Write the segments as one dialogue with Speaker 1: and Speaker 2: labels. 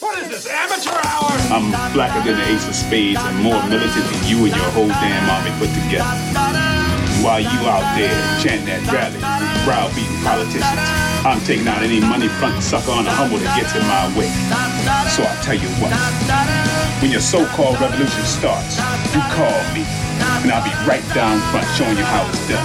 Speaker 1: What is this, amateur hour?
Speaker 2: I'm blacker than the ace of spades and more militant than you and your whole damn army put together. While you out there chanting at rallies, browbeating politicians, I'm taking out any money front sucker on the humble that gets in my way. So I tell you what, when your so-called revolution starts, you call me, and I'll be right down front showing you how it's done.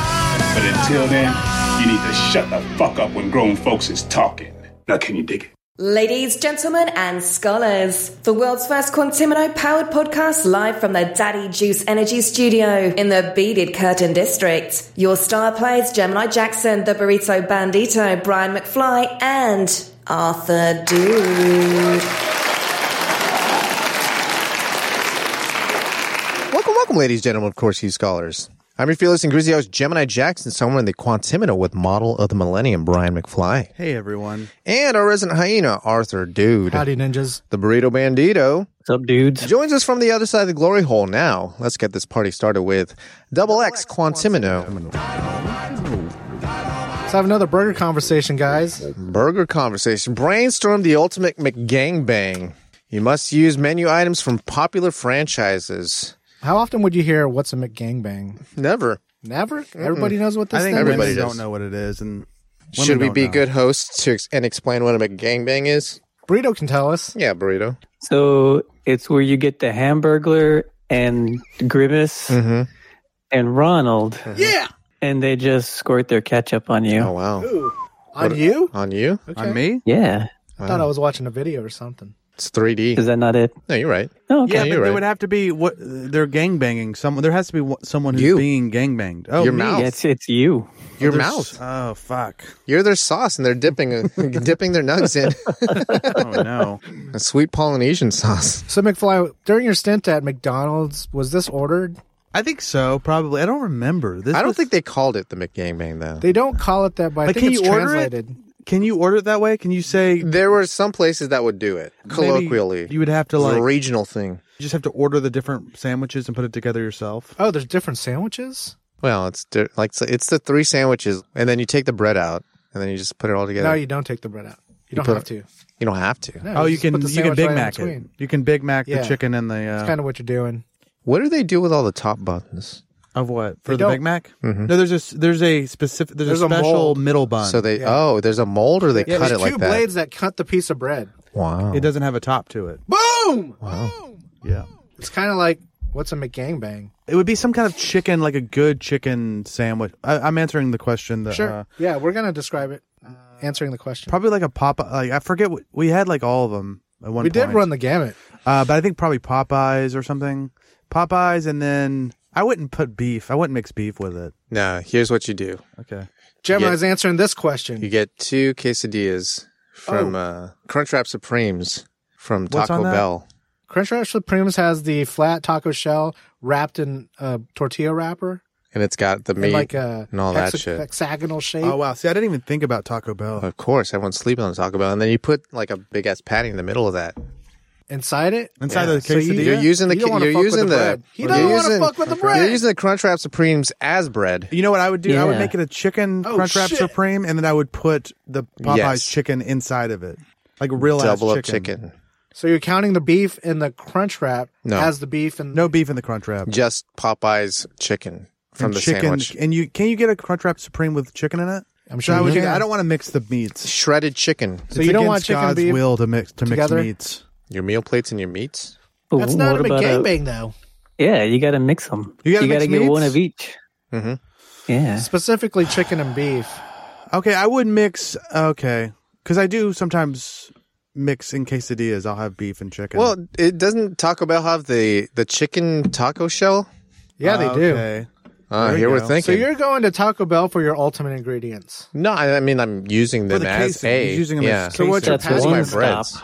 Speaker 2: But until then, you need to shut the fuck up when grown folks is talking. Now can you dig it?
Speaker 3: Ladies, gentlemen, and scholars, the world's first Quantimino powered podcast live from the Daddy Juice Energy Studio in the Beaded Curtain District. Your star players Gemini Jackson, the Burrito Bandito, Brian McFly, and Arthur Dude.
Speaker 4: Welcome, welcome, ladies and gentlemen, of course, you scholars. I'm your fearless and greasy host, Gemini Jackson, somewhere in the Quantimino with model of the millennium, Brian McFly.
Speaker 5: Hey everyone.
Speaker 4: And our resident hyena, Arthur Dude.
Speaker 6: Howdy, ninjas.
Speaker 4: The burrito bandito
Speaker 7: What's up, dudes?
Speaker 4: joins us from the other side of the glory hole now. Let's get this party started with Double X Quantimino.
Speaker 6: Let's have another burger conversation, guys.
Speaker 4: Burger conversation. Brainstorm the ultimate McGangbang. You must use menu items from popular franchises.
Speaker 6: How often would you hear "What's a McGangbang"?
Speaker 4: Never.
Speaker 6: Never. Everybody knows what this
Speaker 5: I think
Speaker 6: thing
Speaker 4: everybody
Speaker 5: women
Speaker 4: does.
Speaker 5: don't know what it is, and women
Speaker 4: Should we
Speaker 5: don't
Speaker 4: be
Speaker 5: know.
Speaker 4: good hosts to ex- and explain what a McGangbang is?
Speaker 6: is. Burrito can tell us.
Speaker 4: Yeah, burrito.
Speaker 7: So it's where you get the Hamburglar and Grimace
Speaker 4: Mhm.
Speaker 7: and Ronald. Yeah. And they just squirt their ketchup on you.
Speaker 4: Mm-hmm. Oh, wow.
Speaker 6: On you?
Speaker 4: On you?
Speaker 5: on me?
Speaker 7: Yeah.
Speaker 6: I
Speaker 5: Uh-huh.
Speaker 6: thought I was watching a video or something.
Speaker 4: It's 3D.
Speaker 7: Is that not it?
Speaker 4: No, you're right.
Speaker 7: No.
Speaker 5: Yeah,
Speaker 7: Okay.
Speaker 4: you're
Speaker 5: but
Speaker 4: right.
Speaker 5: there would have to be what they're gang banging. Someone there has to be one- someone who's
Speaker 4: You.
Speaker 5: being gang banged. Oh,
Speaker 4: Your
Speaker 5: me?
Speaker 4: mouth.
Speaker 7: Yeah, it's it's you.
Speaker 4: Your
Speaker 5: There's-
Speaker 4: mouth.
Speaker 5: Oh fuck.
Speaker 4: You're their sauce, and they're dipping dipping their nugs in
Speaker 5: Oh no.
Speaker 4: a sweet Polynesian sauce.
Speaker 6: So McFly, during your stint at McDonald's, was this ordered?
Speaker 5: I think so. Probably. I don't remember. This
Speaker 4: I don't
Speaker 5: was-
Speaker 4: think they called it the McGangbang though.
Speaker 6: They don't call it that, but I
Speaker 5: Like,
Speaker 6: think
Speaker 5: can
Speaker 6: it's
Speaker 5: you order it?
Speaker 6: translated.
Speaker 5: Can you order it that way? Can you say maybe
Speaker 4: there were some places that would do it colloquially.
Speaker 5: You would have to
Speaker 4: It's
Speaker 5: like
Speaker 4: a regional thing.
Speaker 5: you just have to order the different sandwiches and put it together yourself.
Speaker 6: Oh, there's different sandwiches.
Speaker 4: Well, it's di- like so it's the three sandwiches, and then you take the bread out, and then you just put it all together.
Speaker 6: No,
Speaker 4: you,
Speaker 6: you don't take the bread out. You don't
Speaker 4: put-
Speaker 6: have to.
Speaker 4: don't have to.
Speaker 6: No,
Speaker 5: Oh, you
Speaker 6: just put
Speaker 5: can
Speaker 6: the
Speaker 5: you can
Speaker 6: sandwich
Speaker 5: Big
Speaker 6: right in
Speaker 5: Mac it.
Speaker 6: between.
Speaker 5: You can Big Mac
Speaker 6: Yeah.
Speaker 5: the chicken and the uh,
Speaker 6: That's kind of what you're doing.
Speaker 4: What do they do with all the top buttons?
Speaker 5: of what
Speaker 6: They
Speaker 5: for the
Speaker 6: don't. Mm-hmm.
Speaker 5: Big Mac. No, there's a s- there's a specific there's,
Speaker 6: There's
Speaker 5: a
Speaker 6: a
Speaker 5: special
Speaker 6: mold.
Speaker 5: middle bun.
Speaker 4: So they
Speaker 6: Yeah.
Speaker 4: oh, there's a mold, or they
Speaker 6: Yeah,
Speaker 4: cut it
Speaker 6: there's
Speaker 4: like
Speaker 6: two
Speaker 4: that.
Speaker 6: blades that cut the piece of bread.
Speaker 4: Wow,
Speaker 5: it doesn't have a top to it.
Speaker 6: Boom!
Speaker 5: Yeah.
Speaker 6: It's kind of like what's a McGangbang?
Speaker 5: It would be some kind of chicken, like a good chicken sandwich. I, I'm answering the question. That,
Speaker 6: Sure.
Speaker 5: uh,
Speaker 6: yeah, we're gonna describe it. answering the question.
Speaker 5: probably like a Popeye. Like I forget what we had. Like all of them at one.
Speaker 6: we did
Speaker 5: point.
Speaker 6: run the gamut.
Speaker 5: uh, but I think probably Popeyes or something. Popeyes, and then I wouldn't put beef. I wouldn't mix beef with it.
Speaker 4: No, here's what you do.
Speaker 5: Okay.
Speaker 6: Gemini's answering this question.
Speaker 4: You get two quesadillas
Speaker 6: Oh.
Speaker 4: from uh, Crunchwrap Supremes from
Speaker 5: What's
Speaker 4: Taco
Speaker 5: on that?
Speaker 4: Bell.
Speaker 6: Crunchwrap Supremes has the flat taco shell wrapped in a tortilla wrapper
Speaker 4: And it's got the
Speaker 6: in
Speaker 4: meat
Speaker 6: like uh, a
Speaker 4: and all that
Speaker 6: hexa-
Speaker 4: shit.
Speaker 6: hexagonal shape.
Speaker 5: Oh wow. See, I didn't even think about Taco Bell.
Speaker 4: Of course, everyone's sleeping on Taco Bell. And then you put like a big ass patty in the middle of that.
Speaker 6: Inside it,
Speaker 5: Inside
Speaker 4: Yeah.
Speaker 5: the
Speaker 6: So you-
Speaker 5: quesadilla.
Speaker 4: You're using the
Speaker 6: You don't wanna
Speaker 4: you're
Speaker 6: fuck with
Speaker 4: using
Speaker 6: the
Speaker 4: the
Speaker 6: bread. He
Speaker 4: you're
Speaker 6: don't wanna
Speaker 4: using-
Speaker 6: fuck with the bread.
Speaker 4: You're using the Crunchwrap Supremes as bread.
Speaker 5: You know what I would do? I would
Speaker 7: Yeah.
Speaker 5: make it a chicken
Speaker 6: Oh,
Speaker 5: Crunchwrap
Speaker 6: shit.
Speaker 5: Supreme, and then I would put the Popeyes
Speaker 4: Yes.
Speaker 5: chicken inside of it, like real ass
Speaker 4: Double up
Speaker 5: chicken.
Speaker 4: chicken,
Speaker 6: so you're counting the beef in the Crunchwrap
Speaker 4: No.
Speaker 6: has the beef and
Speaker 5: No beef in the Crunchwrap.
Speaker 4: just Popeye's chicken from
Speaker 5: and
Speaker 4: the
Speaker 5: chicken,
Speaker 4: sandwich.
Speaker 5: And you can you get a Crunchwrap Supreme with chicken in it?
Speaker 6: I'm
Speaker 5: So
Speaker 6: sure
Speaker 5: I,
Speaker 6: you
Speaker 5: would do
Speaker 6: can.
Speaker 5: that. I don't want to mix the meats.
Speaker 4: Shredded chicken.
Speaker 6: So you don't want
Speaker 5: against
Speaker 6: chicken and
Speaker 5: God's
Speaker 6: beef
Speaker 5: will to mix to
Speaker 6: together?
Speaker 5: mix meats.
Speaker 4: Your meal plates and your meats.
Speaker 7: But
Speaker 6: That's not a
Speaker 7: what about
Speaker 6: McGangbang though.
Speaker 7: Yeah, you got to mix them.
Speaker 5: You gotta mix
Speaker 7: get
Speaker 5: meats?
Speaker 7: one of each.
Speaker 4: Mhm.
Speaker 7: Yeah.
Speaker 6: Specifically, chicken and beef.
Speaker 5: Okay, I would mix. Okay, because I do sometimes mix in quesadillas. I'll have beef and chicken.
Speaker 4: Well, it doesn't Taco Bell have the the chicken taco shell?
Speaker 6: Yeah, they do.
Speaker 5: Okay.
Speaker 4: Uh,
Speaker 5: There you
Speaker 4: here we're
Speaker 5: go. So
Speaker 6: So
Speaker 4: thinking.
Speaker 6: you're going to Taco Bell for your ultimate ingredients.
Speaker 4: No, I I mean I'm using
Speaker 5: For
Speaker 4: them
Speaker 5: the
Speaker 4: as
Speaker 5: casing.
Speaker 4: a
Speaker 5: He's using them
Speaker 4: yeah.
Speaker 5: as
Speaker 6: So what's your
Speaker 7: That's
Speaker 6: patty?
Speaker 4: Those are my
Speaker 7: one stop.
Speaker 4: breads.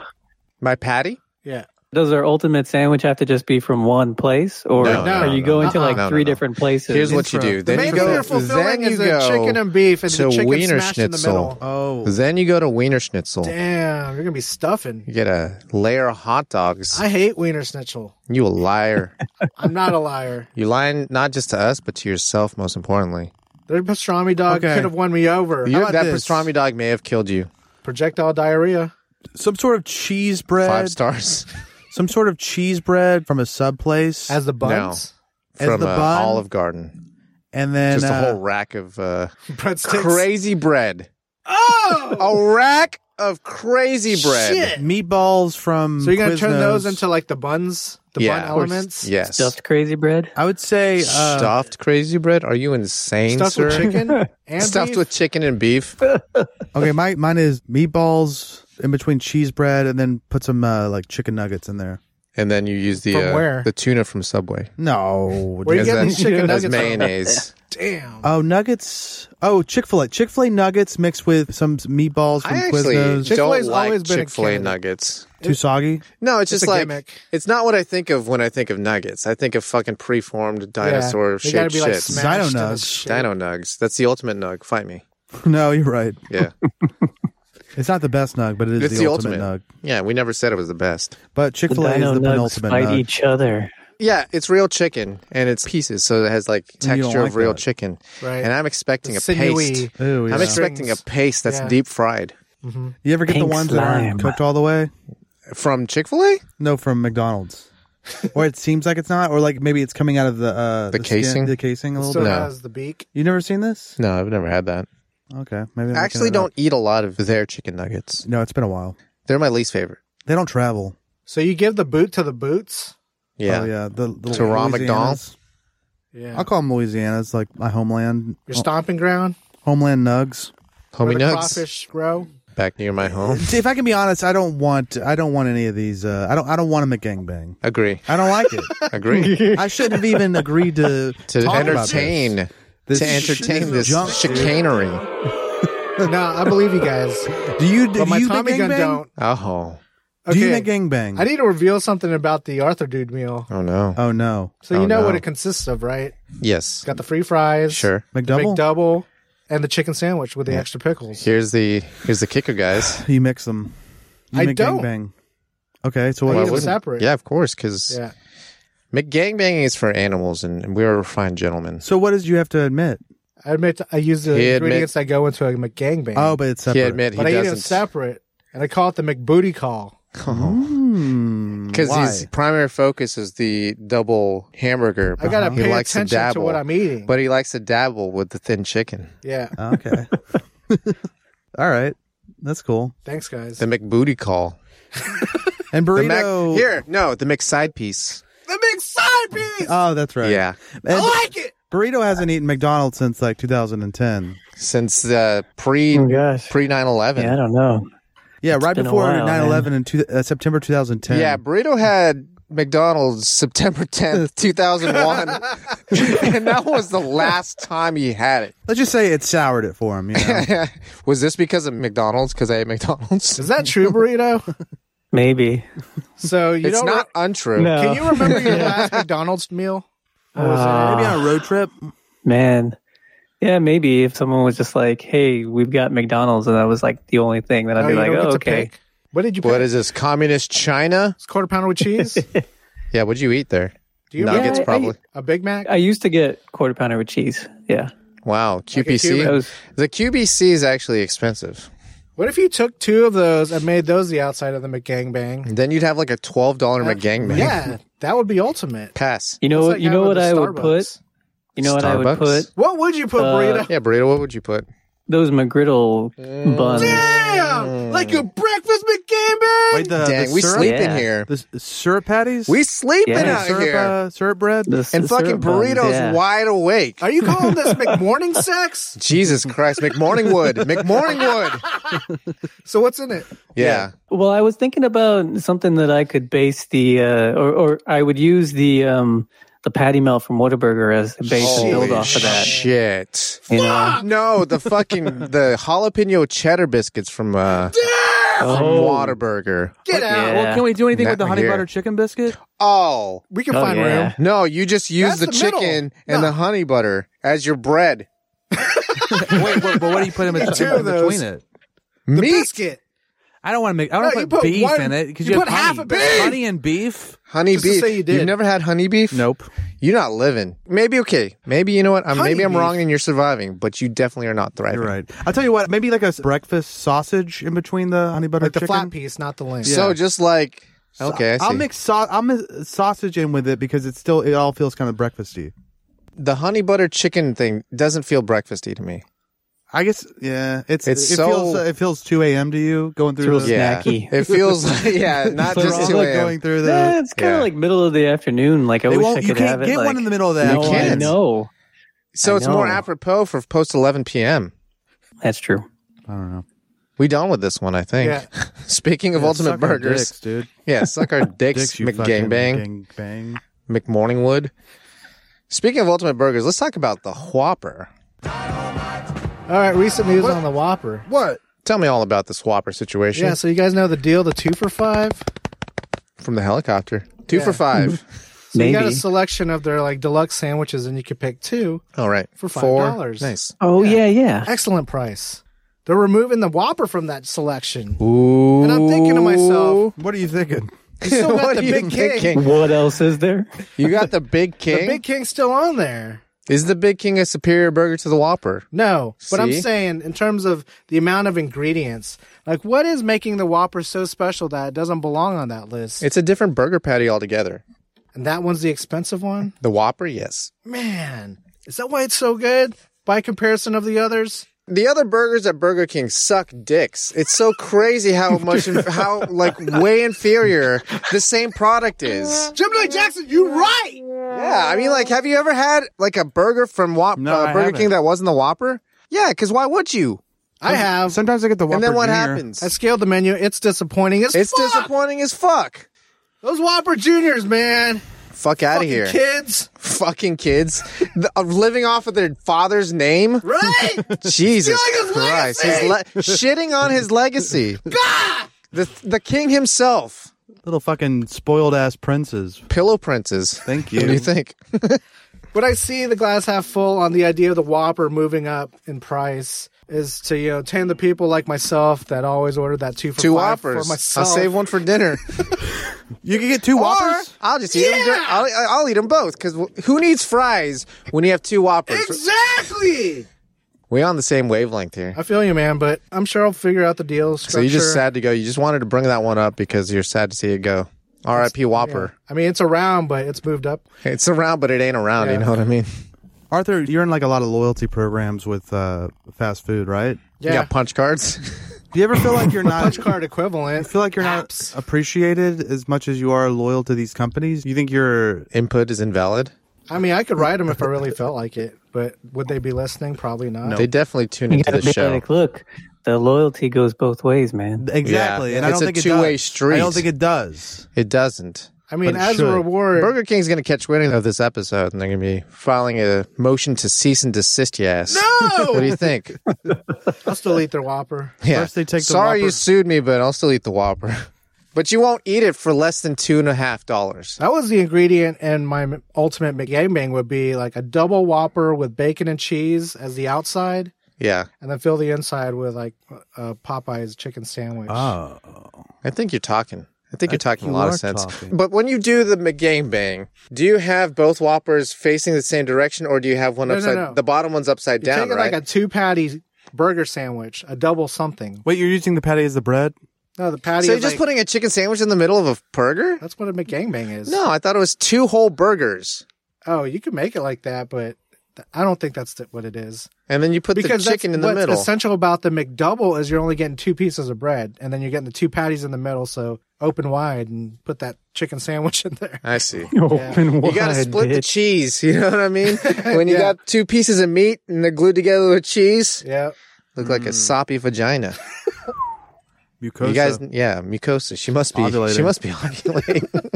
Speaker 4: My patty?
Speaker 6: Yeah.
Speaker 7: Does our ultimate sandwich have to just be from one place, or
Speaker 4: No,
Speaker 6: no,
Speaker 7: are you
Speaker 6: no,
Speaker 7: going
Speaker 6: no.
Speaker 7: to like
Speaker 4: No, no,
Speaker 7: three
Speaker 4: no.
Speaker 7: different places?
Speaker 4: Here's what you
Speaker 5: Intro.
Speaker 4: do. Then
Speaker 6: Maybe
Speaker 4: you
Speaker 6: you
Speaker 4: go.
Speaker 6: are fulfilling
Speaker 4: Then you
Speaker 6: is the
Speaker 4: go
Speaker 6: chicken and beef and
Speaker 4: to
Speaker 6: the chicken
Speaker 4: Wiener
Speaker 6: smashed in the middle.
Speaker 4: Schnitzel.
Speaker 5: Oh,
Speaker 4: Then you go to Wiener Schnitzel.
Speaker 6: Damn, you're gonna be stuffing.
Speaker 4: You get a layer of hot dogs.
Speaker 6: I hate Wiener Schnitzel.
Speaker 4: you a liar.
Speaker 6: I'm not a liar.
Speaker 4: you lying not just to us, but to yourself. Most importantly,
Speaker 6: Their pastrami dog
Speaker 5: Okay.
Speaker 6: could have won me over.
Speaker 4: You-
Speaker 5: about
Speaker 4: that
Speaker 5: this?
Speaker 4: pastrami dog may have killed you.
Speaker 6: Projectile diarrhea.
Speaker 5: some sort of cheese bread,
Speaker 4: Five stars
Speaker 5: some sort of cheese bread from a sub place,
Speaker 6: As the buns,
Speaker 5: As
Speaker 4: from
Speaker 5: the
Speaker 4: uh,
Speaker 5: bun,
Speaker 4: Olive Garden.
Speaker 5: and then
Speaker 4: Just a
Speaker 5: uh,
Speaker 4: whole rack of uh,
Speaker 6: breadsticks.
Speaker 4: crazy bread. Oh, a rack of crazy bread.
Speaker 5: uh, meatballs from.
Speaker 6: So you're gonna turn those
Speaker 5: Quiznos.
Speaker 6: into like the buns, the
Speaker 4: Yeah.
Speaker 6: bun
Speaker 4: Of course.
Speaker 6: elements.
Speaker 4: Yes.
Speaker 7: Stuffed crazy bread.
Speaker 5: I would say uh,
Speaker 4: stuffed crazy bread? Are you insane,
Speaker 6: Stuffed
Speaker 4: sir?
Speaker 6: with chicken and
Speaker 4: stuffed
Speaker 6: beef.
Speaker 4: with chicken and beef.
Speaker 5: Okay, my mine is meatballs in between cheese bread, and then put some uh, like chicken nuggets in there.
Speaker 4: And then you use the
Speaker 6: From where?
Speaker 4: uh, the tuna from Subway
Speaker 5: No,
Speaker 6: Where you
Speaker 5: dude.
Speaker 6: getting
Speaker 4: that-
Speaker 6: these chicken
Speaker 4: as
Speaker 6: nuggets? from?
Speaker 4: mayonnaise.
Speaker 6: Damn.
Speaker 5: oh nuggets. Oh Chick Fil A, Chick Fil A nuggets mixed with some meatballs from
Speaker 4: I actually
Speaker 5: Quiznos.
Speaker 6: Chick-fil-A's
Speaker 4: don't like
Speaker 6: always been a
Speaker 4: Chick Fil A
Speaker 6: candidate.
Speaker 4: nuggets.
Speaker 5: Too soggy.
Speaker 4: No, it's
Speaker 6: It's
Speaker 4: just
Speaker 6: a
Speaker 4: like
Speaker 6: gimmick.
Speaker 4: it's not what I think of when I think of nuggets. I think of fucking preformed
Speaker 6: Yeah.
Speaker 4: dinosaur
Speaker 6: They gotta
Speaker 4: shaped
Speaker 6: be like
Speaker 4: shit.
Speaker 6: smashed
Speaker 5: Dino
Speaker 6: in the
Speaker 5: nugs.
Speaker 6: shit.
Speaker 4: Dino nugs. That's the ultimate nug. Fight me.
Speaker 5: no, you're right.
Speaker 4: Yeah,
Speaker 5: It's not the best nug, but it is
Speaker 4: it's
Speaker 5: the, ultimate, nug.
Speaker 4: Yeah, we never said it was the best.
Speaker 5: But Chick
Speaker 7: The
Speaker 5: Fil A is
Speaker 7: dino
Speaker 5: the
Speaker 7: nugs
Speaker 5: penultimate
Speaker 7: fight
Speaker 5: nug.
Speaker 7: each other.
Speaker 4: Yeah, it's real chicken and it's pieces, so it has like
Speaker 5: And you don't
Speaker 4: texture
Speaker 5: like
Speaker 4: of real
Speaker 5: that.
Speaker 4: chicken.
Speaker 6: Right.
Speaker 4: And I'm expecting a
Speaker 6: Sinewy.
Speaker 4: paste.
Speaker 5: Ooh, yeah.
Speaker 4: I'm expecting a
Speaker 6: Strings.
Speaker 4: paste that's
Speaker 6: Yeah.
Speaker 4: deep fried
Speaker 5: you ever get the
Speaker 7: pink
Speaker 5: ones that
Speaker 7: slime.
Speaker 5: aren't cooked all the way?
Speaker 4: from Chick Fil A.
Speaker 5: No, from McDonald's. or it seems like it's not, or like maybe it's coming out of the uh,
Speaker 4: The
Speaker 5: skin-
Speaker 4: casing?
Speaker 5: the casing a little
Speaker 6: Still
Speaker 5: bit.
Speaker 4: No.
Speaker 6: has the beak.
Speaker 5: You never seen this?
Speaker 4: No, I've never had that.
Speaker 5: Okay,
Speaker 4: I
Speaker 5: maybe. I'm making
Speaker 4: actually
Speaker 5: it up.
Speaker 4: don't eat a lot of their chicken nuggets.
Speaker 5: No, it's been a while.
Speaker 4: They're my least favorite.
Speaker 5: They don't travel.
Speaker 6: So you give the boot to the boots.
Speaker 4: Yeah.
Speaker 5: Oh, yeah. The, the
Speaker 4: To Ron McDonald?
Speaker 5: Louisianas.
Speaker 6: Yeah.
Speaker 5: I'll call them Louisiana's, like my homeland.
Speaker 6: Your
Speaker 4: Oh.
Speaker 6: stomping ground.
Speaker 5: Homeland nugs.
Speaker 4: Homie
Speaker 6: where the
Speaker 4: nugs
Speaker 6: crawfish grow.
Speaker 4: back near my home.
Speaker 5: See, if I can be honest, I don't want. I don't want any of these. Uh, I don't. I don't want them at gangbang.
Speaker 4: Agree.
Speaker 5: I don't like it.
Speaker 4: Agree.
Speaker 5: I shouldn't have even agreed to
Speaker 4: to
Speaker 5: talk about this.
Speaker 4: entertain
Speaker 5: This
Speaker 4: to
Speaker 5: sh-
Speaker 4: entertain this
Speaker 5: junk.
Speaker 4: chicanery.
Speaker 6: no, I believe you guys.
Speaker 5: Do you? Do
Speaker 6: But my
Speaker 5: you
Speaker 6: Tommy
Speaker 5: think
Speaker 6: gun
Speaker 5: gangbang?
Speaker 6: don't.
Speaker 4: Oh.
Speaker 5: Do you
Speaker 6: Okay.
Speaker 5: think gangbang?
Speaker 6: I need to reveal something about the Arthur Dude meal.
Speaker 4: Oh no.
Speaker 5: oh no,
Speaker 6: So you
Speaker 4: Oh,
Speaker 6: know
Speaker 4: no.
Speaker 6: what it consists of, right?
Speaker 4: Yes.
Speaker 6: Got the free fries.
Speaker 4: Sure.
Speaker 6: The
Speaker 5: McDouble.
Speaker 6: McDouble. And the chicken sandwich with the extra pickles.
Speaker 4: Here's the here's the kicker, guys.
Speaker 5: You mix them. You
Speaker 6: I
Speaker 5: make
Speaker 6: don't.
Speaker 5: gangbang. Okay, so what?
Speaker 6: Why
Speaker 5: is
Speaker 6: them
Speaker 4: wouldn't-
Speaker 5: it?
Speaker 6: separate.
Speaker 4: Yeah, of course, because
Speaker 6: Yeah.
Speaker 4: McGangbang is for animals, and and we're refined gentlemen.
Speaker 5: So what did you have to admit?
Speaker 6: I admit I use the
Speaker 4: He admit-
Speaker 6: ingredients that go into a McGangbang.
Speaker 5: Oh, but it's separate.
Speaker 4: He admit he
Speaker 6: but I eat them
Speaker 4: doesn't
Speaker 6: separate. And I call it the McBooty call.
Speaker 4: because
Speaker 5: Hmm, Why?
Speaker 4: his primary focus is the double hamburger.
Speaker 6: I gotta
Speaker 4: but
Speaker 6: pay attention to what I'm eating.
Speaker 4: but he likes to dabble with the thin chicken,
Speaker 6: Yeah.
Speaker 5: Okay. All right. That's cool.
Speaker 6: Thanks, guys.
Speaker 4: the McBooty call.
Speaker 5: And
Speaker 4: The Mac-
Speaker 5: burrito.
Speaker 4: here, no, the McSide piece.
Speaker 6: the big side piece.
Speaker 5: Oh, that's right.
Speaker 4: Yeah,
Speaker 5: And
Speaker 6: like it.
Speaker 5: burrito hasn't eaten McDonald's since like 2010.
Speaker 4: since uh, pre
Speaker 7: Oh gosh.
Speaker 4: pre nine eleven.
Speaker 7: Yeah, I don't know.
Speaker 5: Yeah, right
Speaker 7: been a
Speaker 5: before
Speaker 7: while,
Speaker 5: 9/11 in two, uh, September 2010.
Speaker 4: Yeah, burrito had McDonald's September tenth, two thousand one, and that was the last time he had it.
Speaker 5: Let's just say it soured it for him. You know?
Speaker 4: was this because of McDonald's? Because I ate McDonald's.
Speaker 6: Is that true, burrito?
Speaker 7: Maybe.
Speaker 6: so you
Speaker 4: it's
Speaker 6: don't.
Speaker 4: not untrue.
Speaker 7: No.
Speaker 6: Can you remember your last McDonald's meal?
Speaker 7: Ah.
Speaker 5: Maybe on a road trip.
Speaker 7: Man. Yeah, maybe if someone was just like, "Hey, we've got McDonald's," and that was like the only thing, then I'd
Speaker 6: Oh,
Speaker 7: be
Speaker 6: you
Speaker 7: like,
Speaker 6: don't get
Speaker 7: "Oh,
Speaker 6: to
Speaker 7: okay."
Speaker 6: pick? What did you pick?
Speaker 4: What is this communist China?
Speaker 6: It's quarter pounder with cheese?
Speaker 4: Yeah, what'd you eat there?
Speaker 6: Do you
Speaker 4: Nuggets,
Speaker 7: Yeah, I-
Speaker 4: probably.
Speaker 6: a Big Mac?
Speaker 7: I used to get quarter pounder with cheese. Yeah,
Speaker 4: wow, QPC.
Speaker 7: that was
Speaker 4: the QBC is actually expensive.
Speaker 6: What if you took two of those and made those the outside of the McGangbang?
Speaker 4: Then you'd have like a twelve dollar McGangbang.
Speaker 6: Yeah, that would be ultimate.
Speaker 4: pass.
Speaker 7: you know
Speaker 6: It's
Speaker 7: what
Speaker 6: like
Speaker 7: you
Speaker 6: having
Speaker 7: know what
Speaker 6: the
Speaker 7: I would put.
Speaker 6: Starbucks.
Speaker 7: You know what I
Speaker 4: Starbucks?
Speaker 7: would put
Speaker 6: What would you put,
Speaker 7: Uh,
Speaker 6: burrito?
Speaker 4: Yeah, burrito. What would you put?
Speaker 7: those McGriddle buns.
Speaker 6: Damn, like your breakfast McGangbang.
Speaker 5: Wait, Uh, the,
Speaker 4: Dang,
Speaker 5: the
Speaker 4: we
Speaker 5: syrup,
Speaker 4: sleep in
Speaker 7: Yeah.
Speaker 4: here.
Speaker 5: The, s- syrup patties.
Speaker 4: We sleeping
Speaker 7: Yeah.
Speaker 4: out
Speaker 5: syrup,
Speaker 4: here.
Speaker 5: Uh, syrup bread.
Speaker 7: The s-
Speaker 4: and fucking
Speaker 7: syrup buns,
Speaker 4: burritos
Speaker 7: yeah.
Speaker 4: wide awake.
Speaker 6: Are you calling this McMorning sex?
Speaker 4: Jesus Christ, McMorningwood, McMorningwood.
Speaker 6: So what's in it?
Speaker 4: Yeah,
Speaker 7: Well, I was thinking about something that I could base the uh, or or I would use the um the patty melt from Whataburger as the base and build off of that.
Speaker 4: shit.
Speaker 7: You know?
Speaker 4: No, the fucking the jalapeno cheddar biscuits from uh from
Speaker 7: Oh.
Speaker 4: Whataburger.
Speaker 6: Get out.
Speaker 7: Yeah.
Speaker 5: Well, can we do anything
Speaker 4: Not
Speaker 5: with the honey
Speaker 4: here.
Speaker 5: butter chicken biscuit?
Speaker 4: Oh
Speaker 6: We can
Speaker 7: Oh,
Speaker 6: find
Speaker 7: yeah.
Speaker 6: room.
Speaker 4: no, you just use
Speaker 6: That's
Speaker 4: the,
Speaker 6: the middle.
Speaker 4: chicken and the honey butter as your bread.
Speaker 5: Wait, but, but what do you put in, bet-
Speaker 6: Two of
Speaker 5: in between
Speaker 6: those.
Speaker 5: it?
Speaker 4: Meat.
Speaker 6: Biscuit.
Speaker 8: I don't want to make. I don't
Speaker 5: No, you
Speaker 8: want to put
Speaker 5: put
Speaker 8: beef
Speaker 5: one-
Speaker 8: in it because
Speaker 5: you
Speaker 8: you,
Speaker 5: put half
Speaker 8: honey.
Speaker 5: a beef!
Speaker 8: honey and beef.
Speaker 4: Honey
Speaker 6: Just to
Speaker 4: beef.
Speaker 6: say you did.
Speaker 4: have never had honey beef?
Speaker 5: Nope.
Speaker 4: You're not living. Maybe okay. Maybe you know what? I'm,
Speaker 5: Honey
Speaker 4: maybe I'm
Speaker 5: beef.
Speaker 4: wrong and you're surviving, but you definitely are not thriving.
Speaker 5: You're right. I'll tell you what. Maybe like a s- breakfast sausage in between the honey butter
Speaker 6: Like the
Speaker 5: chicken.
Speaker 6: flat piece, not the link.
Speaker 4: So just like okay, I see.
Speaker 5: I'll mix sau- I'll mix sausage in with it because it's still it all feels kind of breakfasty.
Speaker 4: the honey butter chicken thing doesn't feel breakfasty to me.
Speaker 5: I guess yeah. It's,
Speaker 4: It's
Speaker 5: it
Speaker 4: so-
Speaker 5: feels it feels two a.m. to you going through
Speaker 7: Feels
Speaker 5: the,
Speaker 4: Yeah,
Speaker 7: Snacky.
Speaker 4: it feels like yeah, not
Speaker 5: They're all,
Speaker 4: just two
Speaker 5: like,
Speaker 4: a.m.
Speaker 5: going through the.
Speaker 7: Yeah, it's kind of
Speaker 4: Yeah.
Speaker 7: like middle of the afternoon. Like I
Speaker 5: They
Speaker 7: wish
Speaker 5: won't-
Speaker 7: I could
Speaker 5: you can't
Speaker 7: have it.
Speaker 5: get
Speaker 7: like,
Speaker 5: one in the middle of that.
Speaker 4: You
Speaker 7: No, I
Speaker 4: can't.
Speaker 7: know
Speaker 4: So
Speaker 7: I
Speaker 4: it's more
Speaker 7: know.
Speaker 4: apropos for post 11 p.m.
Speaker 7: that's true.
Speaker 5: I don't know.
Speaker 4: We done with this one, I think.
Speaker 6: Yeah.
Speaker 4: Speaking of
Speaker 5: Yeah,
Speaker 4: Ultimate
Speaker 5: suck our
Speaker 4: Burgers,
Speaker 5: dicks, dude.
Speaker 4: yeah, suck our dicks,
Speaker 5: Dicks, you fucking
Speaker 4: McGangbang,
Speaker 5: gangbang.
Speaker 4: McMorningwood. Speaking of Ultimate Burgers, let's talk about the Whopper.
Speaker 6: All right, recent news on the Whopper.
Speaker 5: What?
Speaker 4: Tell me all about this Whopper situation
Speaker 6: Yeah, so you guys know the deal, the two for five.
Speaker 4: from the helicopter. Two for five.
Speaker 6: So you got a
Speaker 7: Maybe.
Speaker 6: selection of their like deluxe sandwiches, and you could pick two.
Speaker 4: All right.
Speaker 6: For five
Speaker 4: Four.
Speaker 6: dollars.
Speaker 4: Nice.
Speaker 7: Oh yeah, yeah.
Speaker 6: Excellent price. They're removing the Whopper from that selection.
Speaker 4: Ooh.
Speaker 6: And I'm thinking to myself,
Speaker 5: What are you thinking?
Speaker 6: you still got
Speaker 4: what
Speaker 6: the
Speaker 4: are you
Speaker 6: Big King.
Speaker 4: thinking?
Speaker 7: What else is there?
Speaker 4: You got the Big King?
Speaker 6: The Big King's still on there.
Speaker 4: Is the Big King a superior burger to the Whopper?
Speaker 6: No, but I'm
Speaker 4: See?
Speaker 6: saying in terms of the amount of ingredients, like what is making the Whopper so special that it doesn't belong on that list?
Speaker 4: It's a different burger patty altogether.
Speaker 6: and that one's the expensive one?
Speaker 4: The Whopper, yes.
Speaker 6: Man, is that why it's so good by comparison of the others?
Speaker 4: the other burgers at Burger King suck dicks. It's so crazy how much, how like way inferior the same product is.
Speaker 6: Gemini Jackson, you're right.
Speaker 4: Yeah, I mean, like, have you ever had like a burger from Whop-
Speaker 5: No,
Speaker 4: uh,
Speaker 5: I
Speaker 4: Burger King
Speaker 5: haven't.
Speaker 4: that wasn't the Whopper? Yeah, because why would you?
Speaker 6: I have.
Speaker 5: Sometimes I get the Whopper
Speaker 4: Um, and then what
Speaker 5: Jr.
Speaker 4: happens?
Speaker 6: I scaled the menu. It's disappointing. It's,
Speaker 4: it's
Speaker 6: it's disappointing.
Speaker 4: disappointing as fuck.
Speaker 6: Those Whopper Juniors, man.
Speaker 4: Fuck out of
Speaker 6: Fucking
Speaker 4: here,
Speaker 6: Kids,
Speaker 4: fucking kids, the, uh, living off of their father's name.
Speaker 6: right?
Speaker 4: Jesus
Speaker 6: Stealing his
Speaker 4: Christ, his le- shitting on his legacy. The the king himself,
Speaker 5: Little fucking spoiled ass princes.
Speaker 4: Pillow Princes.
Speaker 5: Thank
Speaker 4: What do
Speaker 5: you.
Speaker 4: you think?
Speaker 6: But I see the glass half full on the idea of the Whopper moving up in price is to you know tame the people like myself that always order that two for
Speaker 4: two
Speaker 6: five
Speaker 4: whoppers.
Speaker 6: for myself.
Speaker 4: I'll save one for dinner,
Speaker 5: You can get two
Speaker 4: or
Speaker 5: Whoppers.
Speaker 4: I'll just eat them. I'll, I'll eat them both because who needs fries when you have two whoppers?
Speaker 6: Exactly.
Speaker 4: We on the same wavelength here.
Speaker 6: I feel you, man. But I'm sure I'll figure out the deal structure.
Speaker 4: So you just sad to go. You just wanted to bring that one up because you're sad to see it go. R.I.P. Whopper.
Speaker 6: I mean, it's around, but it's moved up.
Speaker 4: It's around, but it ain't around. You
Speaker 6: Yeah.
Speaker 4: know what I mean?
Speaker 5: Arthur, you're in like a lot of loyalty programs with uh, fast food, right?
Speaker 4: You
Speaker 6: Yeah,
Speaker 4: got punch cards.
Speaker 5: Do you ever feel like you're not
Speaker 6: punch card equivalent.
Speaker 5: feel like you're not appreciated as much as you are loyal to these companies? You think you're
Speaker 4: Input is invalid.
Speaker 6: I mean, I could ride them if I really felt like it, but would they be listening? Probably not.
Speaker 4: They definitely tune into the
Speaker 7: Gotta be
Speaker 4: show.
Speaker 7: like, look, the loyalty goes both ways, man.
Speaker 5: exactly,
Speaker 4: Yeah.
Speaker 5: and I
Speaker 4: It's
Speaker 5: don't
Speaker 4: a
Speaker 5: think it
Speaker 4: two-way
Speaker 5: does.
Speaker 4: street.
Speaker 5: I don't think it does.
Speaker 4: It doesn't.
Speaker 6: I mean,
Speaker 5: But it
Speaker 6: as
Speaker 5: should.
Speaker 6: a reward,
Speaker 4: Burger King's going to catch wind of this episode, and they're going to be filing a motion to cease and desist. Your ass.
Speaker 6: No!
Speaker 4: what do you think?
Speaker 6: I'll still eat their Whopper.
Speaker 4: Yeah.
Speaker 5: First they take the
Speaker 4: Sorry you
Speaker 5: Whopper.
Speaker 4: sued me, but I'll still eat the Whopper. But you won't eat it for less than two and a half dollars.
Speaker 6: That was the ingredient in my m- ultimate McGangbang would be like a double Whopper with bacon and cheese as the outside,
Speaker 4: Yeah.
Speaker 6: and then fill the inside with like a Popeye's chicken sandwich.
Speaker 5: Oh,
Speaker 4: I think you're talking. I think you're talking
Speaker 5: you
Speaker 4: a lot of
Speaker 5: are
Speaker 4: sense.
Speaker 5: talking.
Speaker 4: But when you do the McGangbang, do you have both Whoppers facing the same direction or do you have one
Speaker 6: No, no,
Speaker 4: upside
Speaker 6: no.
Speaker 4: the bottom one's upside
Speaker 6: You're
Speaker 4: down,
Speaker 6: taking
Speaker 4: right?
Speaker 6: like a two patty burger sandwich, a double something.
Speaker 5: wait, you're using the patty as the bread?
Speaker 6: No, the patty.
Speaker 4: so
Speaker 6: is
Speaker 4: you're just
Speaker 6: like-
Speaker 4: putting a chicken sandwich in the middle of a burger?
Speaker 6: That's what a McGangbang is.
Speaker 4: No, I thought it was two whole burgers.
Speaker 6: Oh, you could make it like that, but th- I don't think that's th- what it is.
Speaker 4: And then you put
Speaker 6: Because
Speaker 4: the chicken
Speaker 6: that's
Speaker 4: in the
Speaker 6: what's
Speaker 4: middle.
Speaker 6: essential about the McDouble is you're only getting two pieces of bread, and then you're getting the two patties in the middle. So open wide and put that chicken sandwich in there.
Speaker 4: I see.
Speaker 7: Open
Speaker 4: You got to
Speaker 7: wide,
Speaker 4: split the
Speaker 7: bitch.
Speaker 4: cheese. You know what I mean? When you
Speaker 6: Yeah.
Speaker 4: got two pieces of meat and they're glued together with cheese,
Speaker 6: Yeah.
Speaker 4: look like
Speaker 6: Mm.
Speaker 4: a soppy vagina.
Speaker 5: Mucosa.
Speaker 4: You guys, yeah, mucosa. She must be. She
Speaker 5: Ovulating.
Speaker 4: must be ovulating.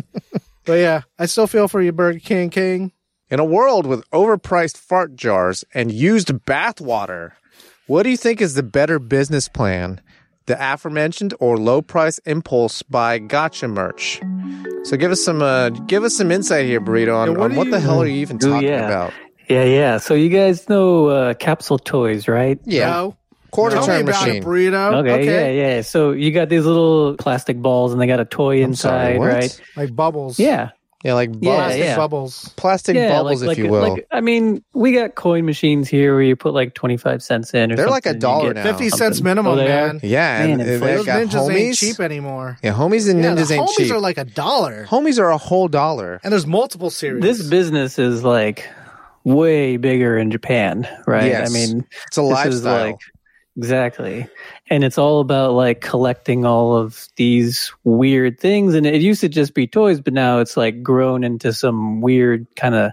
Speaker 6: But yeah, I still feel for you, Burger King King.
Speaker 4: In a world with overpriced fart jars and used bath water, what do you think is the better business plan? The aforementioned or low price impulse by Gotcha merch. So give us some uh, give us some insight here, burrito. On, on
Speaker 6: Yeah,
Speaker 4: what,
Speaker 6: what do
Speaker 4: the
Speaker 6: you-
Speaker 4: hell are you even
Speaker 7: Ooh,
Speaker 4: talking
Speaker 7: yeah.
Speaker 4: about?
Speaker 7: Yeah, yeah. So you guys know uh, Capsule Toys, right?
Speaker 4: Yeah,
Speaker 6: No.
Speaker 4: Quarter
Speaker 6: Tell me
Speaker 4: turn
Speaker 6: about
Speaker 4: machine.
Speaker 6: it,
Speaker 4: Oh,
Speaker 6: burrito.
Speaker 7: Okay, yeah, yeah. So you got these little plastic balls, and they got a toy
Speaker 4: sorry,
Speaker 7: inside,
Speaker 4: what?
Speaker 7: right?
Speaker 6: Like bubbles.
Speaker 7: Yeah,
Speaker 4: Yeah, like
Speaker 7: Yeah,
Speaker 4: bubbles-
Speaker 6: Plastic
Speaker 7: yeah.
Speaker 4: plastic bubbles,
Speaker 6: bubbles.
Speaker 7: yeah, like,
Speaker 4: if
Speaker 7: like,
Speaker 4: you will.
Speaker 7: Like, I mean, we got coin machines here where you put like twenty five cents in, or
Speaker 4: They're like a
Speaker 7: something, and you
Speaker 4: dollar
Speaker 7: get-
Speaker 4: now.
Speaker 6: 50 cents
Speaker 7: Something.
Speaker 6: minimum,
Speaker 7: Oh, they are?
Speaker 6: man.
Speaker 4: yeah,
Speaker 7: Man,
Speaker 4: and
Speaker 7: and
Speaker 4: they
Speaker 6: Those
Speaker 4: got
Speaker 6: ninjas ain't
Speaker 4: homies.
Speaker 6: cheap anymore.
Speaker 4: Yeah, homies and
Speaker 6: Yeah, the
Speaker 4: ninjas ain't
Speaker 6: homies
Speaker 4: cheap.
Speaker 6: are like a dollar.
Speaker 4: homies are a whole dollar.
Speaker 6: And there's multiple series.
Speaker 7: This business is like way bigger in Japan, right?
Speaker 4: Yes.
Speaker 7: I mean,
Speaker 4: It's a
Speaker 7: this is
Speaker 4: lifestyle.
Speaker 7: like exactly and it's all about like collecting all of these weird things and it used to just be toys but now it's like grown into some weird kind of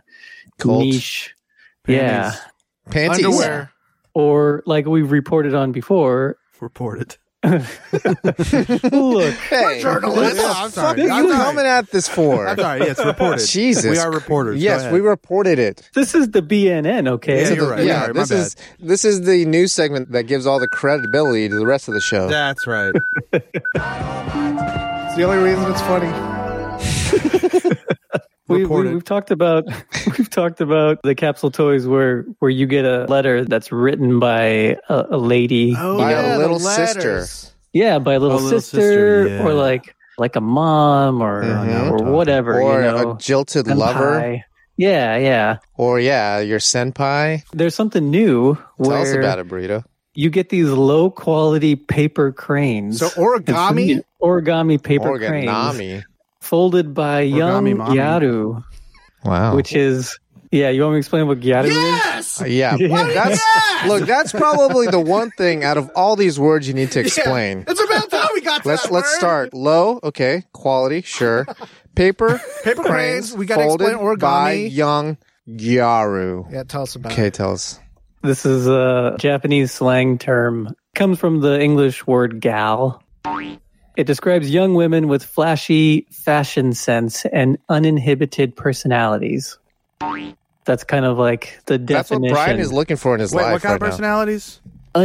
Speaker 4: Cult.
Speaker 7: niche yeah
Speaker 5: Panties.
Speaker 4: Panties.
Speaker 6: underwear.
Speaker 7: or like we've reported on before
Speaker 5: Report it.
Speaker 7: look
Speaker 4: Hey,
Speaker 5: Oh,
Speaker 6: journalists.
Speaker 4: what the
Speaker 5: I'm
Speaker 4: fuck
Speaker 5: sorry.
Speaker 4: are
Speaker 5: I'm
Speaker 4: you
Speaker 5: sorry.
Speaker 4: coming at this for?
Speaker 5: I'm sorry. Yes, reported.
Speaker 4: Jesus.
Speaker 5: We are reporters. Go
Speaker 4: Yes,
Speaker 5: ahead.
Speaker 4: we reported it.
Speaker 7: this is the bnn okay
Speaker 5: Yeah, you're right.
Speaker 4: yeah,
Speaker 5: Sorry, my
Speaker 4: this is this is the news segment that gives all the credibility to the rest of the show.
Speaker 5: That's right.
Speaker 6: It's the only reason it's funny.
Speaker 7: we, we,
Speaker 5: reported.
Speaker 7: we've talked about we've talked about the capsule toys where where you get a letter that's written by a, a lady
Speaker 5: Oh,
Speaker 4: By a
Speaker 6: the
Speaker 4: little sister.
Speaker 6: letters.
Speaker 7: Yeah, by a little,
Speaker 5: little
Speaker 7: sister,
Speaker 5: sister, yeah.
Speaker 7: or like like a mom or
Speaker 4: Mhm.
Speaker 7: or whatever,
Speaker 4: or
Speaker 7: you know.
Speaker 4: a jilted
Speaker 7: senpai.
Speaker 4: lover,
Speaker 7: Yeah, yeah.
Speaker 4: or yeah, your senpai.
Speaker 7: There's something new
Speaker 4: Tell
Speaker 7: where
Speaker 4: us about it, burrito.
Speaker 7: you get these low quality paper cranes.
Speaker 6: So
Speaker 7: It's
Speaker 6: origami?
Speaker 7: neat. origami paper cranes
Speaker 4: Organami.
Speaker 7: folded by young
Speaker 5: Origami mommy.
Speaker 7: Gyaru,
Speaker 4: Wow.
Speaker 7: which is yeah, you want me to explain what Gyaru is?
Speaker 6: Yes!
Speaker 4: Uh, yeah, that's look. That's probably the one thing out of all these words you need to explain.
Speaker 6: It's about time we got to
Speaker 4: Let's
Speaker 6: that
Speaker 4: let's
Speaker 6: word.
Speaker 4: start low. Okay, quality, sure. Paper,
Speaker 6: Paper cranes, we gotta
Speaker 4: folded
Speaker 6: explain origami.
Speaker 4: by young Gyaru.
Speaker 6: Yeah, tell us about
Speaker 4: Okay,
Speaker 6: it.
Speaker 4: tell us.
Speaker 7: This is a Japanese slang term. Comes from the English word gal. It describes young women with flashy fashion sense and uninhibited personalities. That's kind of like the
Speaker 4: That's what
Speaker 7: definition.
Speaker 4: Brian is looking for in his
Speaker 5: Wait,
Speaker 4: life
Speaker 5: what kind of
Speaker 4: right now.
Speaker 5: personalities?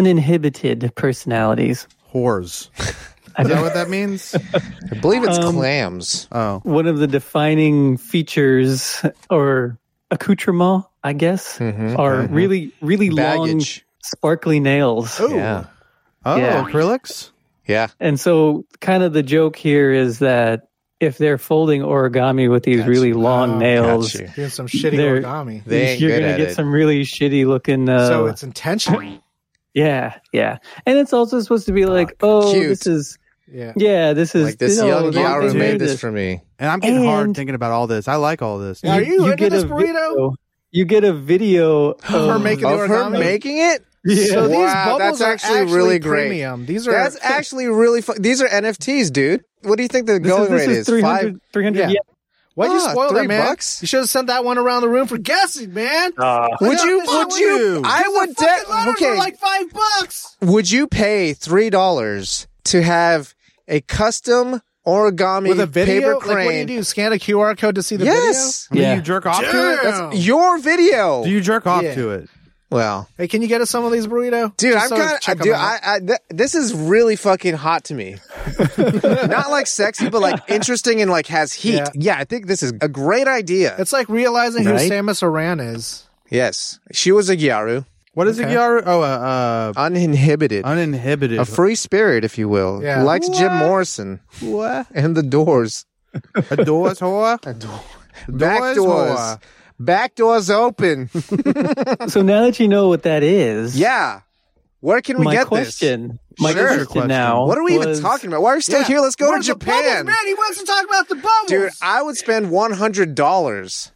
Speaker 7: uninhibited personalities.
Speaker 5: Whores.
Speaker 7: I
Speaker 5: Is that
Speaker 7: think
Speaker 5: what that means?
Speaker 4: I believe it's
Speaker 7: Um,
Speaker 4: clams.
Speaker 5: Oh,
Speaker 7: one of the defining features or accoutrement, I guess, are really really long
Speaker 4: Mm-hmm, Baggage.
Speaker 7: sparkly nails.
Speaker 4: Yeah.
Speaker 5: oh,
Speaker 7: Yeah.
Speaker 5: acrylics.
Speaker 4: Yeah.
Speaker 7: And so, kind of the joke here is that if they're folding origami with these really long nails,
Speaker 4: Got you.
Speaker 6: Doing some shitty
Speaker 7: They're-
Speaker 6: origami.
Speaker 4: Oh, They ain't
Speaker 7: you're
Speaker 4: good
Speaker 7: gonna
Speaker 4: at
Speaker 7: get
Speaker 4: it.
Speaker 7: some really shitty looking. Uh,
Speaker 6: so it's intentional.
Speaker 7: yeah, yeah, and it's also supposed to be like, oh,
Speaker 4: Cute.
Speaker 7: this is
Speaker 6: Yeah.
Speaker 7: yeah, this is
Speaker 4: like this
Speaker 7: no,
Speaker 4: young
Speaker 7: they-
Speaker 4: Gyaru
Speaker 7: they
Speaker 4: made
Speaker 7: do
Speaker 4: this for me.
Speaker 5: And I'm getting hard
Speaker 7: And-
Speaker 5: thinking about all this. I like all this.
Speaker 6: Are you, into
Speaker 7: get
Speaker 6: this
Speaker 7: a
Speaker 6: burrito?
Speaker 7: video- You get a video of
Speaker 6: Her making
Speaker 4: Of
Speaker 6: the
Speaker 4: her
Speaker 6: origami.
Speaker 4: making it?
Speaker 6: So these
Speaker 4: Wow,
Speaker 6: bubbles
Speaker 4: that's
Speaker 6: are
Speaker 4: actually really great.
Speaker 6: premium. These are
Speaker 4: That's actually really fun. These are NFTs, dude. What do you think the
Speaker 7: this
Speaker 4: going
Speaker 7: is, this
Speaker 4: rate
Speaker 7: is
Speaker 4: is? Five.
Speaker 7: 300, 300
Speaker 6: Yeah.
Speaker 7: yen.
Speaker 6: why'd you
Speaker 4: Ah,
Speaker 6: spoil
Speaker 4: three
Speaker 6: that, man?
Speaker 4: bucks?
Speaker 6: You should have sent that one around the room for guessing, man.
Speaker 4: Would you? Would you?
Speaker 5: you.
Speaker 4: I would. De- okay.
Speaker 6: like five bucks.
Speaker 4: would you pay three dollars to have a custom origami
Speaker 6: With a video,
Speaker 4: paper
Speaker 6: like
Speaker 4: crane?
Speaker 6: what do you do? Scan a QR code to see the
Speaker 4: yes,
Speaker 5: I mean,
Speaker 7: Yeah.
Speaker 5: you jerk off to it.
Speaker 6: video?
Speaker 5: That's-
Speaker 6: Damn.
Speaker 4: your video.
Speaker 5: do you jerk off
Speaker 6: Yeah.
Speaker 5: to it?
Speaker 4: well,
Speaker 6: Hey, can you get us some of these burrito?
Speaker 4: dude,
Speaker 6: Just
Speaker 4: I'm
Speaker 6: so
Speaker 4: kind
Speaker 6: check
Speaker 4: of
Speaker 6: 'em
Speaker 4: dude.
Speaker 6: out.
Speaker 4: I, I th- this is really fucking hot to me. Not like sexy, but like interesting and like has heat. Yeah,
Speaker 6: Yeah.
Speaker 4: I think this is a great idea.
Speaker 6: It's like realizing
Speaker 7: Right?
Speaker 6: who Samus Aran is.
Speaker 4: yes, she was a gyaru,
Speaker 5: What is it? Yar? Oh, uh, uh,
Speaker 4: uninhibited.
Speaker 5: uninhibited.
Speaker 4: a free spirit, if you will,
Speaker 6: Yeah.
Speaker 4: like Jim Morrison
Speaker 5: what?
Speaker 4: and the Doors.
Speaker 5: A door's whore.
Speaker 4: Back
Speaker 5: Doors
Speaker 4: doors,
Speaker 5: whore.
Speaker 4: back doors open.
Speaker 7: So now that you know what that is,
Speaker 4: Yeah. Where can we
Speaker 7: my
Speaker 4: get
Speaker 7: question, my
Speaker 4: Sure.
Speaker 7: question,
Speaker 5: Question.
Speaker 7: now,
Speaker 4: this? What are we
Speaker 7: was-
Speaker 4: even talking about? Why are we still here? Let's go to
Speaker 6: Where's the bubbles,
Speaker 4: Japan.
Speaker 6: man, he wants to talk about the bubbles.
Speaker 4: Dude, I would spend $100.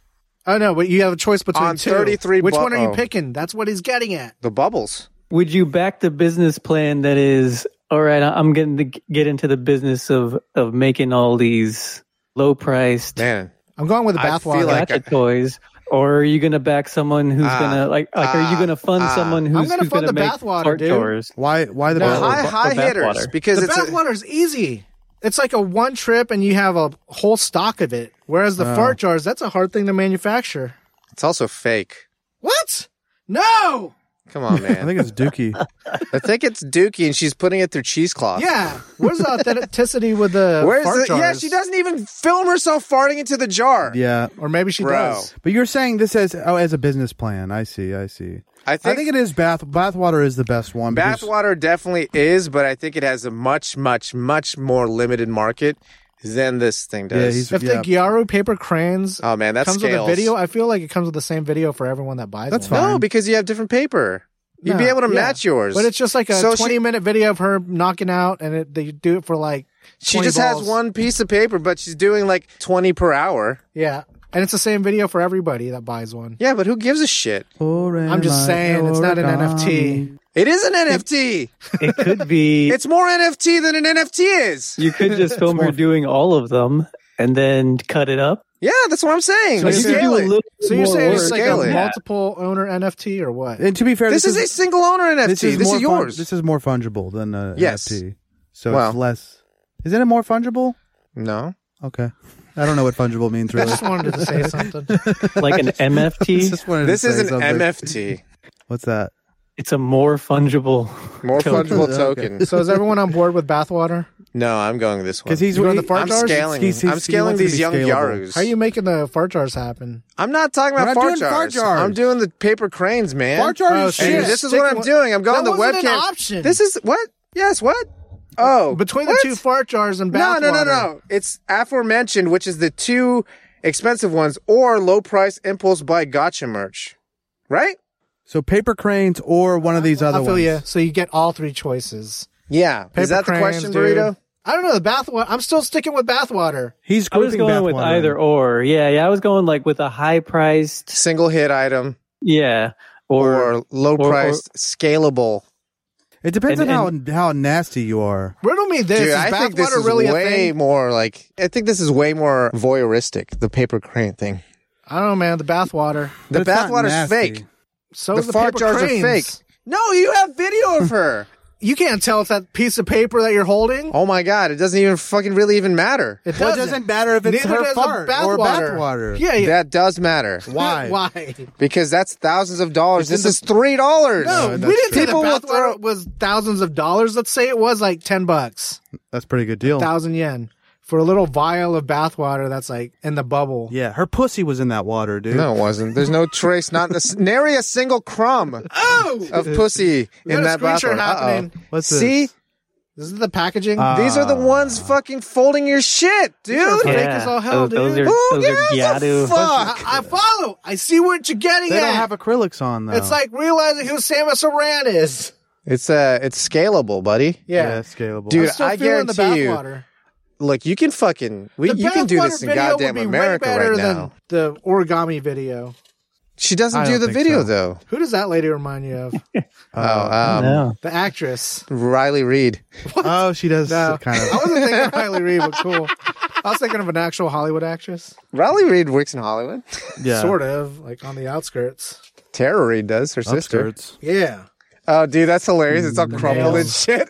Speaker 6: oh no, but you have a choice between
Speaker 4: On
Speaker 6: two.
Speaker 4: 33
Speaker 6: Which
Speaker 4: bu-
Speaker 6: one are
Speaker 4: oh.
Speaker 6: you picking? That's what he's getting at.
Speaker 4: The bubbles.
Speaker 7: Would you back the business plan that is all right? I- I'm getting to get into the business of of making all these low priced
Speaker 4: Man.
Speaker 6: I'm going with the
Speaker 4: I feel
Speaker 6: bathwater.
Speaker 4: like-
Speaker 7: gotcha toys, or are you going to back someone who's
Speaker 4: Ah,
Speaker 7: gonna like like Are
Speaker 4: ah,
Speaker 7: you going to fund
Speaker 4: ah.
Speaker 7: someone who's,
Speaker 6: gonna
Speaker 7: who's
Speaker 6: fund
Speaker 7: going to
Speaker 6: the
Speaker 7: make
Speaker 6: bathwater,
Speaker 7: art
Speaker 6: dude.
Speaker 7: tours?
Speaker 5: Why? Why the
Speaker 6: No,
Speaker 5: bubble?
Speaker 4: high
Speaker 7: bu-
Speaker 4: high
Speaker 7: or bath
Speaker 4: hitters
Speaker 7: water.
Speaker 4: because
Speaker 6: the
Speaker 4: it's a-
Speaker 6: bathwater is easy. It's like a one trip and you have a whole stock of it. Whereas the fart jars, that's a hard thing to manufacture.
Speaker 4: it's also fake.
Speaker 6: What? No.
Speaker 4: Come on,
Speaker 5: I
Speaker 4: man.
Speaker 5: think it's Dookie.
Speaker 4: I think it's Dookie, and she's putting it through cheesecloth.
Speaker 6: Yeah, where's the authenticity with the
Speaker 4: Where's
Speaker 6: fart
Speaker 4: the? Yeah,
Speaker 6: jars?
Speaker 4: she doesn't even film herself farting into the jar.
Speaker 5: yeah.
Speaker 6: or maybe she
Speaker 4: Bro.
Speaker 6: does.
Speaker 5: But you're saying this as oh as a business plan. I see. I see.
Speaker 4: I
Speaker 5: I
Speaker 4: think,
Speaker 5: think it is bath bathwater is the best one. because-
Speaker 4: bathwater definitely is, but I think it has a much, much, much more limited market than this thing does.
Speaker 5: Yeah, he's-
Speaker 6: If
Speaker 5: Yeah.
Speaker 6: the Gyaru paper crayons
Speaker 4: oh man, that's
Speaker 6: comes
Speaker 4: scales.
Speaker 6: with a video, I feel like it comes with the same video for everyone that buys.
Speaker 5: That's
Speaker 6: one.
Speaker 5: fine.
Speaker 4: No, because you have different paper. You'd be
Speaker 6: No,
Speaker 4: able to
Speaker 6: yeah.
Speaker 4: match yours.
Speaker 6: But it's just like a
Speaker 4: So she-
Speaker 6: twenty minute video of her knocking out, and it, they do it for like
Speaker 4: she
Speaker 6: 20
Speaker 4: just has
Speaker 6: balls.
Speaker 4: one piece of paper, but she's doing like twenty per hour.
Speaker 6: yeah, and it's the same video for everybody that buys one.
Speaker 4: Yeah, but who gives a shit?
Speaker 6: I'm just saying, it's not an NFT.
Speaker 4: It is an NFT.
Speaker 7: It could be.
Speaker 4: It's more NFT than an NFT is.
Speaker 7: you could just film her doing all of them and then cut it up.
Speaker 4: Yeah, that's what I'm saying.
Speaker 7: So you could
Speaker 4: Scale
Speaker 7: do a
Speaker 4: it.
Speaker 7: little.
Speaker 6: So you're
Speaker 7: more
Speaker 6: saying
Speaker 7: work
Speaker 6: it's like
Speaker 4: scale
Speaker 6: a
Speaker 4: it.
Speaker 6: multiple owner NFT or what?
Speaker 5: And to be fair,
Speaker 4: this,
Speaker 5: this,
Speaker 4: is, a single owner NFT. This is,
Speaker 5: more fun-
Speaker 4: yours.
Speaker 5: this is more fungible than a
Speaker 4: Yes.
Speaker 5: NFT. So
Speaker 4: Well.
Speaker 5: it's less. Isn't it more fungible?
Speaker 4: no.
Speaker 5: Okay. I don't know what fungible means
Speaker 6: I
Speaker 5: really.
Speaker 6: just wanted to say something.
Speaker 7: like an MFT.
Speaker 5: Just wanted to
Speaker 4: This is
Speaker 5: say
Speaker 4: an
Speaker 5: something.
Speaker 4: MFT,
Speaker 5: What's that?
Speaker 7: It's a more fungible.
Speaker 4: more
Speaker 7: Token.
Speaker 4: fungible
Speaker 5: Okay.
Speaker 4: token.
Speaker 6: So is everyone on board with bathwater?
Speaker 4: No, I'm going with this one.
Speaker 5: Because he's
Speaker 6: You want
Speaker 5: he-
Speaker 6: the fart
Speaker 4: I'm
Speaker 6: jars?
Speaker 4: scaling.
Speaker 5: He's- he's-
Speaker 4: I'm
Speaker 5: he
Speaker 4: scaling
Speaker 5: wants it to
Speaker 4: these
Speaker 5: be
Speaker 4: young
Speaker 5: scalable.
Speaker 4: Yarus.
Speaker 6: How are you making the fart jars happen?
Speaker 4: I'm not talking
Speaker 5: We're
Speaker 4: about
Speaker 5: not
Speaker 4: fart
Speaker 5: doing
Speaker 4: jars.
Speaker 5: fart jars.
Speaker 4: I'm doing the paper cranes, man.
Speaker 5: Fart jars is
Speaker 4: And
Speaker 5: shit.
Speaker 4: this is what I'm doing. I'm going
Speaker 6: Oh, That
Speaker 4: the
Speaker 6: wasn't an
Speaker 4: webcam.
Speaker 6: option.
Speaker 4: This is what? Yes, what? Oh,
Speaker 6: Between the
Speaker 4: what?
Speaker 6: two fart jars and
Speaker 4: No,
Speaker 6: bathwater.
Speaker 4: no, no, no. It's aforementioned, which is the two expensive ones, or low price impulse buy gotcha merch, right?
Speaker 5: So paper cranes or one of these
Speaker 6: I
Speaker 5: other
Speaker 6: feel
Speaker 5: ones.
Speaker 6: you. So you get all three choices.
Speaker 4: Yeah.
Speaker 6: Paper
Speaker 4: is that the
Speaker 6: cranes,
Speaker 4: question,
Speaker 6: dude.
Speaker 4: burrito?
Speaker 6: I don't know the bathwater. I'm still sticking with bathwater.
Speaker 5: He's
Speaker 7: I was
Speaker 5: grouping
Speaker 7: going with
Speaker 5: bathwater.
Speaker 7: either or. Yeah, yeah. I was going like with a high priced.
Speaker 4: Single hit item
Speaker 7: Yeah.
Speaker 4: or,
Speaker 7: Or,
Speaker 4: low priced scalable.
Speaker 5: It depends
Speaker 7: And-
Speaker 5: on how how nasty you are.
Speaker 6: Riddle me this.
Speaker 4: Dude,
Speaker 6: is
Speaker 4: I think this
Speaker 6: bathwater
Speaker 4: is
Speaker 6: really a
Speaker 4: way
Speaker 6: thing?
Speaker 4: more like I think this is way more voyeuristic. The paper crane thing.
Speaker 6: I don't know, man. The bathwater.
Speaker 4: The
Speaker 5: But it's not
Speaker 4: bathwater's
Speaker 5: nasty.
Speaker 4: fake.
Speaker 6: So
Speaker 4: the
Speaker 6: is the
Speaker 4: fart
Speaker 6: paper
Speaker 4: jars
Speaker 6: cranes.
Speaker 4: are fake. No, you have video of her.
Speaker 6: You can't tell if that piece of paper that you're holding.
Speaker 4: oh my god, it doesn't even fucking really even matter.
Speaker 6: It doesn't.
Speaker 5: Well, it doesn't matter if it's
Speaker 6: Neither
Speaker 5: her
Speaker 6: does the
Speaker 5: fart or
Speaker 6: bathwater.
Speaker 5: bathwater.
Speaker 6: Yeah, yeah.
Speaker 4: That does matter
Speaker 5: Why?
Speaker 6: Why?
Speaker 4: because that's thousands of dollars.
Speaker 5: It's in
Speaker 4: this is three dollars.
Speaker 6: No,
Speaker 5: that's
Speaker 6: we didn't say the
Speaker 4: People will
Speaker 6: bathwater
Speaker 4: throw-
Speaker 6: was thousands of dollars. Let's say it was like ten bucks,
Speaker 5: That's a pretty good deal.
Speaker 6: thousand yen for a little vial of bathwater that's like in the bubble.
Speaker 5: Yeah, her pussy was in that water, dude.
Speaker 4: No, it wasn't. There's no trace, not this, nary a single crumb of pussy
Speaker 6: We got
Speaker 4: in
Speaker 6: a
Speaker 4: that
Speaker 6: screenshot
Speaker 4: bathroom.
Speaker 6: happening.
Speaker 4: Uh-oh.
Speaker 5: What's
Speaker 4: See,
Speaker 5: this?
Speaker 6: This is the packaging.
Speaker 5: Uh,
Speaker 4: these are the
Speaker 6: Ah.
Speaker 4: ones fucking folding your shit, dude.
Speaker 6: fake
Speaker 7: yeah.
Speaker 6: as all hell,
Speaker 7: those,
Speaker 6: dude.
Speaker 7: those
Speaker 4: Who
Speaker 7: are those
Speaker 4: gives
Speaker 7: are
Speaker 4: a
Speaker 7: Gyadu.
Speaker 4: fuck?
Speaker 6: I, I follow. I see what you're getting
Speaker 5: They
Speaker 6: at.
Speaker 5: don't have acrylics on though.
Speaker 6: It's like realizing who Samus Aran is.
Speaker 4: It's uh, it's scalable, buddy.
Speaker 5: yeah,
Speaker 6: Yeah.
Speaker 5: scalable.
Speaker 4: Dude,
Speaker 6: I'm still
Speaker 4: I
Speaker 6: feeling the
Speaker 4: guarantee you,
Speaker 6: bathwater.
Speaker 4: Look, you can fucking we,
Speaker 6: The
Speaker 4: you can do
Speaker 6: bathwater
Speaker 4: this in
Speaker 6: video would
Speaker 4: goddamn
Speaker 6: be way
Speaker 4: America
Speaker 6: better
Speaker 4: right
Speaker 6: than
Speaker 4: now.
Speaker 6: The origami video.
Speaker 4: She doesn't
Speaker 5: I
Speaker 4: do
Speaker 5: don't
Speaker 4: the
Speaker 5: think
Speaker 4: video
Speaker 5: so.
Speaker 4: though.
Speaker 6: Who does that lady remind you of? Uh,
Speaker 4: oh, um,
Speaker 7: No.
Speaker 6: the actress.
Speaker 4: Riley Reed.
Speaker 5: oh, she does
Speaker 6: No.
Speaker 5: kind
Speaker 6: I
Speaker 5: of.
Speaker 6: wasn't thinking of Riley Reed, but cool. I was thinking of an actual Hollywood actress.
Speaker 4: Riley Reed works in Hollywood.
Speaker 5: Yeah,
Speaker 6: Sort of, like on the outskirts.
Speaker 4: Tara Reed does her sister.
Speaker 5: Upskirts.
Speaker 6: Yeah.
Speaker 4: Oh, dude, that's hilarious. It's all
Speaker 6: Mm,
Speaker 4: crumpled and shit.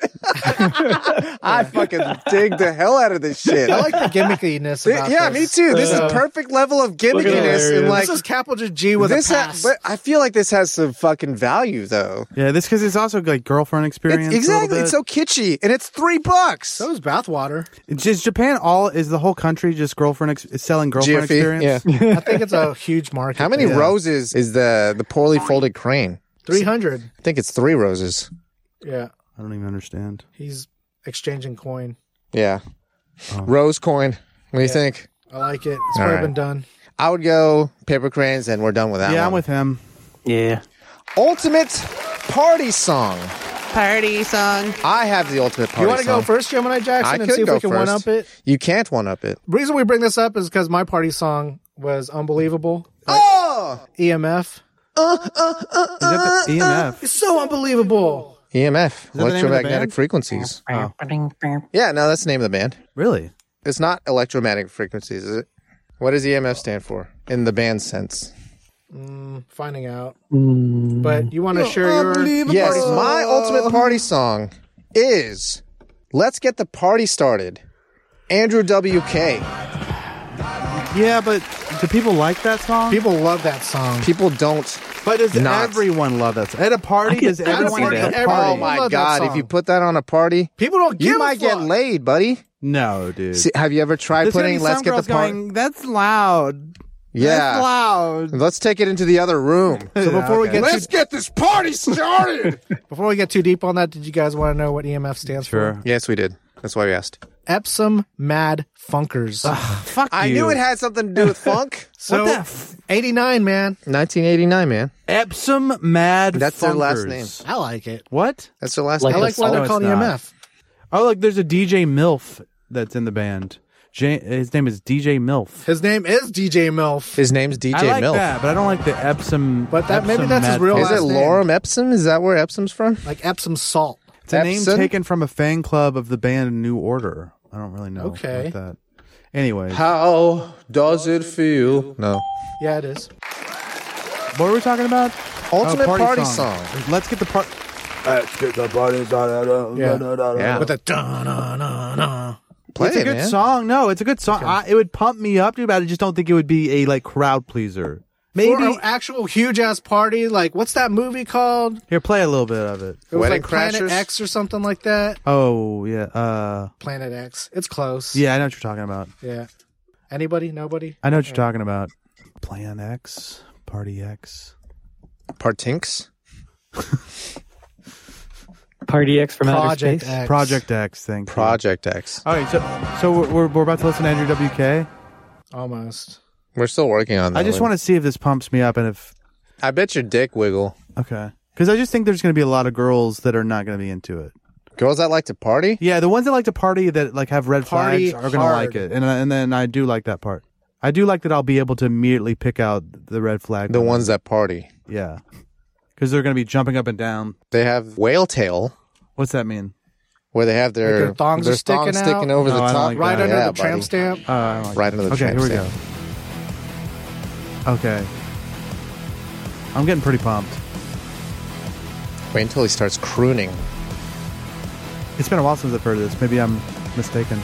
Speaker 4: I fucking dig the hell out of this shit.
Speaker 6: I like the gimmickiness.
Speaker 4: Th-
Speaker 6: About
Speaker 4: yeah, me
Speaker 6: this.
Speaker 4: too. This
Speaker 7: Uh,
Speaker 4: is perfect level of gimmickiness
Speaker 7: hilarious.
Speaker 4: and like
Speaker 6: this is Capital G with
Speaker 4: this.
Speaker 6: a
Speaker 4: Ha-
Speaker 6: pass.
Speaker 4: but I feel like this has some fucking value though.
Speaker 5: Yeah, this because it's also like girlfriend experience.
Speaker 4: It's,
Speaker 5: a little
Speaker 4: exactly. It's
Speaker 5: bit.
Speaker 4: so kitschy, and it's three bucks.
Speaker 6: so is bathwater.
Speaker 5: It's just Japan. All is the whole country just girlfriend ex- is selling girlfriend
Speaker 4: Jiffy,
Speaker 5: experience.
Speaker 4: E, yeah.
Speaker 6: I think it's a huge market.
Speaker 4: How many roses is the the poorly folded crane?
Speaker 6: Three hundred.
Speaker 4: I think it's three roses.
Speaker 6: Yeah,
Speaker 5: I don't even understand.
Speaker 6: he's exchanging coin.
Speaker 4: Yeah,
Speaker 6: Oh.
Speaker 4: rose coin. What do you think?
Speaker 6: I like it. It's
Speaker 4: All
Speaker 6: probably
Speaker 4: right.
Speaker 6: been done.
Speaker 4: I would go paper cranes, and we're done with that.
Speaker 5: yeah,
Speaker 4: one.
Speaker 5: I'm with him.
Speaker 7: Yeah.
Speaker 4: ultimate party song. Party song. I have the ultimate party
Speaker 6: You want to
Speaker 4: song.
Speaker 6: go first, Gemini Jackson,
Speaker 4: I
Speaker 6: and
Speaker 4: could
Speaker 6: see if
Speaker 4: go
Speaker 6: we can one up
Speaker 4: first.
Speaker 6: it?
Speaker 4: You can't one up it.
Speaker 6: Reason we bring this up is because my party song was unbelievable. E
Speaker 4: Oh,
Speaker 6: EMF.
Speaker 5: Is
Speaker 4: Uh,
Speaker 5: that the E EMF?
Speaker 6: It's so unbelievable.
Speaker 4: EMF,
Speaker 5: the name of the
Speaker 4: E electromagnetic
Speaker 5: band?
Speaker 4: frequencies.
Speaker 6: Oh,
Speaker 4: Oh. Yeah, no, that's the name of the band.
Speaker 5: Really?
Speaker 4: It's not electromagnetic frequencies, is it? What does EMF stand for in the band sense?
Speaker 6: Finding out. But you want to share your.
Speaker 5: Unbelievable.
Speaker 4: Yes, my ultimate party song is "Let's Get the Party Started." Andrew WK.
Speaker 5: Yeah, but do people like that song?
Speaker 6: People love that song.
Speaker 4: People don't.
Speaker 5: but But does
Speaker 4: Not.
Speaker 5: everyone love that? At a party,
Speaker 7: I can-
Speaker 5: does
Speaker 7: I can
Speaker 5: everyone
Speaker 7: see
Speaker 5: love
Speaker 7: that.
Speaker 5: that?
Speaker 4: Oh
Speaker 6: Everyone
Speaker 4: my
Speaker 6: loved that
Speaker 4: god! If
Speaker 6: song.
Speaker 4: you put that on a party,
Speaker 6: People don't give
Speaker 4: you
Speaker 6: a
Speaker 4: might get
Speaker 6: fuck.
Speaker 4: laid, buddy.
Speaker 5: No, dude.
Speaker 4: See, have you ever tried
Speaker 5: There's gonna
Speaker 4: putting
Speaker 5: be
Speaker 4: "Let's
Speaker 5: some
Speaker 4: get the
Speaker 5: girls
Speaker 4: party"?
Speaker 5: going, That's loud. That's
Speaker 4: yeah,
Speaker 5: loud.
Speaker 4: let's take it into the other room.
Speaker 5: So before we get
Speaker 1: Let's get this party started.
Speaker 6: Before we get too deep on that, did you guys want to know what EMF stands
Speaker 5: sure,
Speaker 6: for?
Speaker 4: yes, we did. That's why we asked.
Speaker 6: Epsom Mad Funkers.
Speaker 5: fuck
Speaker 4: I
Speaker 5: you.
Speaker 4: knew it had something to do with funk.
Speaker 6: so,
Speaker 5: what the f-
Speaker 6: 89, man.
Speaker 4: 1989, man.
Speaker 5: Epsom Mad.
Speaker 4: That's their last
Speaker 5: Funkers.
Speaker 4: name.
Speaker 6: I like it.
Speaker 5: What?
Speaker 4: That's the last.
Speaker 7: Like
Speaker 6: I
Speaker 4: name.
Speaker 6: like why
Speaker 7: No,
Speaker 6: they're
Speaker 5: it's
Speaker 6: called
Speaker 5: not.
Speaker 6: EMF.
Speaker 5: Oh, look, there's a DJ Milf that's in the band. J- his name is DJ Milf.
Speaker 6: His name is DJ MILF.
Speaker 4: His name's DJ
Speaker 5: I like
Speaker 4: Milf.
Speaker 5: that, but I don't like the Epsom.
Speaker 6: But that- maybe
Speaker 5: Epsom
Speaker 6: that's his
Speaker 5: Mad
Speaker 6: real
Speaker 5: Funk.
Speaker 4: Is it
Speaker 6: last name.
Speaker 4: Lorem Epsom? Is that where Epsom's from?
Speaker 6: like Epsom salt.
Speaker 5: It's a name
Speaker 4: Epsom?
Speaker 5: taken from a fan club of the band New Order. I don't really know.
Speaker 6: Okay.
Speaker 5: About that. Anyway,
Speaker 4: How does it feel? No.
Speaker 6: Yeah, it is.
Speaker 5: what were we talking about?
Speaker 4: Ultimate
Speaker 5: Oh,
Speaker 4: party song.
Speaker 5: Let's get the part.
Speaker 4: Yeah.
Speaker 6: With a dun dun dun dun.
Speaker 4: Play
Speaker 5: it's a
Speaker 4: it,
Speaker 5: good
Speaker 4: man.
Speaker 5: song. No, it's a good song. I, it would pump me up, dude. But I just don't think it would be a like crowd pleaser. Maybe
Speaker 6: Or an actual huge ass party. Like, what's that movie called? It
Speaker 5: here, play a little bit of it.
Speaker 6: was
Speaker 4: Wedding
Speaker 6: like Planet
Speaker 4: Crashers?
Speaker 6: X or something like that.
Speaker 5: Oh yeah, uh,
Speaker 6: Planet X. It's close.
Speaker 5: yeah. I know what you're talking about.
Speaker 6: Yeah. Anybody? Nobody?
Speaker 5: I know what you're talking about. Plan X, Party X.
Speaker 4: Partinks.
Speaker 7: Party X from outer
Speaker 6: Project
Speaker 7: space.
Speaker 6: X.
Speaker 5: Project X. Thank you.
Speaker 4: Project X.
Speaker 5: All right, so so we're, we're, we're about to listen to Andrew WK.
Speaker 6: Almost.
Speaker 4: We're still working on that.
Speaker 5: I just
Speaker 4: one.
Speaker 5: want to see if this pumps me up and if
Speaker 4: I bet your dick wiggle.
Speaker 5: okay, because I just think there's going to be a lot of girls that are not going to be into it.
Speaker 4: Girls that like to party?
Speaker 5: Yeah, the ones that like to party that like have red
Speaker 6: Party
Speaker 5: flags are going to
Speaker 6: hard.
Speaker 5: like it, and I- and then I do like that part. I do like that I'll be able to immediately pick out the red flag.
Speaker 4: The
Speaker 6: Mm-hmm.
Speaker 5: ones.
Speaker 4: ones that party.
Speaker 5: yeah, because they're going to be jumping up and down.
Speaker 4: They have whale tail
Speaker 5: What's that mean?
Speaker 4: where they have their,
Speaker 6: Like their thongs are
Speaker 4: their thongs
Speaker 6: sticking out?
Speaker 4: sticking over
Speaker 5: No,
Speaker 4: the
Speaker 5: I don't
Speaker 4: top.
Speaker 5: like
Speaker 6: Right
Speaker 5: Yeah,
Speaker 6: under
Speaker 4: Oh Yeah,
Speaker 6: the tramp
Speaker 4: buddy.
Speaker 6: stamp.
Speaker 5: Uh, I don't like
Speaker 4: Right under the
Speaker 5: okay,
Speaker 4: tramp
Speaker 5: here we
Speaker 4: stamp.
Speaker 5: go. Okay, I'm getting pretty pumped.
Speaker 4: Wait until he starts crooning.
Speaker 5: It's been a while since I've heard this. Maybe I'm mistaken.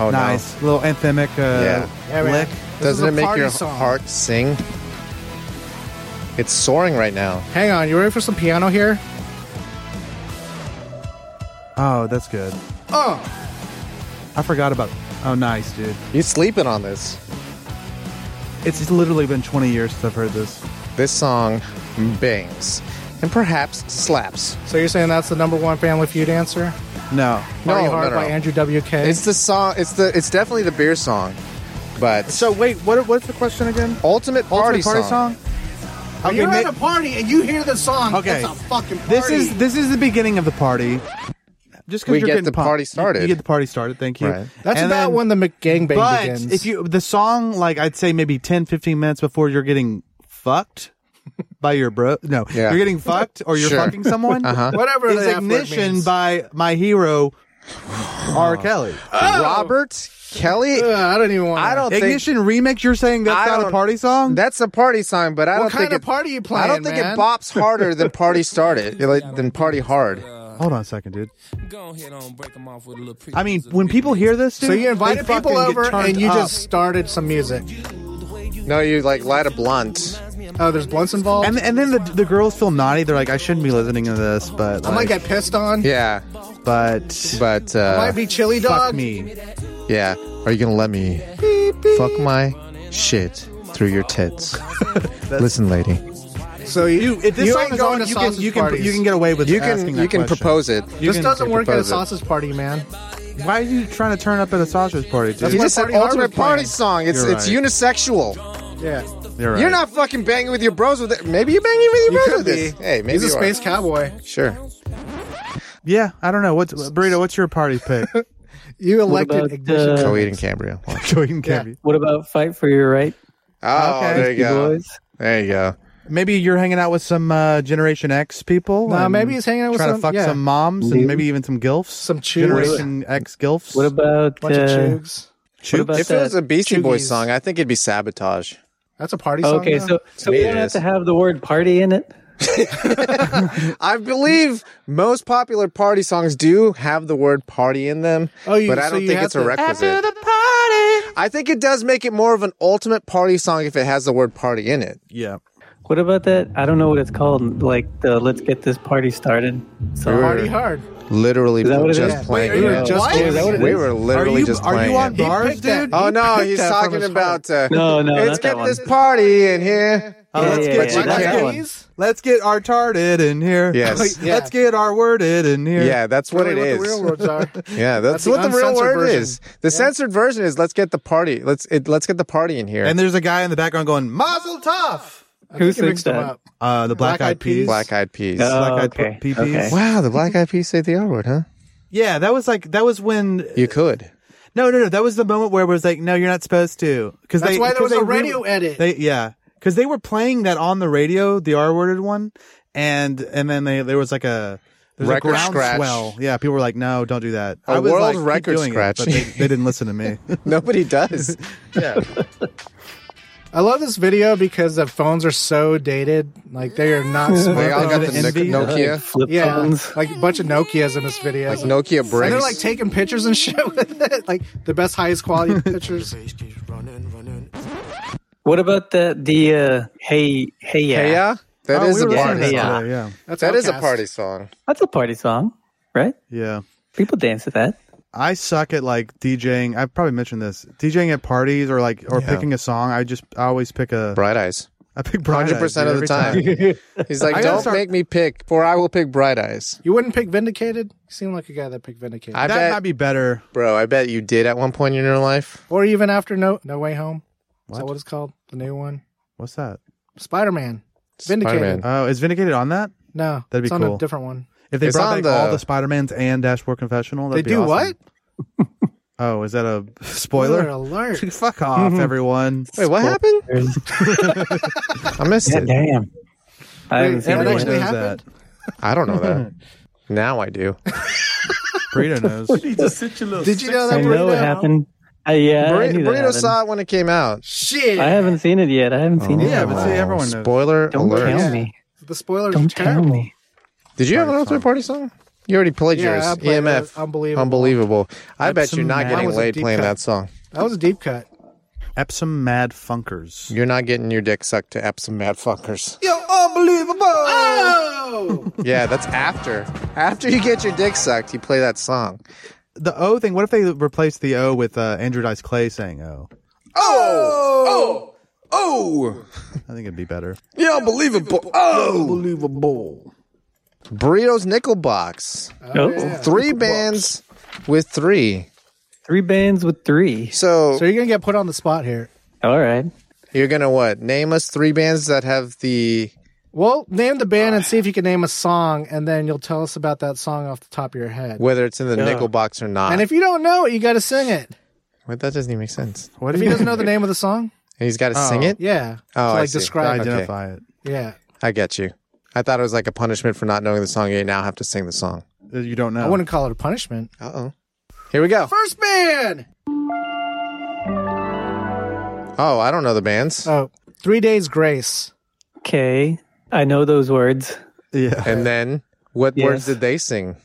Speaker 4: Oh,
Speaker 5: nice little anthemic uh,
Speaker 4: Yeah.
Speaker 6: Yeah, man.
Speaker 5: lick.
Speaker 4: no.
Speaker 6: This is
Speaker 4: Doesn't
Speaker 6: a
Speaker 4: it make
Speaker 6: party
Speaker 4: your
Speaker 6: song.
Speaker 4: heart sing? It's soaring right now.
Speaker 6: Hang on. You ready for some piano here?
Speaker 5: Oh, that's good.
Speaker 6: Oh.
Speaker 5: I forgot about. Oh, nice, dude.
Speaker 4: You sleeping on this.
Speaker 5: It's literally been 20 years since I've heard this.
Speaker 4: This song bangs and perhaps slaps.
Speaker 6: So you're saying that's the number one Family Feud answer?
Speaker 5: No.
Speaker 4: No,
Speaker 6: Party
Speaker 4: no,
Speaker 6: Hard
Speaker 4: no,
Speaker 6: by
Speaker 4: no.
Speaker 6: Andrew W.K.
Speaker 4: It's the song. It's the. It's definitely the beer song, but
Speaker 5: So wait, what? What's the question again?
Speaker 4: ultimate party,
Speaker 5: Ultimate party
Speaker 4: song.
Speaker 5: song.
Speaker 6: When you're
Speaker 5: ma-
Speaker 6: at a party and you hear the song.
Speaker 5: Okay.
Speaker 6: It's a fucking party.
Speaker 5: This is this is the beginning of the party. Just
Speaker 4: We
Speaker 5: because you're
Speaker 4: get
Speaker 5: getting
Speaker 4: the
Speaker 5: pumped.
Speaker 4: party started.
Speaker 5: You get the party started. Thank you.
Speaker 4: Right.
Speaker 6: That's
Speaker 5: And
Speaker 6: about
Speaker 5: then-
Speaker 6: when the McGangbang
Speaker 5: But
Speaker 6: begins.
Speaker 5: if you the song, like I'd say, maybe 10, 15 minutes before you're getting fucked by your bro. No,
Speaker 4: Yeah.
Speaker 5: you're getting fucked or you're
Speaker 4: Sure.
Speaker 5: fucking someone. uh-huh.
Speaker 6: Whatever
Speaker 5: is
Speaker 6: the F word
Speaker 5: ignition
Speaker 6: means.
Speaker 5: by my hero R. Kelly.
Speaker 6: Uh,
Speaker 4: Robert
Speaker 6: Oh!
Speaker 4: Kelly.
Speaker 6: Ugh, I don't even want.
Speaker 4: I don't think
Speaker 5: ignition remix. You're saying that's
Speaker 4: I
Speaker 5: not a
Speaker 4: don't-
Speaker 5: party song?
Speaker 4: That's a party song, but I
Speaker 6: What
Speaker 4: don't
Speaker 6: kind
Speaker 4: think
Speaker 6: of
Speaker 4: it,
Speaker 6: party you
Speaker 4: I don't
Speaker 6: playing,
Speaker 4: think
Speaker 6: man?
Speaker 4: it bops harder than party started, like, than party hard.
Speaker 6: uh,
Speaker 5: Hold on a second, dude.
Speaker 8: Go ahead on, break 'em off with a little pre-
Speaker 5: I mean, when people hear this, dude,
Speaker 6: So you invited
Speaker 5: they
Speaker 6: people
Speaker 5: fucking get
Speaker 6: over
Speaker 5: turned
Speaker 6: and you
Speaker 5: up.
Speaker 6: just started some music.
Speaker 4: No, you like light a blunt.
Speaker 6: Oh, there's blunts involved.
Speaker 5: and and then the the girls feel naughty. They're like, I shouldn't be listening to this, but
Speaker 6: I might
Speaker 5: like,
Speaker 6: get pissed on.
Speaker 4: Yeah,
Speaker 5: but
Speaker 4: but uh,
Speaker 6: Might be chili
Speaker 5: fuck
Speaker 6: dog.
Speaker 5: me.
Speaker 4: yeah. Are you gonna let me fuck my shit through your tits? Listen, lady,
Speaker 6: So you,
Speaker 5: If this
Speaker 6: you
Speaker 5: song
Speaker 6: ain't
Speaker 5: is
Speaker 6: going
Speaker 5: on,
Speaker 6: to
Speaker 5: you
Speaker 6: sausage
Speaker 5: can you can
Speaker 6: parties.
Speaker 5: you can get away with
Speaker 4: you
Speaker 5: asking
Speaker 4: can
Speaker 5: that
Speaker 4: you can
Speaker 5: question.
Speaker 4: propose it.
Speaker 5: You
Speaker 6: this
Speaker 5: can
Speaker 6: doesn't work at a
Speaker 4: propose it.
Speaker 6: sausage party, man.
Speaker 5: Why are you trying to turn up at a sausage party, dude?
Speaker 4: You
Speaker 6: what
Speaker 4: just said
Speaker 6: Party Hard
Speaker 4: ultimate
Speaker 6: was playing.
Speaker 4: party song. It's
Speaker 5: You're
Speaker 4: it's
Speaker 5: right.
Speaker 4: unisexual.
Speaker 6: Yeah,
Speaker 5: You're, right.
Speaker 4: You're not fucking banging with your bros with it. Maybe you're banging with your
Speaker 6: you
Speaker 4: bros
Speaker 6: could
Speaker 4: with
Speaker 6: be.
Speaker 4: this. Hey, maybe
Speaker 6: he's a
Speaker 4: you
Speaker 6: space
Speaker 4: are.
Speaker 6: cowboy.
Speaker 4: Sure.
Speaker 5: Yeah, I don't know. What's burrito? What's your party pick?
Speaker 6: You
Speaker 7: What
Speaker 6: elected
Speaker 7: about,
Speaker 6: ignition.
Speaker 7: uh,
Speaker 4: Coed and Cambria. Oh,
Speaker 5: Joey and Kevin.
Speaker 7: what about Fight for Your Right,
Speaker 5: Okay.
Speaker 4: there you
Speaker 7: you
Speaker 4: go.
Speaker 7: boys?
Speaker 4: There you go.
Speaker 5: Maybe you're hanging out with some uh, Generation X people.
Speaker 6: Nah,
Speaker 5: and
Speaker 6: maybe he's hanging out with
Speaker 5: trying
Speaker 6: some-
Speaker 5: to fuck
Speaker 6: yeah.
Speaker 5: some moms and maybe even some gilfs,
Speaker 6: Some chews.
Speaker 5: Generation X gilfs.
Speaker 7: What about
Speaker 6: Bunch of
Speaker 7: uh,
Speaker 6: choogs.
Speaker 5: Chooks?
Speaker 7: about
Speaker 4: If it was a Beastie Boys
Speaker 6: Chuggies.
Speaker 4: song, I think it'd be Sabotage.
Speaker 6: That's a party song.
Speaker 7: Okay,
Speaker 6: though?
Speaker 7: so so we
Speaker 4: me it
Speaker 7: don't have
Speaker 4: is.
Speaker 7: to have the word party in it.
Speaker 4: I believe most popular party songs do have the word party in them,
Speaker 6: Oh, you-
Speaker 4: but I
Speaker 6: so
Speaker 4: don't
Speaker 6: you
Speaker 4: think
Speaker 6: have
Speaker 4: it's a
Speaker 6: to-
Speaker 4: requisite. I think it does make it more of an ultimate party song if it has the word party in it.
Speaker 5: Yeah.
Speaker 7: What about that? I don't know what it's called. Like the "Let's get this party started." So
Speaker 6: Party hard.
Speaker 4: Literally
Speaker 7: Is that what it
Speaker 4: just
Speaker 7: is?
Speaker 4: playing.
Speaker 6: Wait,
Speaker 4: it
Speaker 6: you were
Speaker 4: out.
Speaker 6: just What? playing it.
Speaker 4: we were literally
Speaker 5: are you,
Speaker 4: just
Speaker 5: are
Speaker 4: playing.
Speaker 5: you on
Speaker 4: it.
Speaker 5: bars,
Speaker 6: picked that-
Speaker 5: dude?
Speaker 4: Oh no,
Speaker 6: picked
Speaker 4: he's
Speaker 6: that from
Speaker 4: talking
Speaker 6: his
Speaker 4: about uh,
Speaker 7: No, no,
Speaker 4: Let's
Speaker 7: not that
Speaker 4: get
Speaker 7: one.
Speaker 4: this party in here.
Speaker 7: Yeah,
Speaker 5: let's
Speaker 7: yeah,
Speaker 5: get
Speaker 7: yeah,
Speaker 5: you
Speaker 7: not
Speaker 5: back
Speaker 7: that
Speaker 5: in.
Speaker 7: one.
Speaker 5: Let's get our tarted in here.
Speaker 4: Yes.
Speaker 6: Yeah.
Speaker 5: Let's get our worded in here.
Speaker 4: Yeah, that's what it
Speaker 6: Really
Speaker 4: is.
Speaker 6: what the real words are.
Speaker 4: yeah, that's,
Speaker 6: That's the
Speaker 4: what the real
Speaker 6: uncensored
Speaker 4: word
Speaker 6: version.
Speaker 4: is. The censored version is let's get the party. Let's it, let's get the party in here.
Speaker 5: And there's a guy in the background going, Mazel Tov!
Speaker 7: who
Speaker 6: You
Speaker 7: sings
Speaker 6: mixed them
Speaker 7: that?
Speaker 6: up.
Speaker 5: Uh, the Black,
Speaker 6: Black
Speaker 5: Eyed
Speaker 6: Eyed
Speaker 5: Peas.
Speaker 4: Black Eyed Peas.
Speaker 7: Oh,
Speaker 5: Black Eyed
Speaker 7: okay.
Speaker 5: Peas.
Speaker 7: okay.
Speaker 4: Wow, the Black Eyed Peas say the R word, huh?
Speaker 5: Yeah, that was like, that was when,
Speaker 4: You could.
Speaker 5: no, no, no, that was the moment where it was like, no, you're not supposed to. Cause
Speaker 6: That's
Speaker 5: they,
Speaker 6: why there
Speaker 5: because
Speaker 6: was
Speaker 5: they
Speaker 6: a
Speaker 5: re-
Speaker 6: radio edit.
Speaker 5: They, yeah. Cause they were playing that on the radio, the R worded one. And, and then they, there was like a, there's a
Speaker 4: Record scratch.
Speaker 5: groundswell. Yeah, people were like, no, don't do that.
Speaker 4: A
Speaker 5: I was
Speaker 4: world
Speaker 5: like, keep
Speaker 4: record
Speaker 5: doing it,
Speaker 4: scratch.
Speaker 5: but they, they didn't listen to me.
Speaker 4: Nobody does.
Speaker 5: yeah.
Speaker 6: I love this video because the phones are so dated. Like they are not smart.
Speaker 4: They all got the
Speaker 5: Is it envy?
Speaker 4: Nokia.
Speaker 7: Like flip
Speaker 6: yeah,
Speaker 7: phones.
Speaker 6: like a bunch of Nokias in this video.
Speaker 4: Like Nokia bricks.
Speaker 6: and they're like taking pictures and shit with it. Like the best, highest quality pictures.
Speaker 7: What about the the uh, hey hey yeah?
Speaker 4: Hey, yeah, that
Speaker 5: Oh,
Speaker 4: is
Speaker 5: we were
Speaker 4: a
Speaker 5: listening
Speaker 4: party.
Speaker 5: to that
Speaker 7: Yeah.
Speaker 5: today, yeah.
Speaker 6: That's
Speaker 4: That is a
Speaker 6: Outkast.
Speaker 4: party song.
Speaker 7: That's a party song, right?
Speaker 5: Yeah.
Speaker 7: People dance to that.
Speaker 5: I suck at like DJing. I've probably mentioned this. DJing at parties or like or
Speaker 4: Yeah.
Speaker 5: picking a song. I just I always pick a
Speaker 4: Bright Eyes.
Speaker 5: I pick Bright
Speaker 4: Hundred
Speaker 5: Eyes, dude,
Speaker 4: percent of the
Speaker 5: every
Speaker 4: time. He's like,
Speaker 5: I gotta
Speaker 4: don't
Speaker 5: start-
Speaker 4: make me pick, for I will pick Bright Eyes.
Speaker 6: You wouldn't pick Vindicated? You seem like a guy that picked Vindicated.
Speaker 4: I
Speaker 5: That
Speaker 4: bet,
Speaker 5: might be better.
Speaker 4: bro. I bet you did at one point in your life.
Speaker 6: or even after No No Way Home. Is that
Speaker 5: What?
Speaker 6: what it's called? The new one?
Speaker 5: What's that?
Speaker 6: Spider Man. Vindicated.
Speaker 4: Spider-Man.
Speaker 5: Oh, is Vindicated on that?
Speaker 6: No.
Speaker 5: That'd be
Speaker 6: it's on
Speaker 5: cool.
Speaker 6: a different one.
Speaker 5: If they
Speaker 4: It's
Speaker 5: brought
Speaker 4: on
Speaker 5: back
Speaker 4: the-
Speaker 5: all the Spider Mans and Dashboard Confessional, that'd
Speaker 6: they
Speaker 5: be
Speaker 6: do
Speaker 5: awesome.
Speaker 6: what?
Speaker 5: Oh, is that a
Speaker 6: Spoiler
Speaker 5: spoiler?
Speaker 6: alert. Mm-hmm.
Speaker 5: Fuck off, everyone!
Speaker 4: Wait, what happened? I missed
Speaker 7: God
Speaker 4: it.
Speaker 6: Wait,
Speaker 7: damn. I haven't
Speaker 6: that
Speaker 7: seen that
Speaker 6: actually
Speaker 5: Everyone
Speaker 7: one.
Speaker 5: knows
Speaker 6: happened?
Speaker 5: that.
Speaker 4: I don't know that. now I do.
Speaker 5: Burrito knows.
Speaker 6: Did you know
Speaker 7: I
Speaker 6: that
Speaker 7: know
Speaker 6: burrito?
Speaker 7: it happened. I, yeah, I
Speaker 4: Burri-
Speaker 7: knew that
Speaker 4: Burrito
Speaker 7: happened.
Speaker 4: saw it when it came out.
Speaker 6: Shit.
Speaker 7: I haven't seen it yet. I haven't seen it.
Speaker 5: Yeah,
Speaker 7: yet.
Speaker 5: but see, everyone knows.
Speaker 4: Spoiler
Speaker 7: Don't
Speaker 4: alert.
Speaker 7: tell
Speaker 6: Yeah.
Speaker 7: me.
Speaker 6: the spoilers
Speaker 7: Don't
Speaker 6: are
Speaker 7: tell
Speaker 6: terrible.
Speaker 7: me.
Speaker 4: Did you have another third party song? You already played
Speaker 6: Yeah,
Speaker 4: yours.
Speaker 6: I played
Speaker 4: EMF.
Speaker 6: it. Unbelievable.
Speaker 4: E Unbelievable. I
Speaker 5: That's
Speaker 4: bet you're not
Speaker 5: mad.
Speaker 6: That
Speaker 4: getting
Speaker 6: was a
Speaker 4: laid
Speaker 6: deep
Speaker 4: playing
Speaker 6: cut.
Speaker 4: that song.
Speaker 6: That was a deep cut.
Speaker 5: Epsom Mad Funkers.
Speaker 4: You're not getting your dick sucked to Epsom Mad Fuckers.
Speaker 6: Yo, unbelievable! Oh!
Speaker 4: yeah, that's after. After you get your dick sucked, you play that song.
Speaker 5: The O thing. What if they replaced the O with uh, Andrew Dice Clay saying O?
Speaker 1: Oh! Oh!
Speaker 5: I think it'd be better.
Speaker 1: Yeah, unbelievable. Oh!
Speaker 5: Unbelievable.
Speaker 4: Burritos Nickel Box.
Speaker 7: Oh,
Speaker 4: Three bands with three.
Speaker 7: three bands with three.
Speaker 4: So,
Speaker 6: So you're gonna get put on the spot here.
Speaker 7: All right.
Speaker 4: you're going to what? Name us three bands that have the.
Speaker 6: Well, name the band and see if you can name a song, and then you'll tell us about that song off the top of your head.
Speaker 4: Whether it's in the nickel box or not.
Speaker 6: And if you don't know it, you got to sing it.
Speaker 4: Wait, that doesn't even make sense.
Speaker 5: What
Speaker 6: If
Speaker 5: do
Speaker 6: he
Speaker 5: you
Speaker 6: doesn't know the name of the song,
Speaker 4: And he's got to sing it?
Speaker 6: yeah.
Speaker 4: Oh,
Speaker 6: to,
Speaker 4: I
Speaker 6: like
Speaker 4: see.
Speaker 6: describe.
Speaker 4: Okay.
Speaker 5: identify it?
Speaker 6: Yeah,
Speaker 4: I get you. I thought it was like a punishment for not knowing the song. You now have to sing the song.
Speaker 5: Uh, You don't know.
Speaker 6: I wouldn't call it a punishment.
Speaker 4: Uh oh. Here we go.
Speaker 6: First band.
Speaker 4: Oh, I don't know the bands.
Speaker 6: Oh, Three Days Grace.
Speaker 7: Okay. I know those words.
Speaker 5: yeah,
Speaker 4: And then what
Speaker 7: Yes.
Speaker 4: words did they sing?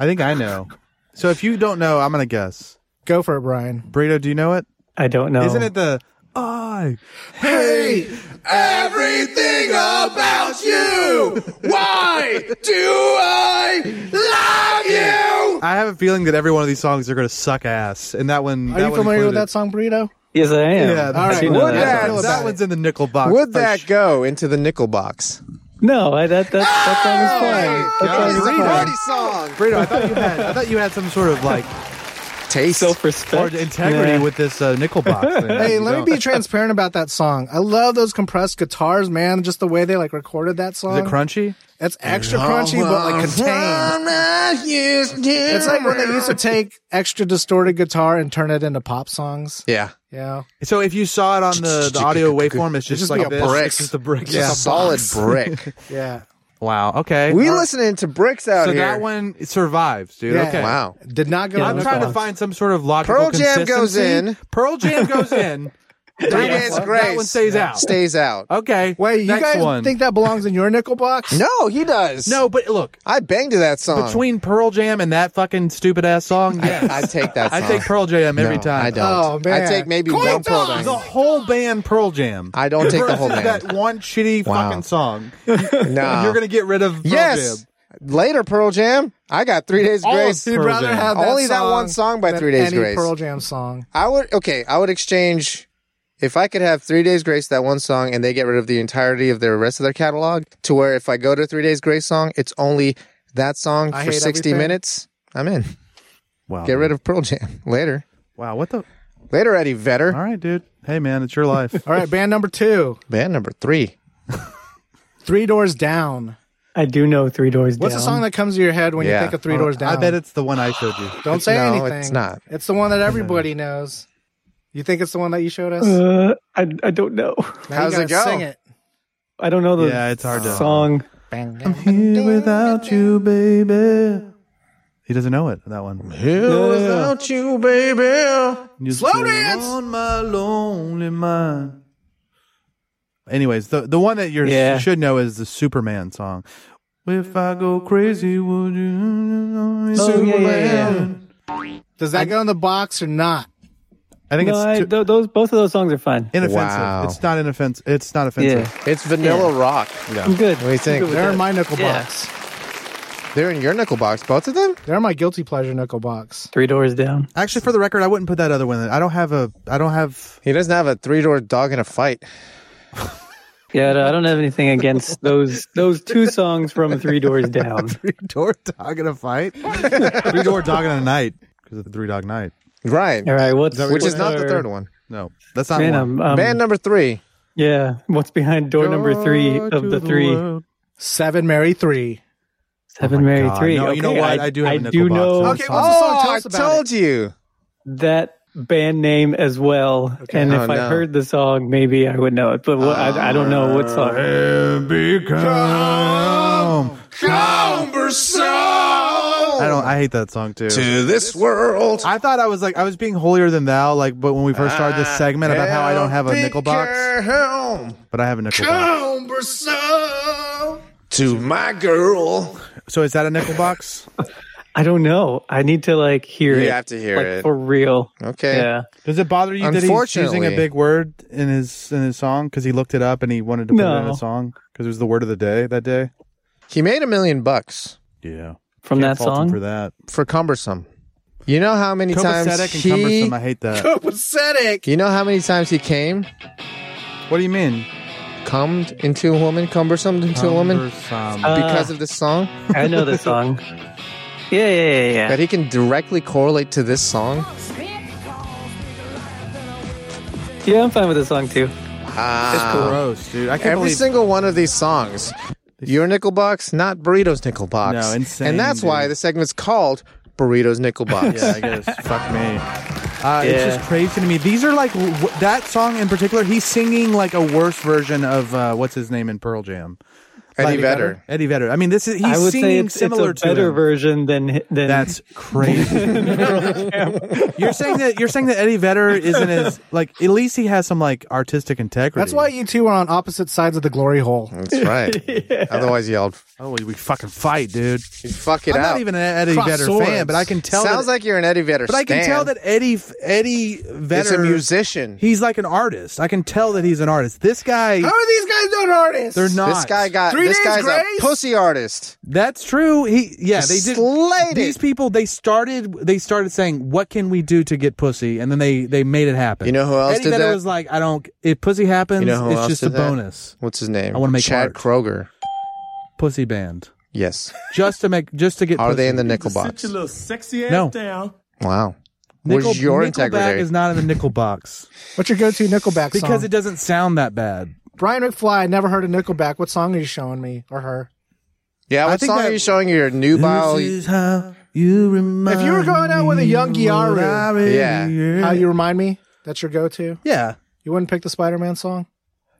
Speaker 5: I think I know. So if you don't know, I'm gonna guess.
Speaker 6: Go for it, Brian.
Speaker 5: Burrito, do you know it?
Speaker 7: I don't know.
Speaker 5: not it the I?
Speaker 1: Hey! Everything about you! Why do I love you?
Speaker 5: I have a feeling that every one of these songs are gonna suck ass, and that one.
Speaker 6: Are you familiar with that song, Burrito?
Speaker 7: Yes, I am.
Speaker 5: Yeah,
Speaker 6: All
Speaker 5: that,
Speaker 6: right, what
Speaker 7: know that.
Speaker 6: the
Speaker 5: that,
Speaker 6: hell
Speaker 5: that
Speaker 6: about
Speaker 5: one's
Speaker 6: it?
Speaker 5: in the nickel box.
Speaker 4: Would
Speaker 5: for
Speaker 4: that
Speaker 5: sure.
Speaker 4: go into the nickel box?
Speaker 7: No, I, that, that, that song is fine. That
Speaker 5: God.
Speaker 7: song is
Speaker 5: Burrito.
Speaker 7: fine.
Speaker 4: song.
Speaker 5: Burrito, I thought you had. I thought you had some sort of like
Speaker 4: Taste.
Speaker 5: or
Speaker 7: Self-respect.
Speaker 5: integrity
Speaker 7: Yeah.
Speaker 5: with this uh, nickel box. Thing.
Speaker 6: Hey,
Speaker 5: You
Speaker 6: let
Speaker 5: don't.
Speaker 6: me be transparent about that song. I love those compressed guitars, man. Just the way they like recorded that song.
Speaker 5: Is it crunchy?
Speaker 6: It's extra crunchy, but like contained. It's like when they used to take extra distorted guitar and turn it into pop songs.
Speaker 4: Yeah.
Speaker 6: Yeah.
Speaker 5: So if you saw it on the, the audio waveform, it's just,
Speaker 4: just
Speaker 5: like
Speaker 4: like a
Speaker 5: this.
Speaker 4: brick.
Speaker 5: It's just a brick.
Speaker 4: Just a solid brick.
Speaker 6: Yeah.
Speaker 5: Wow. Okay.
Speaker 4: we
Speaker 5: All right.
Speaker 4: listening to bricks out
Speaker 5: So
Speaker 4: here.
Speaker 5: that one survives, dude.
Speaker 6: Yeah.
Speaker 5: Okay.
Speaker 4: Wow.
Speaker 6: Did not go
Speaker 7: Yeah,
Speaker 6: to
Speaker 5: I'm
Speaker 7: Look
Speaker 5: trying to
Speaker 7: on.
Speaker 5: find some sort of logical.
Speaker 4: Pearl Jam goes
Speaker 5: consistency.
Speaker 4: in.
Speaker 5: Pearl Jam goes in.
Speaker 4: Three days
Speaker 5: That
Speaker 4: grace.
Speaker 5: one stays out. Oh.
Speaker 4: Stays out.
Speaker 5: Okay.
Speaker 6: Wait, you
Speaker 5: next
Speaker 6: guys
Speaker 5: one.
Speaker 6: think that belongs in your nickel box?
Speaker 4: No, he does.
Speaker 5: no, but look,
Speaker 4: I banged to that song.
Speaker 5: between Pearl Jam and that fucking stupid ass song, yes.
Speaker 4: I take that.
Speaker 5: I
Speaker 4: song.
Speaker 5: take Pearl Jam every
Speaker 4: No,
Speaker 5: time.
Speaker 4: I don't.
Speaker 6: Oh, man.
Speaker 4: I take maybe
Speaker 6: Coin
Speaker 4: one Pearl
Speaker 6: toss!
Speaker 5: The
Speaker 4: Jam.
Speaker 5: whole band Pearl Jam.
Speaker 4: I don't take the whole
Speaker 5: Versus
Speaker 4: band.
Speaker 5: That one shitty
Speaker 4: Wow.
Speaker 5: fucking song.
Speaker 4: No.
Speaker 5: You're gonna get rid of Pearl
Speaker 4: yes.
Speaker 5: Jam.
Speaker 4: Later Pearl Jam. I got Three Days
Speaker 5: All of
Speaker 4: Grace.
Speaker 5: Pearl
Speaker 6: Oh, You'd rather
Speaker 5: Jam.
Speaker 6: have
Speaker 4: Only that one song by
Speaker 6: than
Speaker 4: Three Days
Speaker 6: any
Speaker 4: Grace.
Speaker 6: Pearl Jam song.
Speaker 4: I would okay. I would exchange if I could have Three Days Grace that one song, and they get rid of the entirety of their rest of their catalog. To where if I go to Three Days Grace song, it's only that song
Speaker 6: I
Speaker 4: for
Speaker 6: hate
Speaker 4: sixty
Speaker 6: everything.
Speaker 4: minutes. I'm in.
Speaker 5: Wow.
Speaker 4: Get rid of Pearl Jam later.
Speaker 5: Wow. What the?
Speaker 4: Later, Eddie Vedder.
Speaker 5: All right, dude. Hey, man, it's your life.
Speaker 6: All right, band number two,
Speaker 4: Band number three.
Speaker 6: Three Doors Down.
Speaker 7: I do know Three Doors
Speaker 6: What's
Speaker 7: Down.
Speaker 6: the song that comes to your head when
Speaker 4: Yeah.
Speaker 6: you think of Three Doors Down?
Speaker 5: Oh, I bet it's the one I showed you.
Speaker 6: Don't say
Speaker 4: no,
Speaker 6: anything.
Speaker 4: it's not.
Speaker 6: It's the one that everybody knows. You think it's the one that you showed us?
Speaker 7: Uh, I, I don't know.
Speaker 6: Now you
Speaker 4: How's it
Speaker 6: gotta
Speaker 4: go?
Speaker 6: Sing it.
Speaker 7: I don't know the
Speaker 5: Yeah, it's hard to-
Speaker 7: song.
Speaker 5: I'm here without you, baby. He doesn't know it. That one.
Speaker 4: Without you, baby.
Speaker 5: Slow dance on my lonely mind. Anyways, the the one that you're,
Speaker 7: Yeah.
Speaker 5: you should know is the Superman song. If I go crazy, would you?
Speaker 7: Oh, yeah, yeah,
Speaker 6: Does that go in the box or not?
Speaker 5: I think
Speaker 7: No, I,
Speaker 5: it's too,
Speaker 7: th- those both of those songs are fine.
Speaker 5: inoffensive.
Speaker 4: Wow.
Speaker 5: It's not inoffensive. It's not
Speaker 7: Yeah,
Speaker 5: offensive.
Speaker 4: It's Vanilla Rock.
Speaker 7: I'm good.
Speaker 4: What do you think?
Speaker 6: They're in my nickel
Speaker 7: Yeah.
Speaker 6: box.
Speaker 4: They're in your nickel box, both of them.
Speaker 6: They're in my guilty pleasure nickel box.
Speaker 7: Three Doors Down.
Speaker 5: Actually, for the record, I wouldn't put that other one. in. I don't have a. I don't have.
Speaker 4: He doesn't have a three-door dog in a fight.
Speaker 7: Yeah, I don't have anything against those those two songs from Three Doors Down.
Speaker 5: Three door dog in a fight. three door dog in a night because of the three dog night.
Speaker 4: Right.
Speaker 7: All right, what's
Speaker 4: Which is
Speaker 7: what's
Speaker 4: not the
Speaker 7: our-
Speaker 4: third one.
Speaker 5: No, that's not
Speaker 7: Man,
Speaker 5: one.
Speaker 7: I'm, um,
Speaker 4: Band number three.
Speaker 7: yeah, what's behind door number three
Speaker 5: Door
Speaker 7: of
Speaker 5: to
Speaker 7: the three?
Speaker 5: world.
Speaker 6: Seven Mary Three.
Speaker 4: Oh
Speaker 7: Seven Mary
Speaker 5: God.
Speaker 7: three.
Speaker 5: No,
Speaker 7: okay,
Speaker 5: you know what? I do have a
Speaker 7: I
Speaker 5: nickel
Speaker 7: do
Speaker 5: box.
Speaker 7: know
Speaker 5: Okay,
Speaker 6: what's the song? Tell
Speaker 4: I
Speaker 6: us about
Speaker 4: told you.
Speaker 7: that band name as well. and if
Speaker 4: Oh,
Speaker 7: I
Speaker 4: no.
Speaker 7: heard the song, maybe I would know it. But what, I, I don't know what song.
Speaker 4: Uh,
Speaker 5: Become.
Speaker 1: Cumbersome
Speaker 5: I don't. I hate that song too.
Speaker 1: to this world.
Speaker 5: I thought I was like I was being holier than thou. Like, but when we first started this segment about how I don't have a nickel box, but I have a nickel box.
Speaker 1: Cumbersome to my girl.
Speaker 5: So is that a nickel box?
Speaker 7: I don't know. I need to like hear
Speaker 4: You
Speaker 7: it.
Speaker 4: have to hear
Speaker 7: like,
Speaker 4: it.
Speaker 7: for real.
Speaker 4: Okay.
Speaker 7: Yeah.
Speaker 5: Does it bother you that he's using a
Speaker 4: Unfortunately.
Speaker 5: big word in his in his song because he looked it up and he wanted to put it in
Speaker 7: No.
Speaker 5: a song because it was the word of the day that day?
Speaker 4: He made a million bucks
Speaker 5: Yeah,
Speaker 7: From
Speaker 5: Can't
Speaker 7: that
Speaker 5: fault him
Speaker 7: song.
Speaker 5: for that.
Speaker 4: for cumbersome. You know how many times
Speaker 5: Copacetic and
Speaker 4: he.
Speaker 5: cumbersome. I hate that.
Speaker 6: Pathetic.
Speaker 4: You know how many times he came,
Speaker 5: What do you mean?
Speaker 4: cummed into a woman, cumbersome into a woman
Speaker 5: Cumbersome.
Speaker 7: Uh,
Speaker 4: because of this song.
Speaker 7: I know the song. Yeah, yeah, yeah,
Speaker 5: Uh,
Speaker 7: yeah.
Speaker 4: That he can directly correlate to this song.
Speaker 7: Yeah, I'm fine with the song too.
Speaker 4: Ah.
Speaker 5: Gross, dude. I can't
Speaker 4: Every
Speaker 5: believe
Speaker 4: single one of these songs. Your nickel box, not burritos nickel box.
Speaker 5: No, insane,
Speaker 4: And that's why
Speaker 5: dude.
Speaker 4: the segment's called burritos nickel box.
Speaker 5: Yeah, I guess. Fuck me. Uh, It's
Speaker 7: Yeah.
Speaker 5: just crazy to me. These are like w- w- that song in particular. He's singing like a worse version of uh, what's his name in Pearl Jam,
Speaker 4: Eddie
Speaker 5: Like-
Speaker 4: Vedder.
Speaker 5: Eddie Vedder. I mean, this is he's
Speaker 7: I would
Speaker 5: singing
Speaker 7: say it's,
Speaker 5: similar
Speaker 7: it's a
Speaker 5: to
Speaker 7: better
Speaker 5: him.
Speaker 7: version than than
Speaker 5: That's crazy. you're saying that you're saying that Eddie Vedder isn't as like at least he has some like artistic integrity.
Speaker 6: That's why you two are on opposite sides of the glory hole.
Speaker 5: Mm.
Speaker 4: That's right. Otherwise, y'all
Speaker 5: oh we, we fucking fight, dude.
Speaker 4: fuck it
Speaker 5: I'm
Speaker 4: out.
Speaker 5: not even an Eddie
Speaker 6: Cross
Speaker 5: Vedder
Speaker 6: swords.
Speaker 5: fan, but I can tell.
Speaker 4: Sounds
Speaker 5: that,
Speaker 4: like you're an Eddie Vedder.
Speaker 5: but I can
Speaker 4: stan.
Speaker 5: tell that Eddie Eddie Vedder
Speaker 4: it's a musician. Oh,
Speaker 5: He's like an artist. I can tell that he's an artist. This guy,
Speaker 6: How are these guys doing artists?
Speaker 5: they're not.
Speaker 4: this guy got
Speaker 6: Three
Speaker 4: this
Speaker 6: Days
Speaker 4: guy's
Speaker 6: Grace?
Speaker 4: a pussy artist.
Speaker 5: That's true. He yeah, they did.
Speaker 4: Slayed
Speaker 5: These
Speaker 4: it.
Speaker 5: people they started they started saying what can we do to get pussy, and then they they made it happen.
Speaker 4: You know who else
Speaker 5: Eddie
Speaker 4: did
Speaker 5: Vedder
Speaker 4: that?
Speaker 5: was like, I don't. If pussy happens,
Speaker 4: You know who
Speaker 5: it's
Speaker 4: else
Speaker 5: just
Speaker 4: did
Speaker 5: a
Speaker 4: that?
Speaker 5: bonus.
Speaker 4: What's his name?
Speaker 5: I wanna make
Speaker 4: Chad
Speaker 5: art.
Speaker 4: Kroger.
Speaker 5: Pussy band,
Speaker 4: Yes.
Speaker 5: just to make just to get.
Speaker 4: Are they
Speaker 5: pussy.
Speaker 4: in the nickel box?
Speaker 8: little sexy ass
Speaker 5: No.
Speaker 8: down.
Speaker 4: Wow.
Speaker 5: Nickel,
Speaker 4: Where's your
Speaker 5: Nickelback
Speaker 4: integrity?
Speaker 5: is not in the nickel box
Speaker 6: What's your go-to Nickelback song?
Speaker 5: because it doesn't sound that bad.
Speaker 6: Brian McFly. I never heard of Nickelback. What song are you showing me or her?
Speaker 4: yeah. What
Speaker 5: think
Speaker 4: song
Speaker 5: that-
Speaker 4: are you showing your new bio?
Speaker 5: This is how you remind
Speaker 6: If you were going out with a young
Speaker 5: me what
Speaker 6: Gyaru,
Speaker 5: I really
Speaker 4: Yeah.
Speaker 5: am.
Speaker 6: How Uh, you remind me? That's your go-to.
Speaker 5: yeah.
Speaker 6: You wouldn't pick the Spider-Man song.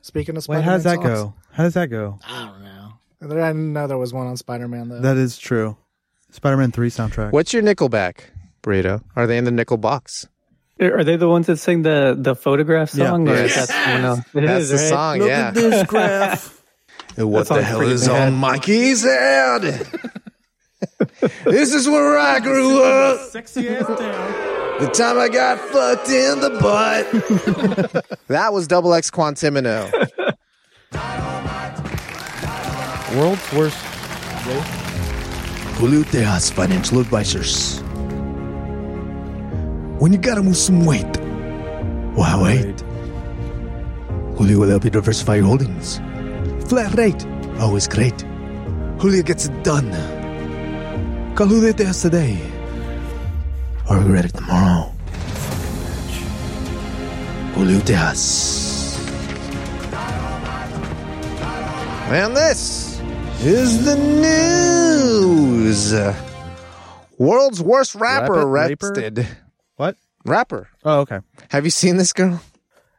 Speaker 6: Speaking of
Speaker 5: Wait,
Speaker 6: Spider-Man,
Speaker 5: how does that
Speaker 6: songs?
Speaker 5: go? How does that go?
Speaker 6: I don't know. There- I didn't know there was one on Spider-Man though.
Speaker 5: That is true. Spider Man Three soundtrack.
Speaker 4: What's your Nickelback burrito? Are they in the nickel box?
Speaker 7: Are they the ones that sing the the photograph
Speaker 5: Yeah.
Speaker 7: song? Or is
Speaker 4: Yes.
Speaker 7: that someone else? It
Speaker 4: That's
Speaker 7: is,
Speaker 4: the
Speaker 7: right?
Speaker 4: song,
Speaker 5: Look
Speaker 4: yeah.
Speaker 5: at this graph.
Speaker 4: And What
Speaker 7: That
Speaker 4: the
Speaker 7: sounds
Speaker 4: hell
Speaker 7: pretty
Speaker 4: is
Speaker 7: bad.
Speaker 4: on Mikey's head? this is where I grew up.
Speaker 9: Sexy ass down.
Speaker 4: The time I got fucked in the butt. that was Double X Quantimino.
Speaker 5: World's worst.
Speaker 1: Tejas Financial Advisors. When you gotta move some weight, why wait? Julio will help you diversify your holdings. Flat rate, always great. Julio gets it done. Call Julio Tejas today, or regret it tomorrow. Julio Tejas.
Speaker 4: And this is the news. World's worst rapper
Speaker 5: Rapid Raper?
Speaker 4: arrested.
Speaker 5: What?
Speaker 4: Rapper.
Speaker 5: Oh, okay.
Speaker 4: Have you seen this girl?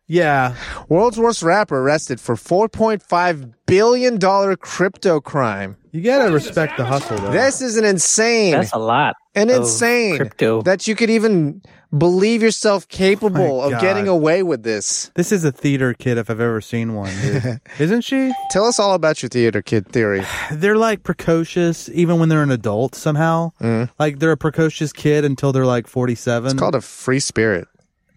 Speaker 5: Yeah.
Speaker 4: World's worst rapper arrested for $4.5 billion crypto crime.
Speaker 5: You gotta respect the hustle, though.
Speaker 4: This is an insane,
Speaker 7: That's a lot.
Speaker 4: an
Speaker 7: of
Speaker 4: insane
Speaker 7: crypto.
Speaker 4: that you could even believe yourself capable
Speaker 5: Oh my
Speaker 4: of getting
Speaker 5: God.
Speaker 4: away with this.
Speaker 5: This is a theater kid if I've ever seen one, dude. Isn't she?
Speaker 4: Tell us all about your theater kid theory.
Speaker 5: They're like precocious even when they're an adult somehow.
Speaker 6: Mm-hmm.
Speaker 5: Like they're a precocious kid until they're like 47.
Speaker 4: It's called a free spirit,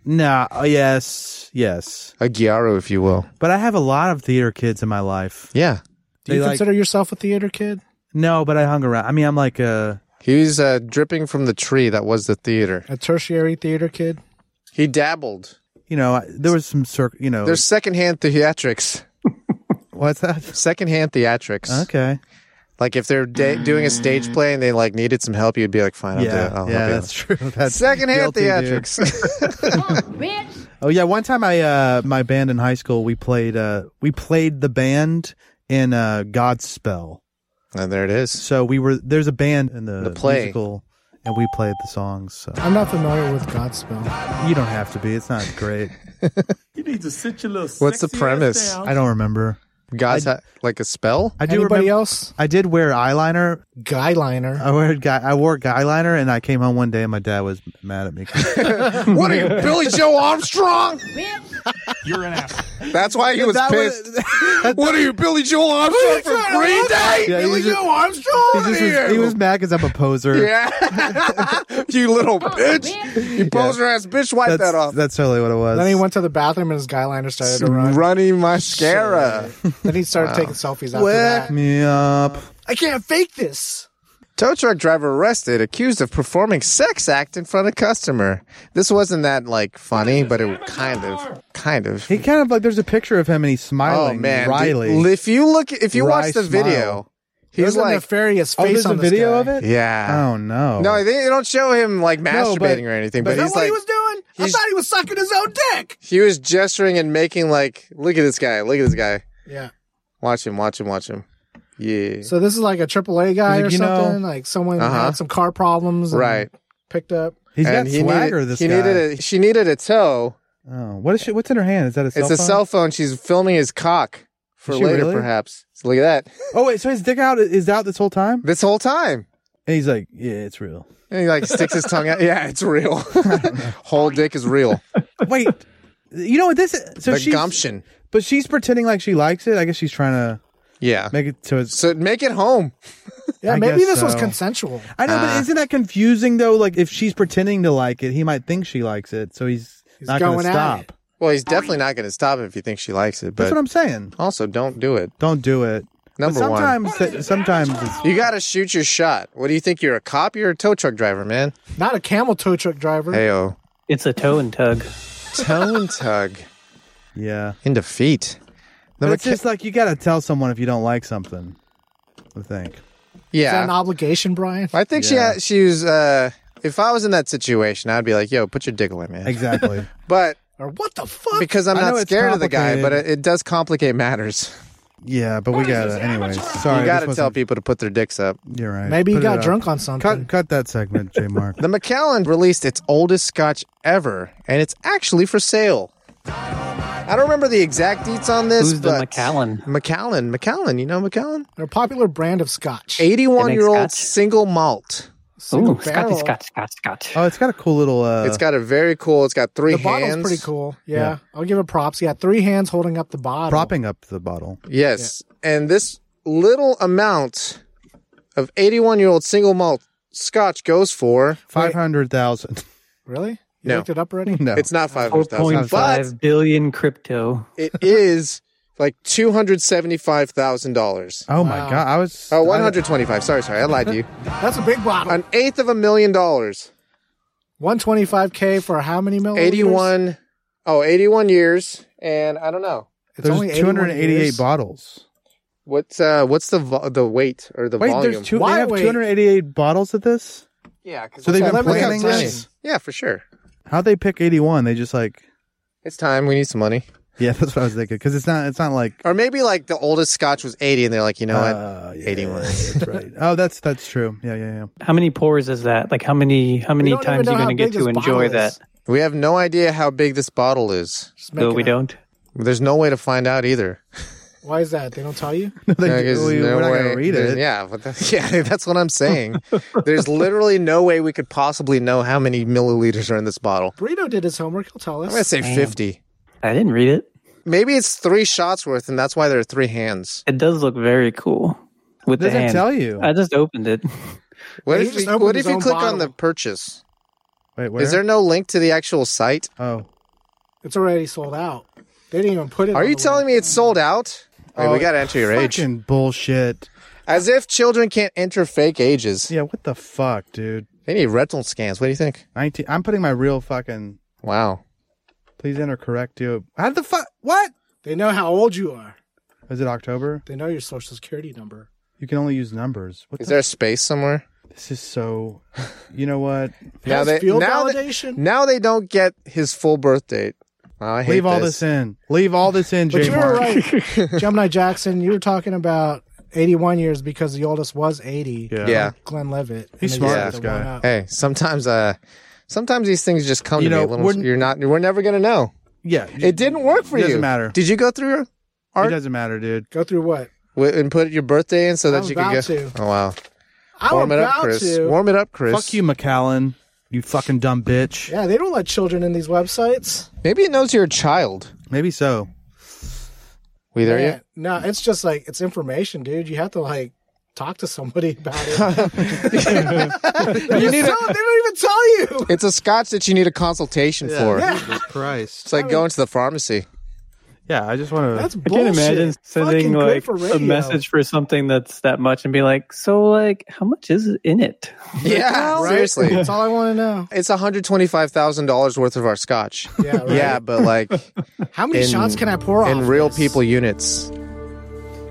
Speaker 5: nah, uh, yes, yes.
Speaker 4: a gyaro, if you will.
Speaker 5: But I have a lot of theater kids in my life.
Speaker 4: Yeah.
Speaker 6: Do you
Speaker 5: They, like-
Speaker 6: consider yourself a theater kid?
Speaker 5: No, but I hung around. I mean, I'm like a
Speaker 4: He was uh, dripping from the tree that was the theater.
Speaker 6: A tertiary theater kid?
Speaker 4: He dabbled.
Speaker 5: you know, I- there was some circ, you know,
Speaker 4: There's secondhand theatrics.
Speaker 5: what's that?
Speaker 4: Secondhand theatrics.
Speaker 5: Okay.
Speaker 4: Like if they're da- doing a stage play and they like needed some help, you'd be like, "Fine, I'll do
Speaker 5: Mm. yeah,
Speaker 4: it." I'll
Speaker 5: yeah,
Speaker 4: help you.
Speaker 5: that's true. That's
Speaker 4: Secondhand
Speaker 5: guilty, dude.
Speaker 4: theatrics.
Speaker 5: Oh yeah, one time I uh my band in high school we played uh we played the band in uh Godspell.
Speaker 4: and there it is.
Speaker 5: So we were there's a band in the,
Speaker 4: The play.
Speaker 5: musical and we played the songs. So
Speaker 6: I'm not familiar with Godspell.
Speaker 5: you don't have to be. It's not great.
Speaker 9: You need to sit your little.
Speaker 4: What's the
Speaker 9: sexy ass
Speaker 4: premise?
Speaker 9: down.
Speaker 5: I don't remember.
Speaker 4: God's ha- like a spell.
Speaker 5: I do
Speaker 6: Anybody
Speaker 5: remember.
Speaker 6: else?
Speaker 5: I did wear eyeliner.
Speaker 6: Guyliner.
Speaker 5: I wore guy. I wore guyliner, and I came home one day, and my dad was mad at me.
Speaker 4: what are you, Billy Joe Armstrong?
Speaker 9: You're an asshole.
Speaker 4: That's why he was
Speaker 5: That was-
Speaker 4: pissed. what are you, Billy Joe Armstrong from Green Day?
Speaker 5: Yeah, he
Speaker 4: Billy
Speaker 5: just-
Speaker 4: Joe Armstrong
Speaker 5: he, just
Speaker 4: here.
Speaker 5: was, he was mad because I'm a poser.
Speaker 4: yeah, you little bitch. You poser ass bitch. Wipe
Speaker 5: Oh, that's,
Speaker 4: that off.
Speaker 5: that's totally what it was.
Speaker 6: Then he went to the bathroom and his guyliner started to run.
Speaker 4: Running mascara.
Speaker 6: Then he started taking selfies after
Speaker 4: Whack
Speaker 6: that.
Speaker 5: me up.
Speaker 6: I can't fake this.
Speaker 4: Tow truck driver arrested, accused of performing sex act in front of customer. This wasn't that like funny, but it kind of, kind of.
Speaker 5: He kind of like there's a picture of him, and he's
Speaker 4: oh
Speaker 5: smiling.
Speaker 4: man,
Speaker 5: Riley.
Speaker 4: The- if you look, if you
Speaker 5: Wry
Speaker 4: watch the
Speaker 5: smile.
Speaker 4: video,
Speaker 6: There's
Speaker 4: he's
Speaker 6: a
Speaker 4: like,
Speaker 6: nefarious
Speaker 5: oh,
Speaker 6: face
Speaker 5: there's a
Speaker 6: on this
Speaker 5: video
Speaker 6: guy.
Speaker 5: of it.
Speaker 4: yeah.
Speaker 5: Oh no.
Speaker 4: No, they, they don't show him like
Speaker 5: No,
Speaker 4: masturbating
Speaker 5: but-
Speaker 4: or anything,
Speaker 5: but
Speaker 4: but,
Speaker 5: is
Speaker 4: he's
Speaker 6: What he
Speaker 4: like,
Speaker 6: was doing? I
Speaker 4: he's-
Speaker 6: thought he was sucking his own dick.
Speaker 4: he was gesturing and making like, look at this guy, look at this guy,
Speaker 6: Yeah.
Speaker 4: watch him, watch him, watch him. Yeah,
Speaker 6: So this is like a AAA guy or
Speaker 5: He's like, you know-
Speaker 6: something. like someone
Speaker 4: Uh-huh.
Speaker 6: had some car problems, and
Speaker 4: right.
Speaker 6: Picked up.
Speaker 5: He's
Speaker 4: And
Speaker 5: got
Speaker 4: he
Speaker 5: swagger.
Speaker 4: needed,
Speaker 5: this
Speaker 4: he
Speaker 5: guy.
Speaker 4: needed a, she needed a tow.
Speaker 5: Oh, what is she? What's in her hand? Is that a cell
Speaker 4: It's
Speaker 5: phone?
Speaker 4: a cell phone. She's filming his cock for
Speaker 5: Is she
Speaker 4: later,
Speaker 5: really?
Speaker 4: perhaps. So look at that.
Speaker 5: Oh wait, so his dick out is out this whole time,
Speaker 4: This whole time.
Speaker 5: and he's like, "Yeah, it's real."
Speaker 4: And he like sticks his tongue out. Yeah, it's real. whole dick is real.
Speaker 5: Wait, you know what this? Is? So
Speaker 4: the
Speaker 5: she's,
Speaker 4: gumption.
Speaker 5: but she's pretending like she likes it. I guess she's trying to
Speaker 4: Yeah.
Speaker 5: make it to. It's,
Speaker 4: so make it home.
Speaker 6: Yeah,
Speaker 5: I
Speaker 6: maybe
Speaker 5: guess
Speaker 6: this was
Speaker 5: so.
Speaker 6: consensual.
Speaker 5: I know,
Speaker 4: Uh,
Speaker 5: but isn't that confusing though? Like, if she's pretending to like it, he might think she likes it, so he's, not
Speaker 6: going
Speaker 5: to
Speaker 6: at
Speaker 5: stop.
Speaker 6: it.
Speaker 4: Well, he's definitely not going to stop it if you think she likes it.
Speaker 5: That's
Speaker 4: But
Speaker 5: what I'm saying.
Speaker 4: also, don't do it.
Speaker 5: Don't do it.
Speaker 4: Number
Speaker 5: but
Speaker 4: one.
Speaker 5: sometimes, th- sometimes it's,
Speaker 4: You got to shoot your shot. What do you think? You're a cop? You're a tow truck driver, man.
Speaker 6: Not a camel tow truck driver.
Speaker 4: Heyo.
Speaker 7: It's a toe and tug.
Speaker 4: Toe and tug
Speaker 5: yeah.
Speaker 4: in defeat. The
Speaker 5: But it's
Speaker 4: mecha-
Speaker 5: just like you got to tell someone if you don't like something. I think.
Speaker 6: Is that
Speaker 4: yeah.
Speaker 6: an obligation, Brian?
Speaker 4: I think she
Speaker 5: Yeah.
Speaker 4: had, she was, uh, if I was in that situation, I'd be like, yo, put your dick away, man.
Speaker 5: Exactly.
Speaker 4: But
Speaker 6: Or what the fuck?
Speaker 4: because I'm
Speaker 5: I know
Speaker 4: not
Speaker 5: it's
Speaker 4: scared of the guy, but it,
Speaker 5: complicated.
Speaker 4: it does complicate matters.
Speaker 5: yeah, but we gotta. Anyways, sorry.
Speaker 4: You got to
Speaker 5: this
Speaker 4: tell
Speaker 5: wasn't-
Speaker 4: people to put their dicks up.
Speaker 5: You're right.
Speaker 6: maybe he
Speaker 5: Put it
Speaker 6: got
Speaker 5: up.
Speaker 6: drunk on something.
Speaker 5: Cut, cut that segment, J. Mark.
Speaker 4: The Macallan released its oldest scotch ever, and it's actually for sale. I don't remember the exact deets on this,
Speaker 7: Who's the
Speaker 4: but
Speaker 7: Macallan?
Speaker 4: Macallan, Macallan, you know Macallan?
Speaker 6: They're a popular brand of scotch.
Speaker 4: 81 year old
Speaker 7: scotch?
Speaker 4: single malt.
Speaker 6: Single
Speaker 7: Ooh, Scotch,
Speaker 6: barrel.
Speaker 7: Scotch, Scotch, Scotch.
Speaker 5: Oh, it's got a cool little. Uh,
Speaker 4: it's got a very cool. It's got three
Speaker 6: The
Speaker 4: hands.
Speaker 6: bottle's pretty cool. Yeah,
Speaker 5: Yeah.
Speaker 6: I'll give it props. Yeah, three hands holding up the bottle.
Speaker 5: propping up the bottle.
Speaker 4: Yes, and this little amount of eighty-one-year-old single malt Scotch goes for
Speaker 5: Five hundred thousand.
Speaker 6: Really? You
Speaker 4: No.
Speaker 6: looked it up already?
Speaker 5: no,
Speaker 4: it's not five hundred thousand, but
Speaker 7: 4.5 billion crypto.
Speaker 4: it is like two hundred seventy-five thousand dollars.
Speaker 5: Oh my
Speaker 6: Wow.
Speaker 5: god! I was.
Speaker 4: Oh, one hundred twenty-five. Sorry, sorry, I lied to you.
Speaker 6: That's a big bottle.
Speaker 4: An eighth of a million dollars.
Speaker 6: 125k for how many milliliters?
Speaker 4: 81 oh 81 years and i don't know
Speaker 6: It's
Speaker 5: There's
Speaker 6: only
Speaker 5: 288
Speaker 6: 81 years.
Speaker 5: bottles.
Speaker 4: what's uh what's the vo- the weight or the
Speaker 5: Wait,
Speaker 4: volume
Speaker 5: there's two.
Speaker 6: Why
Speaker 5: they have
Speaker 6: wait?
Speaker 5: 288 bottles of this.
Speaker 4: yeah cause
Speaker 5: So they've
Speaker 4: look
Speaker 5: been
Speaker 4: how- look how
Speaker 5: planning
Speaker 4: tiny-
Speaker 5: this?
Speaker 4: yeah for sure
Speaker 5: How they pick 81? They just like.
Speaker 4: it's time we need some money
Speaker 5: Yeah, that's what I was thinking. Because it's not. It's not like.
Speaker 4: or maybe like the oldest scotch was 80 and they're like you know
Speaker 5: uh,
Speaker 4: what
Speaker 5: yeah,
Speaker 4: 81
Speaker 5: That's right. Oh, that's that's true. Yeah, yeah, yeah.
Speaker 7: How many pours is that? Like how many how many
Speaker 6: don't even
Speaker 7: times are
Speaker 6: know
Speaker 7: you
Speaker 6: how
Speaker 7: going to
Speaker 6: big
Speaker 7: get to
Speaker 6: this bottle
Speaker 7: enjoy
Speaker 6: is.
Speaker 7: that?
Speaker 4: we have no idea how big this bottle is
Speaker 6: Just
Speaker 7: No,
Speaker 6: making
Speaker 7: we
Speaker 6: up.
Speaker 7: don't.
Speaker 4: there's no way to find out either
Speaker 6: Why is that? They don't tell you?
Speaker 5: They
Speaker 4: Yeah,
Speaker 5: do-
Speaker 4: 'cause
Speaker 5: we,
Speaker 4: no
Speaker 5: are not
Speaker 4: way-
Speaker 5: gonna read
Speaker 4: there's-
Speaker 5: it.
Speaker 4: yeah but that, yeah that's what i'm saying there's literally no way we could possibly know how many milliliters are in this bottle
Speaker 6: Burrito did his homework. He'll tell us.
Speaker 4: i'm gonna say 50
Speaker 7: I didn't read it.
Speaker 4: Maybe it's three shots worth, and that's why there are three hands.
Speaker 7: It does look very cool with
Speaker 5: It
Speaker 7: the
Speaker 5: doesn't
Speaker 7: hand.
Speaker 5: tell you.
Speaker 7: I just opened it.
Speaker 4: What
Speaker 6: He
Speaker 4: if you,
Speaker 6: just
Speaker 4: what
Speaker 6: opened
Speaker 4: if
Speaker 6: his
Speaker 4: you
Speaker 6: own
Speaker 4: click on
Speaker 6: bottle.
Speaker 4: the purchase?
Speaker 5: Wait, where?
Speaker 4: Is there no link to the actual site?
Speaker 5: Oh,
Speaker 6: It's already sold out. They didn't even put it.
Speaker 4: Are you telling me it's sold out? Wait,
Speaker 5: Oh,
Speaker 4: we gotta enter your age.
Speaker 5: fucking bullshit.
Speaker 4: As if children can't enter fake ages.
Speaker 5: Yeah, what the fuck, dude?
Speaker 4: They need retinal scans. What do you think?
Speaker 5: 19. I'm putting my real fucking.
Speaker 4: Wow.
Speaker 5: Please enter correct you. How the fuck? What?
Speaker 6: They know how old you are.
Speaker 5: Is it October?
Speaker 6: They know your social security number.
Speaker 5: You can only use numbers. What
Speaker 4: Is
Speaker 5: the-
Speaker 4: there a space somewhere?
Speaker 5: This is so. You know what?
Speaker 4: Now
Speaker 6: Has
Speaker 4: they,
Speaker 6: field
Speaker 4: now, they,
Speaker 6: validation.
Speaker 4: now they don't get his full birth date. Wow, I hate
Speaker 5: Leave all this in. Leave all this in,
Speaker 6: but
Speaker 5: J.
Speaker 6: you were
Speaker 5: Mark.
Speaker 6: right, Gemini Jackson. You were talking about 81 years because the oldest was 80.
Speaker 5: Yeah.
Speaker 4: Yeah.
Speaker 6: Glenn Levitt. And
Speaker 5: He's
Speaker 6: they
Speaker 5: smart,
Speaker 6: set
Speaker 5: this
Speaker 6: the one
Speaker 5: guy.
Speaker 6: up.
Speaker 4: Hey, sometimes uh sometimes these things just come
Speaker 5: You
Speaker 4: to
Speaker 5: know,
Speaker 4: me. a little-
Speaker 5: we're-
Speaker 4: you're not we're never gonna know.
Speaker 5: Yeah.
Speaker 4: It didn't work for
Speaker 5: It doesn't
Speaker 4: you.
Speaker 5: matter.
Speaker 4: Did you go through
Speaker 5: It
Speaker 4: art?
Speaker 5: doesn't matter, dude.
Speaker 6: Go through what?
Speaker 4: Wi- and put your birthday in so that
Speaker 6: I'm
Speaker 4: you can
Speaker 6: about
Speaker 4: go.
Speaker 6: to.
Speaker 4: Oh wow!
Speaker 6: I'm
Speaker 4: Warm it
Speaker 6: about
Speaker 4: up, Chris.
Speaker 6: to.
Speaker 4: Warm it up, Chris.
Speaker 5: Fuck you, McAllen. You fucking dumb bitch.
Speaker 6: Yeah, they don't let children in these websites.
Speaker 4: Maybe it knows you're a child.
Speaker 5: Maybe so.
Speaker 4: We there
Speaker 6: Man, No, it's just like it's information, dude. You have to like talk to somebody about it.
Speaker 4: yet? You need a,
Speaker 6: they don't even tell you.
Speaker 4: it's a scotch that you need a consultation for.
Speaker 6: Yeah,
Speaker 4: It's
Speaker 5: Christ.
Speaker 4: like going to the pharmacy.
Speaker 5: Yeah, I just want
Speaker 6: that's
Speaker 5: to.
Speaker 7: I
Speaker 6: bullshit.
Speaker 7: can't imagine
Speaker 6: Fucking
Speaker 7: sending
Speaker 6: good
Speaker 7: like
Speaker 6: for
Speaker 7: a
Speaker 6: radio.
Speaker 7: message for something that's that much and be like, so like, how much is in it?
Speaker 4: Yeah,
Speaker 6: Right?
Speaker 4: seriously.
Speaker 6: That's all I want to know.
Speaker 4: It's $125,000 worth of our scotch.
Speaker 6: Yeah, right?
Speaker 4: Yeah, but like
Speaker 6: How many
Speaker 4: in,
Speaker 6: shots can I pour off?
Speaker 4: in real
Speaker 6: this?
Speaker 4: people units.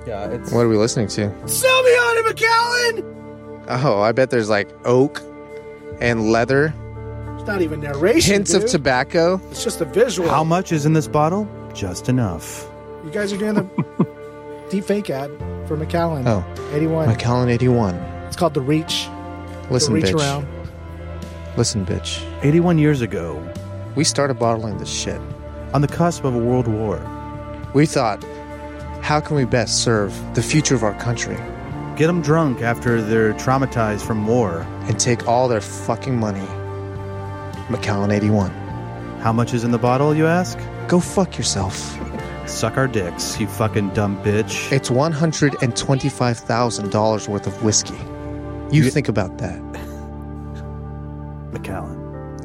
Speaker 5: Yeah, it's.
Speaker 4: What are we listening to?
Speaker 6: Sell me on it, McAllen.
Speaker 4: Oh, I bet there's like oak and leather,
Speaker 6: It's not even narration.
Speaker 4: hints of
Speaker 6: dude.
Speaker 4: tobacco.
Speaker 6: It's just a visual.
Speaker 5: How much is in this bottle? Just enough.
Speaker 6: You guys are doing the deep fake ad for McAllen.
Speaker 4: Oh.
Speaker 6: 81.
Speaker 4: Macallan 81.
Speaker 6: It's called the Reach.
Speaker 4: Listen,
Speaker 6: the Reach
Speaker 4: bitch.
Speaker 6: around.
Speaker 4: Listen, bitch.
Speaker 5: 81 years ago,
Speaker 4: We started bottling this shit.
Speaker 5: on the cusp of a world war,
Speaker 4: We thought, how can we best serve the future of our country
Speaker 5: get them drunk after they're traumatized from war.
Speaker 4: and take all their fucking money? McAllen 81.
Speaker 5: How much is in the bottle, you ask?
Speaker 4: Go fuck yourself.
Speaker 5: Suck our dicks, you fucking dumb bitch.
Speaker 4: It's $125,000 worth of whiskey. You
Speaker 5: Yeah.
Speaker 4: think about that.
Speaker 5: McAllen.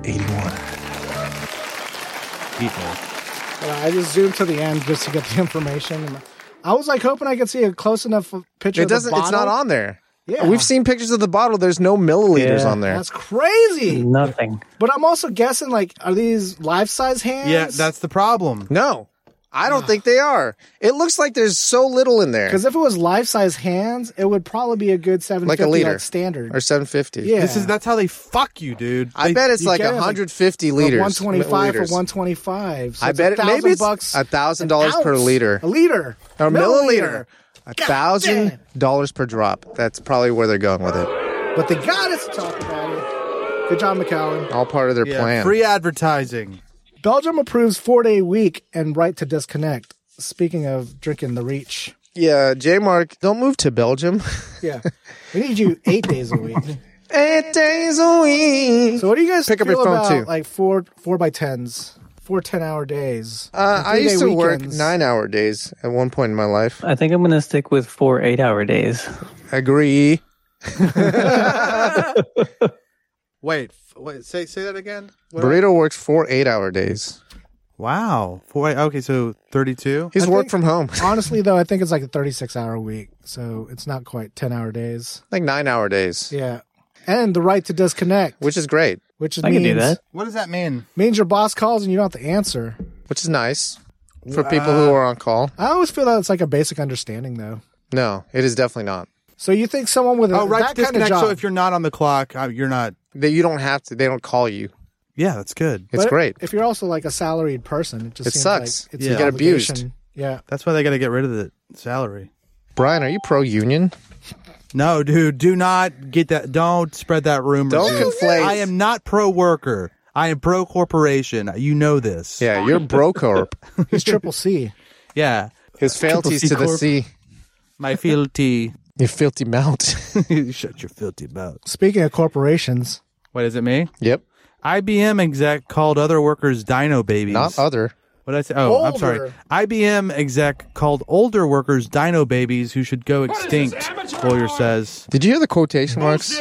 Speaker 4: 81.
Speaker 5: Eat me.
Speaker 6: Uh, I just zoomed to the end just to get the information. I was like hoping I could see a close enough picture.
Speaker 4: It
Speaker 6: of the
Speaker 4: doesn't, it's not
Speaker 6: bottle.
Speaker 4: on there.
Speaker 6: Yeah.
Speaker 4: We've seen pictures of the bottle. There's no milliliters
Speaker 7: Yeah.
Speaker 4: on there.
Speaker 6: That's crazy.
Speaker 7: Nothing.
Speaker 6: But I'm also guessing like, are these life size hands?
Speaker 5: Yeah, that's the problem.
Speaker 4: no, I don't think they are. It looks like there's so little in there.
Speaker 6: because if it was life size hands, it would probably be a good seven
Speaker 4: Like a liter.
Speaker 6: standard.
Speaker 4: Or 750.
Speaker 6: yeah,
Speaker 5: This is that's how they fuck you, dude.
Speaker 4: I
Speaker 5: They-
Speaker 4: bet it's
Speaker 6: you
Speaker 4: like
Speaker 6: get it, like,
Speaker 4: 150 liters.
Speaker 6: one twenty five or
Speaker 4: milliliters.
Speaker 6: one twenty five. So
Speaker 4: I bet it, maybe it's
Speaker 6: bucks
Speaker 4: a thousand dollars per
Speaker 6: ounce.
Speaker 4: liter
Speaker 6: A liter.
Speaker 4: or milliliter. A
Speaker 6: God
Speaker 4: thousand
Speaker 6: damn.
Speaker 4: dollars per drop. That's probably where they're going with it.
Speaker 6: But they got us to talk about it. Good job, McAllen.
Speaker 4: All part of their
Speaker 5: yeah,
Speaker 4: plan.
Speaker 5: free advertising.
Speaker 6: Belgium approves four day week and right to disconnect. Speaking of drinking the reach.
Speaker 4: yeah, J Mark, don't move to Belgium.
Speaker 6: Yeah. We need you eight days a week.
Speaker 4: Eight days a week.
Speaker 6: So what do you guys
Speaker 4: Pick up
Speaker 6: feel
Speaker 4: your phone,
Speaker 6: about,
Speaker 4: too.
Speaker 6: Like four four by tens, four ten hour days.
Speaker 4: Uh,
Speaker 6: and
Speaker 4: I
Speaker 6: three-day
Speaker 4: used to work
Speaker 6: weekends?
Speaker 4: nine hour days at one point in my life.
Speaker 7: I think I'm going to stick with four eight hour days.
Speaker 4: Agree.
Speaker 10: Wait, f- wait. Say say that again. What-
Speaker 4: Burrito works four eight hour days.
Speaker 5: Wow. Four, okay, so 32?
Speaker 4: He's
Speaker 6: I
Speaker 4: worked
Speaker 6: think-
Speaker 4: from home,
Speaker 6: Honestly, though, I think it's like a thirty six hour week, so it's not quite ten hour days.
Speaker 4: like nine hour days,
Speaker 6: Yeah, and the right to disconnect, which
Speaker 4: which is great,
Speaker 6: which
Speaker 7: I
Speaker 6: means
Speaker 7: can do that.
Speaker 5: What does that mean?
Speaker 6: means your boss calls and you don't have to answer.
Speaker 4: which is nice for people who are on call.
Speaker 6: I always feel that it's like a basic understanding, though.
Speaker 4: No, it is definitely not.
Speaker 6: So you think someone with a,
Speaker 5: Oh, right.
Speaker 6: that kind of
Speaker 5: Disconnect.
Speaker 6: job?
Speaker 5: So if you're not on the clock, uh, you're not.
Speaker 4: That you don't have to. They don't call you.
Speaker 5: Yeah, that's good.
Speaker 4: It's
Speaker 6: But
Speaker 4: great.
Speaker 6: If you're also like a salaried person, it just
Speaker 4: It
Speaker 6: seems
Speaker 4: sucks.
Speaker 6: Like it's
Speaker 5: You
Speaker 6: an
Speaker 5: get
Speaker 4: abused.
Speaker 6: obligation. Yeah,
Speaker 5: That's why they got to get rid of the salary.
Speaker 4: Brian, are you pro union?
Speaker 5: No, dude, do not get that. Don't spread that rumor.
Speaker 4: Don't
Speaker 5: dude.
Speaker 4: conflate.
Speaker 5: I am not pro worker. I am pro corporation. You know this.
Speaker 4: Yeah, you're bro corp.
Speaker 6: he's triple C.
Speaker 5: Yeah.
Speaker 4: His
Speaker 7: C
Speaker 4: fealties to the
Speaker 7: corp.
Speaker 4: sea.
Speaker 5: My filthy.
Speaker 4: You filthy mount.
Speaker 5: Shut your filthy mouth.
Speaker 6: Speaking of corporations,
Speaker 5: What is it, me?
Speaker 4: yep.
Speaker 5: IBM exec called other workers dino babies.
Speaker 4: Not other.
Speaker 5: What I say? Oh, I'm sorry.
Speaker 6: Older.
Speaker 5: IBM exec called older workers dino babies who should go extinct. Lawyer says.
Speaker 4: Did you hear the quotation marks?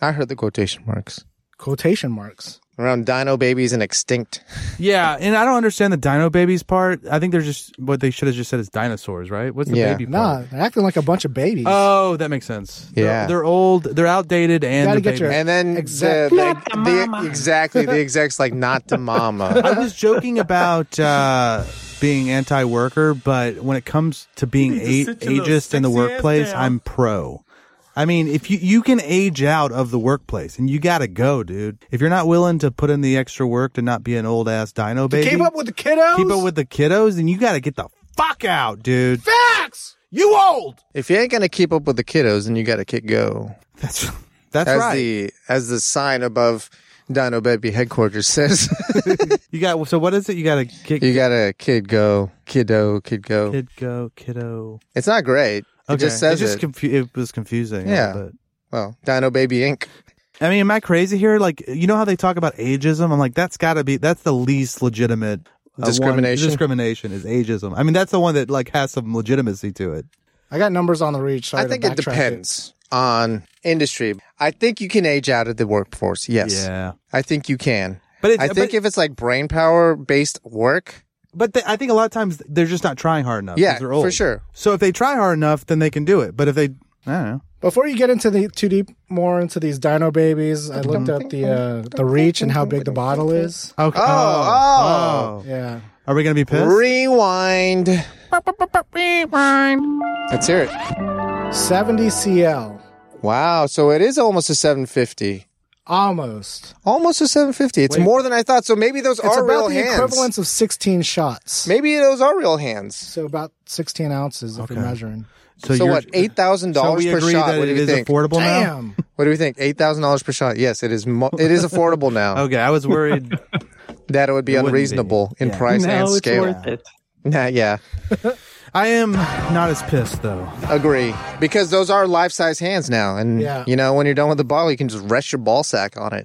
Speaker 4: I heard the quotation marks
Speaker 6: quotation marks.
Speaker 4: around dino babies and extinct.
Speaker 5: Yeah, and I don't understand the dino babies part. I think they're just what they should have just said is dinosaurs, right? What's the
Speaker 4: Yeah.
Speaker 5: baby
Speaker 6: Nah,
Speaker 5: part?
Speaker 6: they're acting like a bunch of babies.
Speaker 5: Oh, that makes sense. They're-
Speaker 4: Yeah.
Speaker 5: they're, old, they're outdated, and
Speaker 6: gotta
Speaker 5: they're
Speaker 6: get your-
Speaker 5: babies.
Speaker 4: And then
Speaker 6: Exact-
Speaker 4: the, the, the exactly the execs like not the mama.
Speaker 5: I was joking about uh, being anti-worker, but when it comes to being
Speaker 9: need
Speaker 5: a-
Speaker 9: to sit your little
Speaker 5: ageist in the
Speaker 9: sexy ass
Speaker 5: workplace,
Speaker 9: down.
Speaker 5: I'm pro. I mean, if you you can age out of the workplace, and you gotta go, dude. If you're not willing to put in the extra work to not be an old ass dino baby,
Speaker 6: Keep up with the kiddos.
Speaker 5: keep up with the kiddos, then you gotta get the fuck out, dude.
Speaker 6: facts.
Speaker 5: You old.
Speaker 4: if you ain't gonna keep up with the kiddos, then you gotta kick go.
Speaker 5: That's that's
Speaker 4: as
Speaker 5: right.
Speaker 4: the as the sign above Dino Baby headquarters says.
Speaker 5: you got so what is it? You gotta kick
Speaker 4: you gotta kid go, kiddo, kid go.
Speaker 5: kid go kiddo.
Speaker 4: It's not great. It just says
Speaker 5: just
Speaker 4: it.
Speaker 5: Confu- it was confusing.
Speaker 4: Yeah.
Speaker 5: Yeah, but
Speaker 4: well, Dino Baby Inc.
Speaker 5: I mean, am I crazy here? Like, you know how they talk about ageism? I'm like, that's got to be that's the least legitimate uh, one-
Speaker 4: Discrimination?
Speaker 5: discrimination is ageism. I mean, that's the one that like has some legitimacy to it.
Speaker 6: I got numbers on the reach. Sorry
Speaker 4: I
Speaker 6: to
Speaker 4: think it
Speaker 6: backtrack
Speaker 4: depends on industry. I think you can age out of the workforce. Yes,
Speaker 5: Yeah,
Speaker 4: I think you can.
Speaker 5: But it's-
Speaker 4: I think
Speaker 5: but-
Speaker 4: if it's like brain power based work,
Speaker 5: but they, I think a lot of times they're just not trying hard enough. 'cause
Speaker 4: Yeah,
Speaker 5: they're old.
Speaker 4: for sure.
Speaker 5: So if they try hard enough, then they can do it. But if they, I don't know.
Speaker 6: Before you get into the too deep more into these dino babies, I looked up the uh, the reach and how big the bottle is.
Speaker 5: Okay.
Speaker 4: oh.
Speaker 5: oh.
Speaker 6: Yeah,
Speaker 5: Are we gonna be pissed?
Speaker 4: rewind. Let's hear it.
Speaker 6: seventy cl,
Speaker 4: Wow, so it is almost a 750.
Speaker 6: almost.
Speaker 4: Almost a 750. It's more than I thought. So maybe those
Speaker 6: it's
Speaker 4: are
Speaker 6: about
Speaker 4: real
Speaker 6: the
Speaker 4: hands.
Speaker 6: equivalence of sixteen shots.
Speaker 4: Maybe those are real hands.
Speaker 6: So about sixteen ounces if you're measuring.
Speaker 5: so,
Speaker 4: So
Speaker 5: you're-
Speaker 4: what? Eight thousand
Speaker 5: So
Speaker 4: dollars
Speaker 5: we
Speaker 4: per
Speaker 5: agree
Speaker 4: shot.
Speaker 5: that
Speaker 4: What do
Speaker 5: it
Speaker 4: you
Speaker 5: is
Speaker 4: think?
Speaker 5: affordable now.
Speaker 6: Damn.
Speaker 4: What do we think? Eight thousand dollars per shot. Yes, it is. Mo- it is affordable now.
Speaker 5: Okay, I was worried.
Speaker 4: That it would be
Speaker 5: wouldn't be.
Speaker 4: unreasonable in
Speaker 5: Yeah.
Speaker 4: price
Speaker 7: no,
Speaker 4: and
Speaker 7: it's
Speaker 4: scale.
Speaker 7: worth it.
Speaker 4: Nah, yeah,
Speaker 5: I am not as pissed though.
Speaker 4: agree. Because those are life-size hands now, and
Speaker 6: Yeah.
Speaker 4: you know when you're done with the bottle, you can just rest your ball sack on it.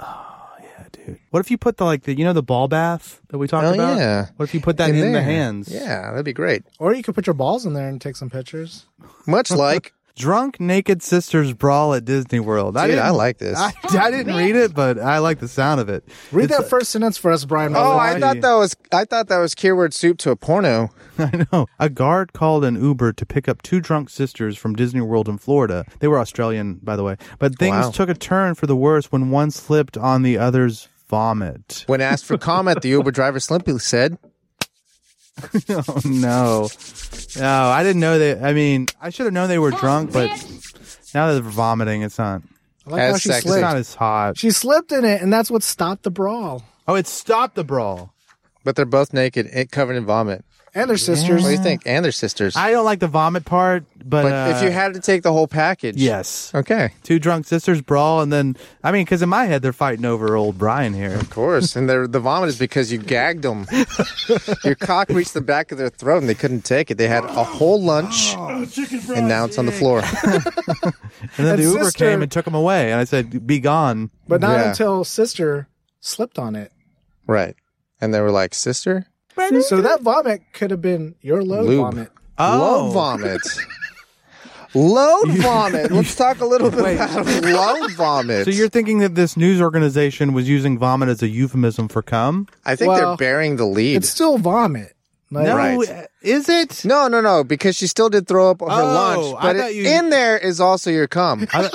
Speaker 5: Dude, what if you put the like the you know the ball bath that we talked
Speaker 4: Oh,
Speaker 5: about?
Speaker 4: yeah.
Speaker 5: What if you put that in, the
Speaker 4: there.
Speaker 5: hands?
Speaker 4: Yeah, that'd be great.
Speaker 6: Or you could put your balls in there and take some pictures.
Speaker 4: Much like,
Speaker 5: Drunk naked sisters brawl at Disney World. I
Speaker 4: dude,
Speaker 5: didn't,
Speaker 4: I like this.
Speaker 5: I, I didn't read it, but I like the sound of it.
Speaker 6: Read
Speaker 5: It's-
Speaker 6: that first sentence for us, Brian.
Speaker 4: oh,
Speaker 6: Miller.
Speaker 4: I thought that was I thought that was keyword soup to a porno.
Speaker 5: I know. A guard called an Uber to pick up two drunk sisters from Disney World in Florida. They were Australian, by the way. But things
Speaker 4: Wow.
Speaker 5: took a turn for the worse when one slipped on the other's vomit.
Speaker 4: When asked for comment, the Uber driver simply said,
Speaker 5: Oh no. No, I didn't know they I mean, I should have known they were drunk, but now that they're vomiting, it's not
Speaker 6: I like
Speaker 4: As
Speaker 6: how she
Speaker 4: sexy.
Speaker 5: it's
Speaker 6: slipped.
Speaker 5: not as hot.
Speaker 6: She slipped in it, and that's what stopped the brawl.
Speaker 5: Oh, it stopped the brawl.
Speaker 4: "But they're both naked, and eh, covered in vomit."
Speaker 6: and their sisters.
Speaker 4: What do you think? And their sisters.
Speaker 5: I don't like the vomit part, but,
Speaker 4: but if
Speaker 5: uh,
Speaker 4: you had to take the whole package,
Speaker 5: yes,
Speaker 4: Okay,
Speaker 5: two drunk sisters brawl, and then I mean, because in my head they're fighting over old Brian here.
Speaker 4: of course. and they're- the vomit is because you gagged them. Your cock reached the back of their throat, and they couldn't take it. They had a whole lunch, and now it's on the floor.
Speaker 5: And then
Speaker 6: And
Speaker 5: the Uber
Speaker 6: sister-
Speaker 5: came and took him away, and I said, "Be gone."
Speaker 6: But not
Speaker 4: Yeah.
Speaker 6: until sister slipped on it.
Speaker 4: right, and they were like, "Sister,
Speaker 6: So that vomit could have been your low
Speaker 4: Lube.
Speaker 6: vomit.
Speaker 5: Oh.
Speaker 4: low vomit." Load vomit. Let's talk a little bit about low vomit.
Speaker 5: So you're thinking that this news organization was using vomit as a euphemism for cum?
Speaker 4: I think
Speaker 6: Well,
Speaker 4: they're burying the lead.
Speaker 6: It's still vomit. Like,
Speaker 5: No,
Speaker 4: Right.
Speaker 5: is it?
Speaker 4: No, no, no, because she still did throw up on her
Speaker 5: Oh,
Speaker 4: lunch.
Speaker 5: I
Speaker 4: But
Speaker 5: thought
Speaker 4: it-
Speaker 5: you-
Speaker 4: in there is also your cum.
Speaker 5: I th-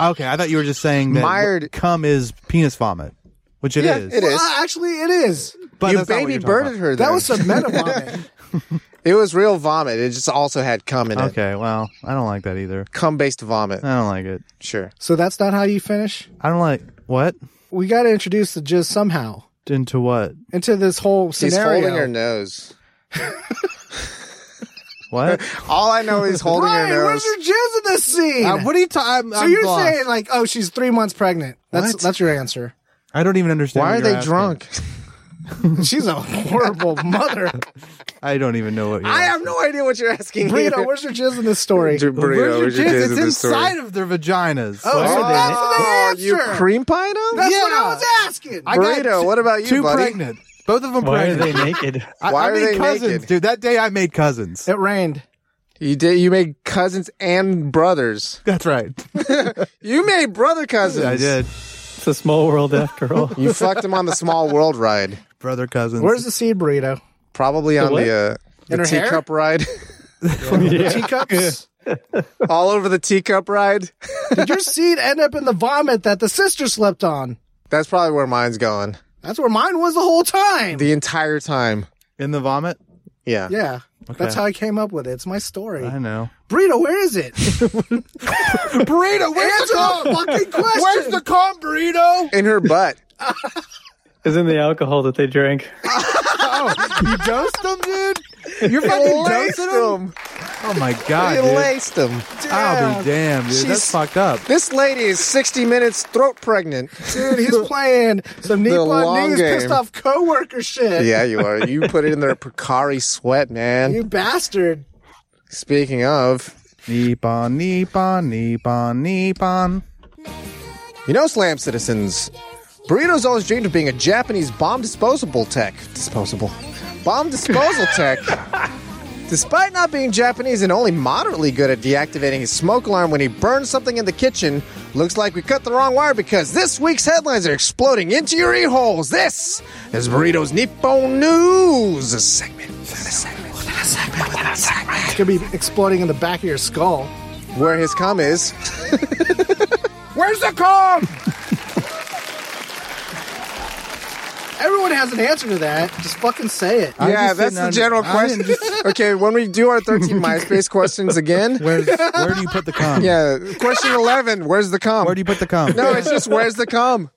Speaker 5: okay, I thought you were just saying that
Speaker 4: Mired-
Speaker 5: cum is penis vomit, which it is.
Speaker 4: Yeah, it is.
Speaker 6: Well, actually, it is.
Speaker 5: But
Speaker 4: you
Speaker 5: that's not what
Speaker 4: baby
Speaker 5: you're talking
Speaker 4: birded her. There.
Speaker 6: That was some meta vomit.
Speaker 4: It was real vomit. It just also had cum in
Speaker 5: about.
Speaker 4: it.
Speaker 5: Okay, well, I don't like that either.
Speaker 4: Cum based vomit.
Speaker 5: I don't like it.
Speaker 4: Sure.
Speaker 6: So that's not how you finish.
Speaker 5: I don't like what
Speaker 6: We got to introduce the jizz somehow
Speaker 5: into what
Speaker 6: into this whole
Speaker 4: She's
Speaker 6: scenario.
Speaker 4: holding her nose.
Speaker 5: what.
Speaker 4: All I know is holding
Speaker 6: Brian,
Speaker 4: her
Speaker 6: where's
Speaker 4: nose.
Speaker 6: your jizz in this scene?
Speaker 5: Uh, what are you talking?
Speaker 6: so you're saying like, oh, she's three months pregnant. That's
Speaker 4: What?
Speaker 6: that's your answer.
Speaker 5: I don't even understand.
Speaker 4: Why
Speaker 5: what
Speaker 4: are
Speaker 5: you're
Speaker 4: they
Speaker 5: asking.
Speaker 4: drunk?
Speaker 6: She's a horrible mother.
Speaker 5: I don't even know what you're.
Speaker 4: I have no idea what you're asking.
Speaker 6: Burrito,
Speaker 4: here.
Speaker 6: where's your jizz in this story?
Speaker 4: Dude, Burrito,
Speaker 5: Where's
Speaker 4: where's
Speaker 5: your jizz? It's
Speaker 4: in this story?
Speaker 5: inside of their vaginas.
Speaker 6: Oh, so that's the
Speaker 4: Oh, you
Speaker 6: answer.
Speaker 4: cream pie them?
Speaker 6: that's
Speaker 5: yeah.
Speaker 6: what I was asking.
Speaker 5: I got
Speaker 4: Burrito, what about you,
Speaker 5: two
Speaker 4: buddy?
Speaker 5: pregnant. Both of them
Speaker 7: Why are
Speaker 5: pregnant.
Speaker 7: they naked?
Speaker 5: I,
Speaker 4: Why
Speaker 5: I
Speaker 4: are
Speaker 5: made
Speaker 4: they
Speaker 5: cousins,
Speaker 4: naked?
Speaker 5: dude. That day I made cousins.
Speaker 6: it rained.
Speaker 4: You did. You made cousins and brothers.
Speaker 5: That's right.
Speaker 4: You made brother cousins.
Speaker 5: I did.
Speaker 7: It's a small world after all.
Speaker 4: You fucked them on the small world ride.
Speaker 5: Brother cousins.
Speaker 6: Where's the seed burrito?
Speaker 4: Probably on
Speaker 7: what?
Speaker 4: the, uh, the
Speaker 6: In her hair?
Speaker 4: teacup ride.
Speaker 6: Teacups.
Speaker 4: All over the teacup ride.
Speaker 6: Did your seed end up in the vomit that the sister slept on?
Speaker 4: That's probably where mine's going.
Speaker 6: That's where mine was the whole time.
Speaker 4: The entire time.
Speaker 5: in the vomit?
Speaker 4: Yeah.
Speaker 6: yeah. That's how I came up with it. It's my story.
Speaker 5: I know.
Speaker 6: Burrito, where is it?
Speaker 5: Burrito,
Speaker 6: Answer the fucking question.
Speaker 5: corn burrito?
Speaker 4: In her butt.
Speaker 7: It's in the alcohol that they drank.
Speaker 5: You dosed them, dude. You're fucking
Speaker 4: laced
Speaker 5: dosing them.
Speaker 4: them.
Speaker 5: Oh my
Speaker 4: They
Speaker 5: god, dude.
Speaker 4: laced them.
Speaker 5: I'll be damned, dude.
Speaker 4: She's-
Speaker 5: That's fucked up.
Speaker 4: This lady is 60 minutes throat pregnant.
Speaker 6: Dude, he's playing some knee
Speaker 4: long
Speaker 6: on knees,
Speaker 4: game.
Speaker 6: pissed off coworker shit.
Speaker 4: yeah, you are. You put it in their precari sweat, man.
Speaker 6: You bastard.
Speaker 4: Speaking of,
Speaker 5: Nippon, Nippon, Nippon, Nippon.
Speaker 4: You know, Slam Citizens, Burrito's always dreamed of being a Japanese bomb disposable tech. Disposable. Bomb disposal tech. Despite not being Japanese and only moderately good at deactivating his smoke alarm when he burns something in the kitchen, looks like we cut the wrong wire because this week's headlines are exploding into your ear holes. This is Burrito's Nippon News a segment. A segment. A segment. A segment.
Speaker 6: Could be exploding in the back of your skull.
Speaker 4: Where his cum is.
Speaker 6: Where's the comb? Everyone has an answer to that. Just fucking say it.
Speaker 5: I'm
Speaker 4: yeah,
Speaker 5: just
Speaker 4: that's
Speaker 5: sitting
Speaker 4: the
Speaker 5: on-
Speaker 4: general
Speaker 5: I didn't
Speaker 4: question. okay, when we do our 13 MySpace questions again,
Speaker 5: Where's, where do you put the cum?
Speaker 4: yeah, question 11, where's the cum?
Speaker 5: Where do you put the cum?
Speaker 4: no, it's just where's the cum?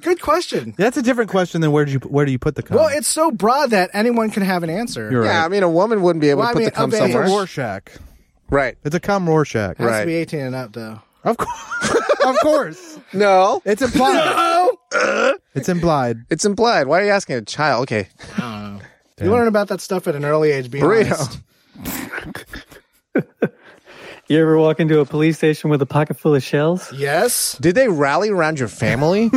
Speaker 6: Good question.
Speaker 5: That's a different question than where do you where do you put the cum?
Speaker 6: Well, it's so broad that anyone can have an answer.
Speaker 5: You're
Speaker 4: Yeah, I
Speaker 5: right.
Speaker 4: mean, a woman wouldn't be able
Speaker 6: Well,
Speaker 4: to
Speaker 6: I
Speaker 4: put
Speaker 6: mean,
Speaker 4: the cum
Speaker 6: a baby-
Speaker 4: somewhere.
Speaker 5: It's a Rorschach.
Speaker 4: Right.
Speaker 5: It's a cum Rorschach.
Speaker 6: it has to be
Speaker 4: right.
Speaker 6: 18 and up, though.
Speaker 5: Of course. of course.
Speaker 4: No,
Speaker 5: It's implied. It's implied.
Speaker 4: it's implied. Why are you asking a child? Okay,
Speaker 6: You learn about that stuff at an early age, be honest.
Speaker 4: burrito.
Speaker 7: You ever walk into a police station with a pocket full of shells?
Speaker 6: Yes.
Speaker 4: Did they rally around your family?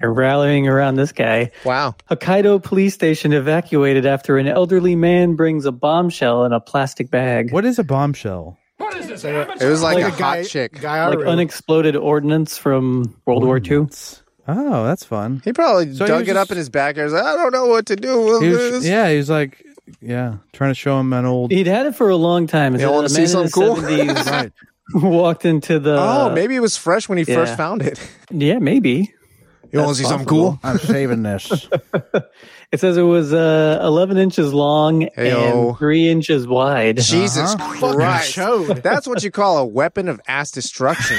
Speaker 7: You're rallying around this guy.
Speaker 4: wow.
Speaker 7: Hokkaido police station evacuated after an elderly man brings a bombshell in a plastic bag.
Speaker 5: What is a bombshell?
Speaker 4: It was like, a,
Speaker 6: guy,
Speaker 4: hot chick.
Speaker 6: Guy
Speaker 7: Like unexploded ordnance from World War II.
Speaker 5: Oh, that's fun.
Speaker 4: he probably
Speaker 5: So he
Speaker 4: dug
Speaker 5: was
Speaker 4: it up
Speaker 5: just-
Speaker 4: in his backyard. He's like, I don't know what to do with
Speaker 5: He
Speaker 4: this.
Speaker 5: was, yeah, he was like, yeah, trying to show him an old.
Speaker 7: He'd had it for a long time.
Speaker 4: You wanna
Speaker 7: a
Speaker 4: see
Speaker 7: man in
Speaker 4: something cool?
Speaker 7: his 70s walked into the.
Speaker 5: Uh,
Speaker 4: Oh, maybe it was fresh when he first
Speaker 7: yeah.
Speaker 4: found it.
Speaker 7: Yeah, maybe.
Speaker 4: You want to see something cool?
Speaker 5: I'm saving this.
Speaker 7: It says it was uh, 11 inches long
Speaker 4: Heyo.
Speaker 7: and three inches wide.
Speaker 4: Jesus Christ.
Speaker 6: showed.
Speaker 4: That's what you call a weapon of ass destruction.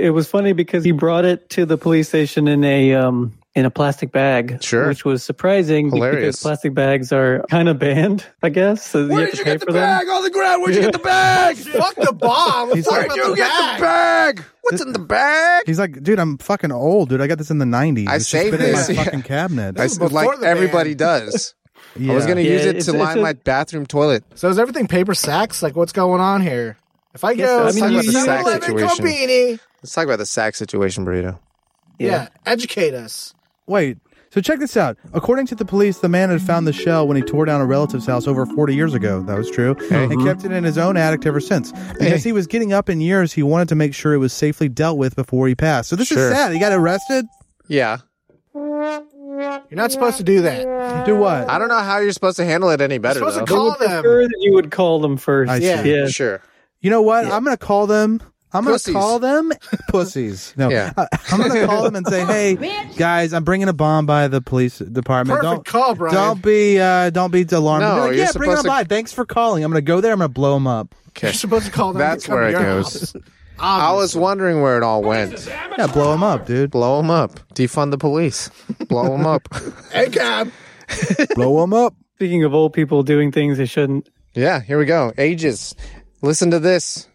Speaker 7: It was funny because he brought it to the police station in a um, in a plastic bag.
Speaker 4: Sure.
Speaker 7: Which was surprising
Speaker 4: Hilarious.
Speaker 7: because plastic bags are kind of banned, I guess. So you
Speaker 1: Where
Speaker 7: have
Speaker 1: did
Speaker 7: to
Speaker 1: you
Speaker 7: pay
Speaker 1: get the
Speaker 7: for them.
Speaker 1: bag on the ground? Where'd you get the bag?
Speaker 6: Fuck the bomb. Let's talk
Speaker 1: Where'd
Speaker 6: about
Speaker 1: you
Speaker 6: the
Speaker 1: get
Speaker 6: bag.
Speaker 1: the bag? What's in the bag?
Speaker 5: He's like, dude, I'm fucking old, dude. I got this in the 90s.
Speaker 4: I
Speaker 5: It's just
Speaker 4: saved
Speaker 5: been in my
Speaker 4: this. Yeah.
Speaker 5: fucking cabinet.
Speaker 4: I,
Speaker 6: was
Speaker 4: s- like
Speaker 6: before the
Speaker 4: everybody does. I was
Speaker 5: Yeah.
Speaker 4: going to
Speaker 7: Yeah,
Speaker 4: use it
Speaker 7: it's-
Speaker 4: to
Speaker 7: it's
Speaker 4: line
Speaker 7: a-
Speaker 4: my bathroom toilet.
Speaker 6: So is everything paper sacks? Like what's going on here? If I go,
Speaker 7: Yes, I mean,
Speaker 6: to
Speaker 7: you- you-
Speaker 4: sack
Speaker 6: 7-Eleven
Speaker 4: situation.
Speaker 6: Combini,
Speaker 4: Let's talk about the sack situation, burrito.
Speaker 6: yeah.
Speaker 7: Yeah.
Speaker 6: educate us.
Speaker 5: Wait. So check this out. According to the police, the man had found the shell when he tore down a relative's house over 40 years ago. That was true.
Speaker 4: Mm-hmm.
Speaker 5: And kept it in his own attic ever since. Because he was getting up in years, he wanted to make sure it was safely dealt with before he passed. So this
Speaker 4: Sure.
Speaker 5: is sad. He got arrested?
Speaker 4: Yeah.
Speaker 6: You're not supposed to do that. You're
Speaker 5: Do what?
Speaker 4: I don't know how you're supposed to handle it any better,
Speaker 6: supposed
Speaker 4: though.
Speaker 6: to call them.
Speaker 7: Sure that you would call them first.
Speaker 5: I see.
Speaker 7: yeah.
Speaker 4: sure.
Speaker 5: You know what? I'm going to call them. I'm going to
Speaker 4: Pussies.
Speaker 5: call them pussies. No.
Speaker 4: Yeah.
Speaker 5: I, am going to call them and say, "Hey, guys, I'm bringing a bomb by the police department.
Speaker 6: Perfect
Speaker 5: Don't
Speaker 6: call, Brian.
Speaker 5: Don't be uh don't be alarmed.
Speaker 4: No,
Speaker 5: Be like,
Speaker 4: you're
Speaker 5: yeah, bring
Speaker 4: supposed
Speaker 5: them
Speaker 4: to-
Speaker 5: by. Thanks for calling. I'm going to go there. I'm going to blow them up."
Speaker 4: Okay.
Speaker 6: You're supposed to call them.
Speaker 4: That's
Speaker 6: to come
Speaker 4: where
Speaker 6: to
Speaker 4: it
Speaker 6: your
Speaker 4: goes.
Speaker 6: house.
Speaker 4: I was wondering where it all went.
Speaker 5: Yeah, blow them up, dude.
Speaker 4: Blow them up. Defund the police. Blow them up.
Speaker 6: Hey, cab.
Speaker 5: blow them up.
Speaker 7: Speaking of old people doing things they shouldn't,
Speaker 4: Yeah, here we go. Ages. Listen to this.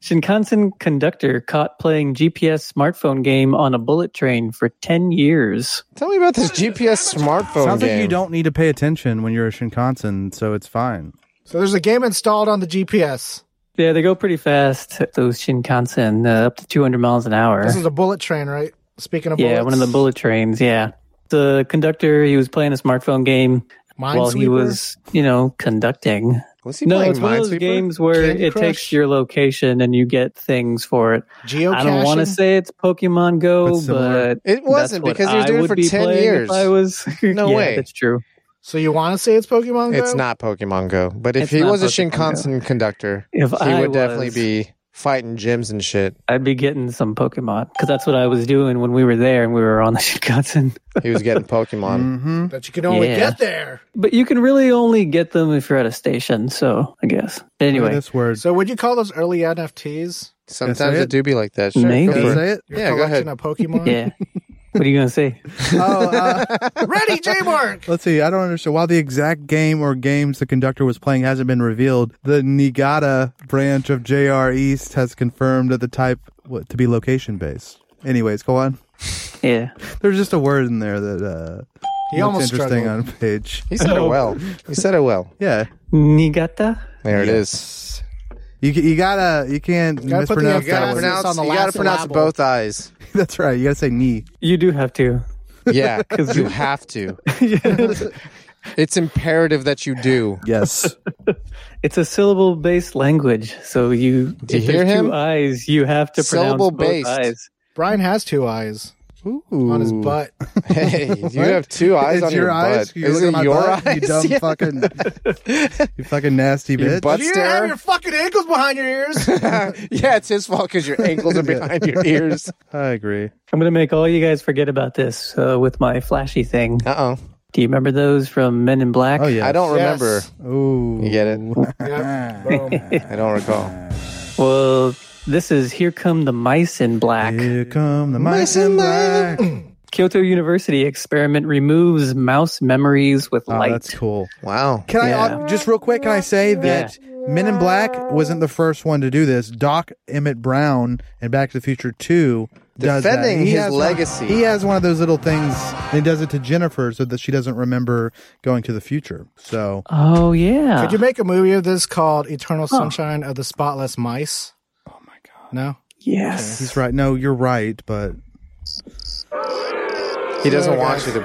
Speaker 7: Shinkansen conductor caught playing GPS smartphone game on a bullet train for 10 years.
Speaker 4: Tell me about this GPS smartphone
Speaker 5: Sounds
Speaker 4: game.
Speaker 5: like you don't need to pay attention when you're a Shinkansen, so it's fine.
Speaker 6: So there's a game installed on the GPS.
Speaker 7: Yeah, they go pretty fast, those Shinkansen, uh, up to 200 miles an hour.
Speaker 4: Eh.
Speaker 6: This is a bullet train, right? Speaking of
Speaker 7: Yeah,
Speaker 6: bullets,
Speaker 7: one of the bullet trains. Yeah. The conductor, he was playing a smartphone game while he
Speaker 6: Minesweeper?
Speaker 7: was, you know, conducting.
Speaker 4: Was he
Speaker 7: no,
Speaker 4: playing
Speaker 7: it's one of those
Speaker 4: Minesweeper?
Speaker 7: games where
Speaker 6: Candy
Speaker 7: it
Speaker 6: Crush?
Speaker 7: takes your location and you get things for it. I don't want to
Speaker 6: Geocaching?
Speaker 7: say it's Pokemon
Speaker 5: But
Speaker 7: Go,
Speaker 5: similar.
Speaker 7: but,
Speaker 4: It wasn't,
Speaker 7: that's what
Speaker 4: because he was
Speaker 7: I
Speaker 4: doing it
Speaker 7: would
Speaker 4: for
Speaker 7: be
Speaker 4: 10
Speaker 7: playing
Speaker 4: years.
Speaker 7: If I was,
Speaker 4: No
Speaker 7: Yeah,
Speaker 4: way.
Speaker 7: That's true.
Speaker 6: So you want to say it's Pokemon Go?
Speaker 4: It's not Pokemon Go. But if
Speaker 7: It's
Speaker 4: he
Speaker 7: not
Speaker 4: was a
Speaker 7: Pokemon Go.
Speaker 4: Shinkansen conductor,
Speaker 7: If
Speaker 4: he
Speaker 7: I
Speaker 4: would definitely
Speaker 7: was-
Speaker 4: be fighting gyms and shit.
Speaker 7: I'd be getting some Pokemon because that's what I was doing when we were there and we were on the Shinkansen.
Speaker 4: He was getting Pokemon.
Speaker 5: Mm-hmm.
Speaker 6: That you can only
Speaker 7: Yeah.
Speaker 6: get there.
Speaker 7: but you can really only get them if you're at a station. So I guess. Anyway,
Speaker 5: this word.
Speaker 6: So would you call those early NFTs?
Speaker 4: Sometimes
Speaker 5: it?
Speaker 4: it do be like that. Sure, go
Speaker 7: Maybe.
Speaker 4: for it.
Speaker 5: Say it.
Speaker 6: Your
Speaker 4: Yeah, go ahead.
Speaker 6: collection of Pokemon?
Speaker 7: yeah. What are you gonna say?
Speaker 5: Oh, uh,
Speaker 6: Ready, J Mark!
Speaker 5: let's see. I don't understand. While the exact game or games the conductor was playing hasn't been revealed, the Niigata branch of JR East has confirmed that the type what, to be location based. Anyways, go on.
Speaker 7: Yeah.
Speaker 5: There's just a word in there that uh,
Speaker 6: He
Speaker 5: looks
Speaker 6: almost
Speaker 5: interesting
Speaker 6: struggled.
Speaker 5: on a page.
Speaker 4: He said it well. He said it well.
Speaker 5: Yeah,
Speaker 7: Niigata?
Speaker 4: There it is.
Speaker 5: you you gotta you can't
Speaker 6: Gotta put the
Speaker 5: mispronounce
Speaker 4: You gotta
Speaker 6: emphasis
Speaker 5: that word.
Speaker 6: Emphasis on
Speaker 4: pronounce,
Speaker 6: the
Speaker 4: you gotta
Speaker 6: last
Speaker 4: pronounce
Speaker 6: syllable.
Speaker 4: both eyes.
Speaker 5: That's right. You gotta say knee.
Speaker 7: You do have to.
Speaker 4: Yeah, you have to. It's imperative that you do.
Speaker 5: Yes.
Speaker 7: It's a syllable based language. So you,
Speaker 4: Do you
Speaker 7: if
Speaker 4: hear
Speaker 7: there's
Speaker 4: him?
Speaker 7: two eyes, you have to pronounce both
Speaker 4: Syllable-based.
Speaker 7: eyes.
Speaker 6: Brian has two eyes on his butt.
Speaker 4: Hey, you have two eyes
Speaker 5: it's
Speaker 4: on
Speaker 5: your,
Speaker 4: your,
Speaker 5: eyes.
Speaker 4: butt.
Speaker 5: You
Speaker 4: Is
Speaker 5: look at
Speaker 4: it
Speaker 5: my
Speaker 4: your
Speaker 5: butt,
Speaker 4: eyes?
Speaker 5: You dumb
Speaker 4: Yeah.
Speaker 5: fucking. You fucking nasty bitch.
Speaker 4: butt-
Speaker 6: Do you have
Speaker 4: stare.
Speaker 6: your fucking ankles behind your ears?
Speaker 4: yeah, it's his fault because your ankles are behind your ears.
Speaker 5: I agree.
Speaker 7: I'm going to make all you guys forget about this uh, with my flashy thing.
Speaker 4: Uh oh.
Speaker 7: Do you remember those from Men in Black?
Speaker 5: Oh yeah.
Speaker 4: I don't remember.
Speaker 6: Yes.
Speaker 5: Ooh.
Speaker 4: You get it?
Speaker 6: Yep. Boom.
Speaker 4: I don't recall.
Speaker 7: Well, this is Here Come the Mice in Black.
Speaker 5: Here come the mice in black. Oh,
Speaker 7: Kyoto University experiment removes mouse memories with
Speaker 4: Oh,
Speaker 7: light.
Speaker 5: Oh, that's cool.
Speaker 4: Wow.
Speaker 5: Can I
Speaker 7: Yeah.
Speaker 5: uh, just real quick? Can I say that Men in Black wasn't the first one to do this? Doc Emmett Brown in Back to the Future Two does that.
Speaker 4: Defending
Speaker 5: He
Speaker 4: his
Speaker 5: has one-
Speaker 4: legacy.
Speaker 5: he has one of those little things, and he does it to Jennifer so that she doesn't remember going to the future. So,
Speaker 7: Oh, yeah.
Speaker 6: Could you make a movie of this called Eternal Sunshine of the Spotless Mice? Oh my god. No?
Speaker 7: yes.
Speaker 5: he's right. No, you're right, but
Speaker 4: He doesn't want you to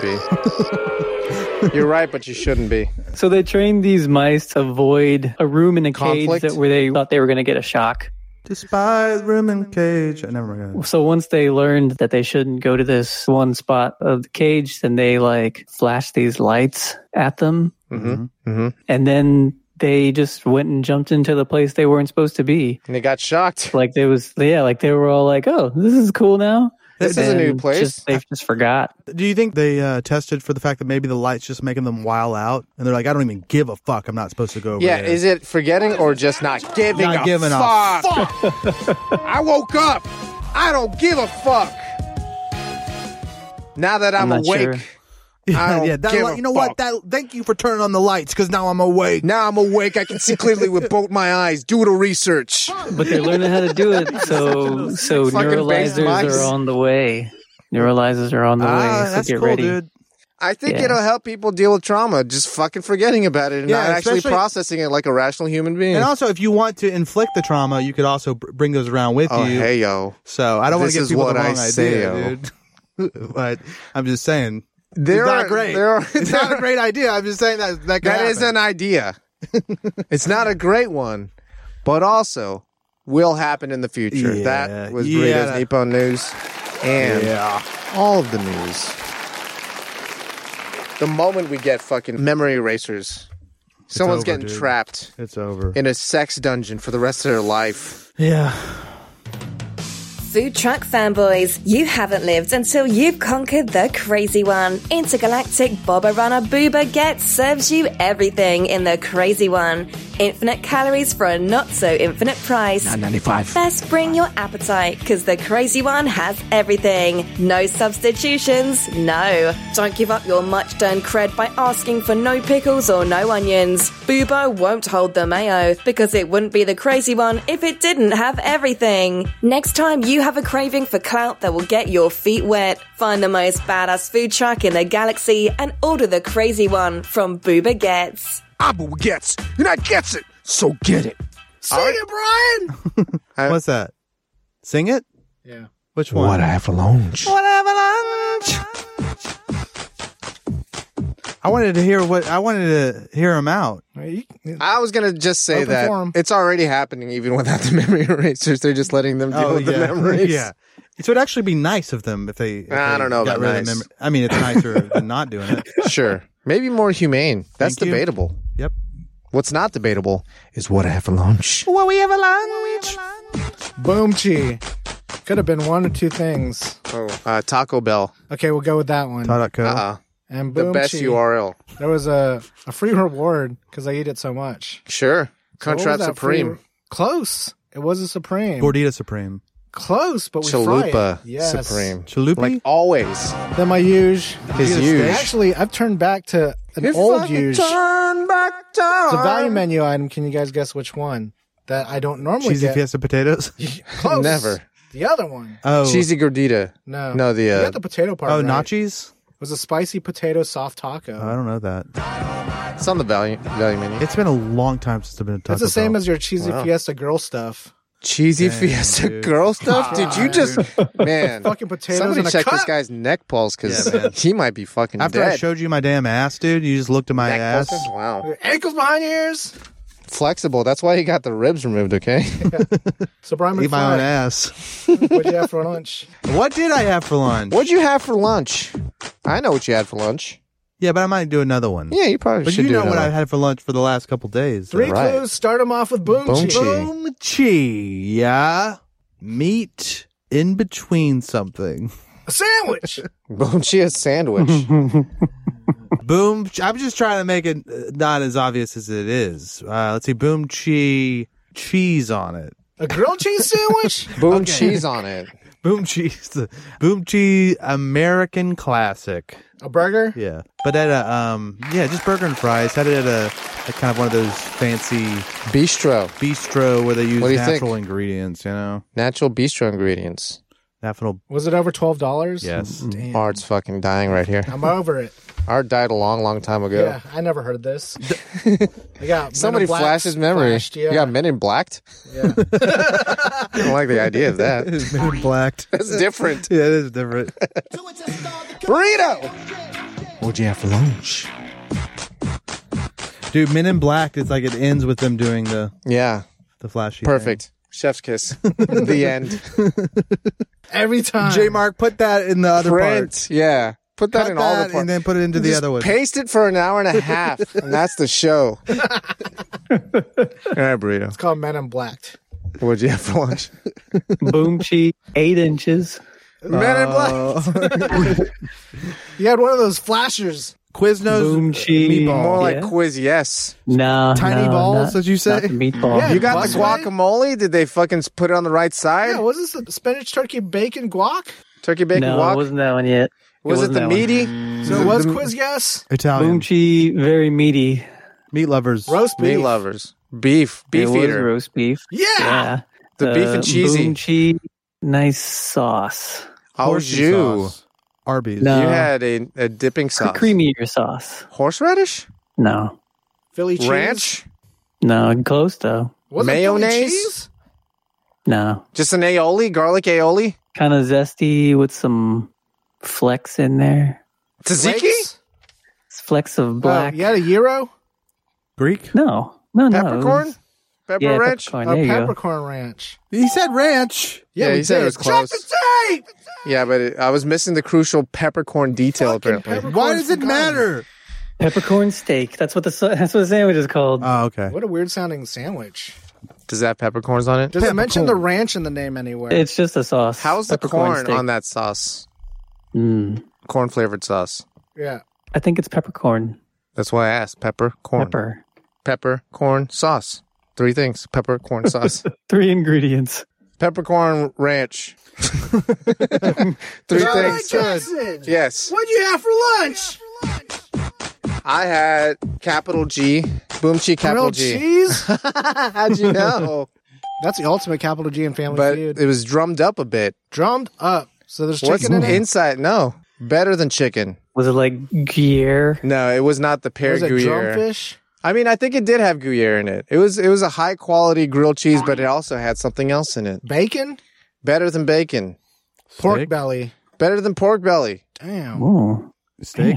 Speaker 4: be. You're right, but you shouldn't be.
Speaker 7: So they trained these mice to avoid a room in a
Speaker 4: Conflict?
Speaker 7: cage that where they thought they were going to get a shock.
Speaker 5: despise room and cage. I never mind.
Speaker 7: So once they learned that they shouldn't go to this one spot of the cage, then they like flashed these lights at them,
Speaker 4: Mm-hmm. Mm-hmm.
Speaker 7: and then they just went and jumped into the place they weren't supposed to be.
Speaker 4: And he got shocked.
Speaker 7: Like they was yeah, like they were all like, "Oh, this is cool now."
Speaker 4: This is a new
Speaker 7: And
Speaker 4: place.
Speaker 7: Just, they just forgot.
Speaker 5: Do you think they uh, tested for the fact that maybe the lights just making them wild out, and they're like, I don't even give a fuck. I'm not supposed to go over
Speaker 4: Yeah,
Speaker 5: there.
Speaker 4: is it forgetting or just not giving
Speaker 5: Not
Speaker 4: a
Speaker 5: giving a
Speaker 4: fuck? I woke up. I don't give a fuck. Now that I'm,
Speaker 7: I'm not
Speaker 4: awake,
Speaker 7: sure.
Speaker 4: I don't
Speaker 5: yeah, that
Speaker 4: give
Speaker 5: li-
Speaker 4: a
Speaker 5: you know
Speaker 4: fuck.
Speaker 5: what? That thank you for turning on the lights because now I'm awake.
Speaker 4: now I'm awake. I can see clearly with both my eyes. Do the research.
Speaker 7: but they're learning how to do it. So so
Speaker 4: Fucking based
Speaker 7: neuralizers
Speaker 4: mice.
Speaker 7: are on the way. Neuralizers are on the
Speaker 5: Ah,
Speaker 7: way. So
Speaker 5: that's
Speaker 7: get
Speaker 5: cool,
Speaker 7: ready.
Speaker 5: dude.
Speaker 4: I think
Speaker 7: Yeah.
Speaker 4: it'll help people deal with trauma. Just fucking forgetting about it and
Speaker 5: Yeah,
Speaker 4: not actually
Speaker 5: especially-
Speaker 4: processing it like a rational human being.
Speaker 5: And also, if you want to inflict the trauma, you could also br- bring those around with
Speaker 4: oh,
Speaker 5: you.
Speaker 4: hey yo.
Speaker 5: So I don't
Speaker 4: This
Speaker 5: want to give
Speaker 4: is
Speaker 5: people
Speaker 4: what
Speaker 5: the
Speaker 4: I
Speaker 5: wrong
Speaker 4: say, yo.
Speaker 5: idea, dude. but I'm just saying,
Speaker 4: There
Speaker 5: it's not
Speaker 4: are-
Speaker 5: great.
Speaker 4: There are,
Speaker 5: it's not a great idea. I'm just saying that that, could
Speaker 4: That is
Speaker 5: happen.
Speaker 4: an idea. it's not a great one, but also will happen in the future.
Speaker 5: Yeah,
Speaker 4: that was
Speaker 5: yeah.
Speaker 4: Burritos Nippon News and all of the news. The moment we get fucking memory erasers, someone's
Speaker 5: over,
Speaker 4: getting
Speaker 5: dude.
Speaker 4: trapped
Speaker 5: It's over.
Speaker 4: in a sex dungeon for the rest of their life.
Speaker 5: Yeah.
Speaker 3: Food truck fanboys, you haven't lived until you've conquered the crazy one. Intergalactic Boba Runner Booba Get serves you everything in the crazy one. Infinite calories for a not so infinite price.
Speaker 1: 995.
Speaker 3: Best bring your appetite, because the crazy one has everything. No substitutions, no. Don't give up your much done cred by asking for no pickles or no onions. Boobo won't hold the mayo, because it wouldn't be the crazy one if it didn't have everything. Next time you have a craving for clout that will get your feet wet, find the most badass food truck in the galaxy and order the crazy one from Booba Gets.
Speaker 1: Abu gets, and I gets it, so get it.
Speaker 6: Sing it, Brian.
Speaker 4: Uh,
Speaker 5: What's that? Sing it.
Speaker 6: Yeah.
Speaker 5: Which one?
Speaker 1: What I have lunch.
Speaker 5: I wanted to hear what I wanted to hear him out.
Speaker 6: Hey, you-
Speaker 4: I was gonna just say
Speaker 6: Open
Speaker 4: that
Speaker 6: forum.
Speaker 4: it's already happening, even without the memory erasers. They're just letting them deal with Oh, the memories.
Speaker 5: Oh, yeah. So it'd actually be nice of them if they. If
Speaker 4: I
Speaker 5: they
Speaker 4: don't know
Speaker 5: got
Speaker 4: about
Speaker 5: rid of the
Speaker 4: nice.
Speaker 5: memory- I mean, it's nicer than not doing it.
Speaker 4: sure. Maybe more humane. That's
Speaker 5: Thank you.
Speaker 4: debatable.
Speaker 5: Yep.
Speaker 4: What's not debatable is what I have for lunch.
Speaker 5: Well, we have a lunch.
Speaker 6: Boom chi. Could have been one or two things.
Speaker 4: Oh, uh, Taco Bell.
Speaker 6: Okay, we'll go with that one.
Speaker 5: Co.
Speaker 4: Uh-uh.
Speaker 6: And
Speaker 4: The
Speaker 6: boom
Speaker 4: best
Speaker 6: chi.
Speaker 4: URL.
Speaker 6: There was a, a free reward because I eat it so much.
Speaker 4: Sure.
Speaker 6: What was
Speaker 4: Contrap
Speaker 6: that free
Speaker 4: Supreme.
Speaker 6: re- Close. It was a supreme.
Speaker 5: Gordita Supreme.
Speaker 6: Close, but we fry
Speaker 4: Chalupa
Speaker 6: it. Yes.
Speaker 4: Supreme.
Speaker 5: Chalupi.
Speaker 4: Like always.
Speaker 6: Then my huge.
Speaker 4: His huge.
Speaker 6: Actually, I've turned back to an old huge. It's
Speaker 4: Turn back time.
Speaker 6: a value menu item. Can you guys guess which one that I don't normally
Speaker 5: Cheesy
Speaker 6: get?
Speaker 5: Fiesta potatoes.
Speaker 6: Close.
Speaker 4: Never.
Speaker 6: The other one.
Speaker 5: Oh,
Speaker 4: Cheesy gordita.
Speaker 6: No.
Speaker 4: No, the,
Speaker 6: You
Speaker 4: uh,
Speaker 6: got the potato part.
Speaker 5: oh,
Speaker 6: right.
Speaker 5: nachos.
Speaker 6: It was a spicy potato soft taco.
Speaker 4: Oh,
Speaker 5: I don't know that.
Speaker 4: It's on the value value menu.
Speaker 5: It's been a long time since I've been to Taco
Speaker 6: That's the same
Speaker 5: Bell.
Speaker 6: as your cheesy fiesta girl stuff.
Speaker 4: Cheesy Fiesta girl stuff? Did you just man?
Speaker 6: Fucking potatoes
Speaker 4: Somebody
Speaker 6: in a
Speaker 4: check this
Speaker 6: cup.
Speaker 4: guy's neck pulse because
Speaker 5: Yeah, man.
Speaker 4: he might be fucking
Speaker 5: After
Speaker 4: dead.
Speaker 5: I showed you my damn ass, dude, you just looked at my
Speaker 4: neck
Speaker 5: ass.
Speaker 4: pulses? Wow,
Speaker 6: Your ankles behind your ears.
Speaker 4: flexible. That's why he got the ribs removed. Okay.
Speaker 6: So Brian
Speaker 5: Eat my
Speaker 6: McFly,
Speaker 5: own ass.
Speaker 6: what'd you have for lunch?
Speaker 5: What did I have for lunch?
Speaker 4: What'd you have for lunch? I know what you had for lunch.
Speaker 5: Yeah, but I might do another one.
Speaker 4: Yeah, you probably
Speaker 5: but
Speaker 4: should
Speaker 5: you
Speaker 4: do
Speaker 5: know what
Speaker 4: another.
Speaker 5: I've had for lunch for the last couple days.
Speaker 6: Three
Speaker 4: Right.
Speaker 6: clues. Start them off with boom,
Speaker 4: Boom
Speaker 6: cheese.
Speaker 4: chi.
Speaker 5: Boom chi, yeah. Meat in between something.
Speaker 6: A sandwich.
Speaker 4: Boom chia sandwich.
Speaker 5: Boom. chi- I'm just trying to make it uh, not as obvious as it is. Uh, let's see. Boom chi cheese on it.
Speaker 6: a grilled cheese sandwich.
Speaker 4: Boom cheese on it.
Speaker 5: Boom cheese. Boom cheese American classic.
Speaker 6: A burger.
Speaker 5: Yeah, but at a um, yeah, just burger and fries. Had it at a, a kind of one of those fancy
Speaker 4: Bistro.
Speaker 5: bistro where they use
Speaker 4: What do you
Speaker 5: natural
Speaker 4: think?
Speaker 5: ingredients. You know,
Speaker 4: Natural bistro ingredients.
Speaker 5: natural. Mm,
Speaker 6: Was it over twelve dollars?
Speaker 5: Yes.
Speaker 4: Art's fucking dying right here.
Speaker 6: I'm over it.
Speaker 4: Art died a long, long time ago.
Speaker 6: Yeah, I never heard this. I got Men in
Speaker 4: Somebody
Speaker 6: Black
Speaker 4: flashes memory.
Speaker 6: flashed, yeah.
Speaker 4: You got men in blacked?
Speaker 6: Yeah.
Speaker 4: I don't like the idea of that.
Speaker 5: It's been blacked. yeah,
Speaker 4: It's different.
Speaker 5: it is different.
Speaker 4: Burrito!
Speaker 1: What'd you have for lunch?
Speaker 5: Dude, Men in Black. It's like it ends with them doing the
Speaker 4: Yeah,
Speaker 5: the flashy.
Speaker 4: perfect. Chef's kiss. the end.
Speaker 6: Every time.
Speaker 5: J Mark, put that in the other part.
Speaker 4: Print. Yeah. Put that
Speaker 5: Cut
Speaker 4: in all the
Speaker 5: that
Speaker 4: parts.
Speaker 5: and then put it into the
Speaker 4: Just
Speaker 5: other one.
Speaker 4: Paste it for an hour and a half, and that's the show. all right, burrito.
Speaker 6: It's called Men in Black.
Speaker 4: What'd you have for lunch?
Speaker 7: Boom chi, eight inches.
Speaker 4: Men in black.
Speaker 6: You had one of those flashers.
Speaker 5: Quiznos
Speaker 7: Boom chi.
Speaker 4: More like
Speaker 7: Yeah.
Speaker 4: quiz, yes.
Speaker 7: no,
Speaker 5: tiny
Speaker 7: no,
Speaker 5: balls,
Speaker 7: Not,
Speaker 5: as you
Speaker 7: not
Speaker 5: say.
Speaker 7: the meatball.
Speaker 6: Yeah,
Speaker 4: You got the
Speaker 6: Buzzway?
Speaker 4: guacamole? Did they fucking s- put it on the right side?
Speaker 6: Yeah, was this the spinach, turkey, bacon, guac?
Speaker 4: Turkey bacon
Speaker 7: no, it
Speaker 4: guac?
Speaker 7: wasn't that one yet.
Speaker 4: Was it,
Speaker 7: wasn't
Speaker 4: the
Speaker 7: that one.
Speaker 4: meaty?
Speaker 6: So it was quiz guess.
Speaker 5: Italian
Speaker 7: Boomchi, very meaty.
Speaker 5: meat lovers.
Speaker 6: Roast
Speaker 4: Meat
Speaker 6: beef.
Speaker 4: lovers. Beef. Beef
Speaker 7: it was
Speaker 4: eater.
Speaker 7: roast beef.
Speaker 6: Yeah.
Speaker 7: Yeah.
Speaker 4: The beef and cheesy.
Speaker 7: Boomchi, nice sauce.
Speaker 4: How was
Speaker 10: Horseshoe
Speaker 4: you?
Speaker 10: sauce.
Speaker 5: Arby's.
Speaker 7: No.
Speaker 4: You had a, a dipping sauce.
Speaker 7: Creamier sauce.
Speaker 4: Horseradish?
Speaker 7: No.
Speaker 6: Philly cheese.
Speaker 4: Ranch?
Speaker 7: No, close though.
Speaker 6: Was it Philly
Speaker 4: Mayonnaise?
Speaker 6: cheese?
Speaker 7: No.
Speaker 4: Just an aioli? Garlic aioli?
Speaker 7: Kind of zesty with some flecks in there.
Speaker 4: Tzatziki?
Speaker 6: Flakes?
Speaker 7: Flecks of
Speaker 6: Oh,
Speaker 7: black.
Speaker 6: you had a euro?
Speaker 5: Greek.
Speaker 7: No. No, no. it
Speaker 4: Peppercorn?
Speaker 7: was-
Speaker 4: Pepper
Speaker 7: Yeah,
Speaker 4: ranch? Uh,
Speaker 7: peppercorn.
Speaker 6: A
Speaker 7: there you go.
Speaker 6: peppercorn ranch.
Speaker 5: He said ranch.
Speaker 4: Yeah,
Speaker 6: we
Speaker 4: he said it
Speaker 6: did.
Speaker 4: was
Speaker 6: Check
Speaker 4: close.
Speaker 6: the tape!
Speaker 4: Yeah, but it, I was missing the crucial peppercorn detail
Speaker 6: Fucking
Speaker 4: apparently.
Speaker 6: pepper-
Speaker 5: Why does it
Speaker 6: forgotten.
Speaker 5: matter?
Speaker 7: Peppercorn steak. That's what the sa- that's what the sandwich is
Speaker 4: Uh,
Speaker 7: called.
Speaker 5: Oh, okay.
Speaker 6: What a weird sounding sandwich.
Speaker 4: Does that have peppercorns on it?
Speaker 6: Does it mention the
Speaker 5: Peppercorn.
Speaker 6: ranch in the name anywhere?
Speaker 7: it's just a sauce.
Speaker 4: How's the
Speaker 7: Peppercorn
Speaker 4: corn
Speaker 7: steak.
Speaker 4: on that sauce?
Speaker 7: Mm.
Speaker 4: Corn flavored sauce.
Speaker 6: yeah.
Speaker 7: I think it's peppercorn.
Speaker 4: That's why I asked. Pepper, corn.
Speaker 7: Pepper.
Speaker 4: Pepper, corn, sauce. Three things. Pepper, corn, sauce.
Speaker 7: Three ingredients.
Speaker 4: Peppercorn ranch. Three
Speaker 6: All right,
Speaker 4: things.
Speaker 6: Jackson.
Speaker 4: Yes.
Speaker 6: What'd you have for lunch?
Speaker 4: I had capital G, boom chi capital
Speaker 6: Grilled
Speaker 4: G.
Speaker 6: cheese?
Speaker 4: How'd you know?
Speaker 6: That's the ultimate capital G in Family
Speaker 4: but
Speaker 6: Feud.
Speaker 4: it was drummed up a bit.
Speaker 6: Drummed up. So there's
Speaker 4: What's
Speaker 6: chicken in it.
Speaker 4: inside? No, better than chicken.
Speaker 7: Was it like Gruyere?
Speaker 4: No, it was not the pear
Speaker 6: Was it
Speaker 4: Gruyere.
Speaker 6: drumfish?
Speaker 4: I mean, I think it did have Gruyere in it. It was it was a high quality grilled cheese, but it also had something else in it.
Speaker 6: Bacon?
Speaker 4: Better than bacon.
Speaker 6: Pork
Speaker 5: Steak?
Speaker 6: belly.
Speaker 4: Better than pork belly.
Speaker 6: Damn.
Speaker 7: Ooh.
Speaker 5: Steak.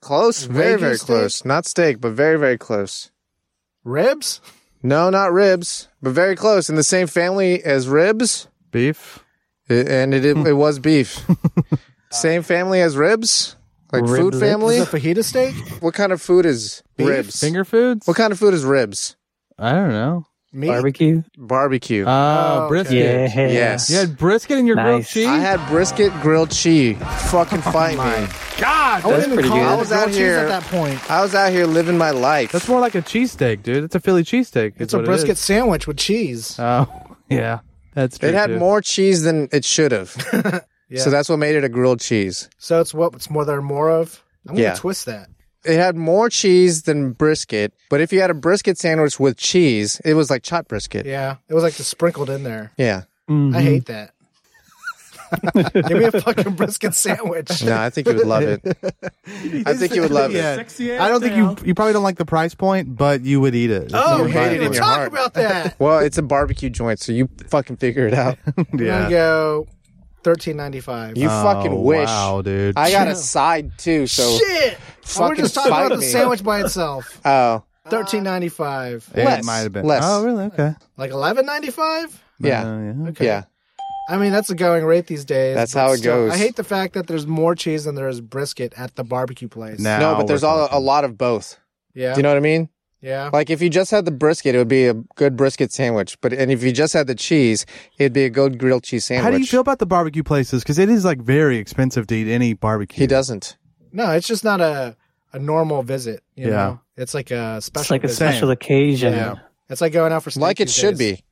Speaker 4: Close, very
Speaker 6: Wagyu
Speaker 4: very
Speaker 6: steak?
Speaker 4: close. Not steak, but very very close.
Speaker 6: Ribs?
Speaker 4: No, not ribs, but very close. In the same family as ribs,
Speaker 5: Beef.
Speaker 4: It- and it it, it was beef. Same family as ribs, like food
Speaker 7: Riblets?
Speaker 4: family.
Speaker 6: Is it fajita steak?
Speaker 4: What kind of food is ribs?
Speaker 5: Finger foods.
Speaker 4: What kind of food is ribs?
Speaker 5: I don't know.
Speaker 6: Meat?
Speaker 7: Barbecue?
Speaker 4: Barbecue.
Speaker 5: Oh,
Speaker 6: okay.
Speaker 5: brisket.
Speaker 7: Yeah.
Speaker 4: Yes.
Speaker 5: You had brisket in your grilled
Speaker 7: Nice.
Speaker 5: cheese.
Speaker 4: I had brisket grilled cheese. Fucking
Speaker 5: Oh
Speaker 4: fight me.
Speaker 6: I wouldn't even
Speaker 7: pretty
Speaker 6: call
Speaker 7: good.
Speaker 6: it
Speaker 7: I
Speaker 4: was
Speaker 6: grilled
Speaker 4: out
Speaker 6: cheese
Speaker 4: here-
Speaker 6: at that point.
Speaker 4: I was out here living my life.
Speaker 5: That's more like a cheesesteak, dude. It's a Philly cheesesteak.
Speaker 6: It's a brisket sandwich with cheese.
Speaker 5: Oh, yeah. That's true.
Speaker 4: it had
Speaker 5: too.
Speaker 4: more cheese than it should have. So that's what made it a grilled cheese.
Speaker 6: So it's what it's more there more of. I'm gonna
Speaker 4: Yeah.
Speaker 6: twist that.
Speaker 4: It had more cheese than brisket, but if you had a brisket sandwich with cheese, it was like chopped brisket.
Speaker 6: Yeah, it was like the sprinkled in there.
Speaker 4: Yeah.
Speaker 6: I hate that. Give me a fucking brisket sandwich.
Speaker 4: No, I think you would love it. I think you would love it.
Speaker 9: Sexy ass
Speaker 5: I don't think you you probably don't like the price point, but you would eat it.
Speaker 6: Oh,
Speaker 4: You
Speaker 6: how
Speaker 4: hate it
Speaker 6: do
Speaker 4: in
Speaker 6: we
Speaker 4: your
Speaker 6: talk
Speaker 4: heart.
Speaker 6: about that.
Speaker 4: Well, it's a barbecue joint, so you fucking figure it out.
Speaker 6: I'm gonna
Speaker 5: yeah.
Speaker 6: go thirteen ninety five.
Speaker 4: You
Speaker 5: Oh,
Speaker 4: fucking wish.
Speaker 5: Wow, dude.
Speaker 4: I got a side too, so
Speaker 6: Shit! We're
Speaker 4: fucking
Speaker 6: just talking
Speaker 4: fight
Speaker 6: about the
Speaker 4: me.
Speaker 6: sandwich by itself. Uh,
Speaker 4: Oh,
Speaker 6: Thirteen ninety five.
Speaker 5: It
Speaker 4: Less,
Speaker 5: might have been.
Speaker 4: less.
Speaker 5: Oh, really? Okay.
Speaker 6: Like eleven ninety five?
Speaker 4: yeah.
Speaker 5: Uh, yeah.
Speaker 6: Okay.
Speaker 4: Yeah.
Speaker 6: I mean that's a going rate these days.
Speaker 4: That's
Speaker 6: but
Speaker 4: how it
Speaker 6: still,
Speaker 4: goes.
Speaker 6: I hate the fact that there's more cheese than there is brisket at the barbecue place.
Speaker 5: Now
Speaker 4: No, but
Speaker 5: we're
Speaker 4: there's all, a
Speaker 5: talking.
Speaker 4: lot of both.
Speaker 6: Yeah.
Speaker 4: Do you know what I mean?
Speaker 6: yeah.
Speaker 4: Like if you just had the brisket, it would be a good brisket sandwich. But and if you just had the cheese, it'd be a good grilled cheese sandwich.
Speaker 5: How do you feel about the barbecue places? Because it is like very expensive to eat any barbecue.
Speaker 4: He doesn't.
Speaker 6: No, it's just not a a normal visit. You
Speaker 5: Yeah.
Speaker 6: know, it's like a special.
Speaker 7: It's like a
Speaker 6: visit.
Speaker 5: Same.
Speaker 7: special occasion.
Speaker 6: It's like going out for steak
Speaker 4: Like it
Speaker 6: these
Speaker 4: should
Speaker 6: days.
Speaker 4: be.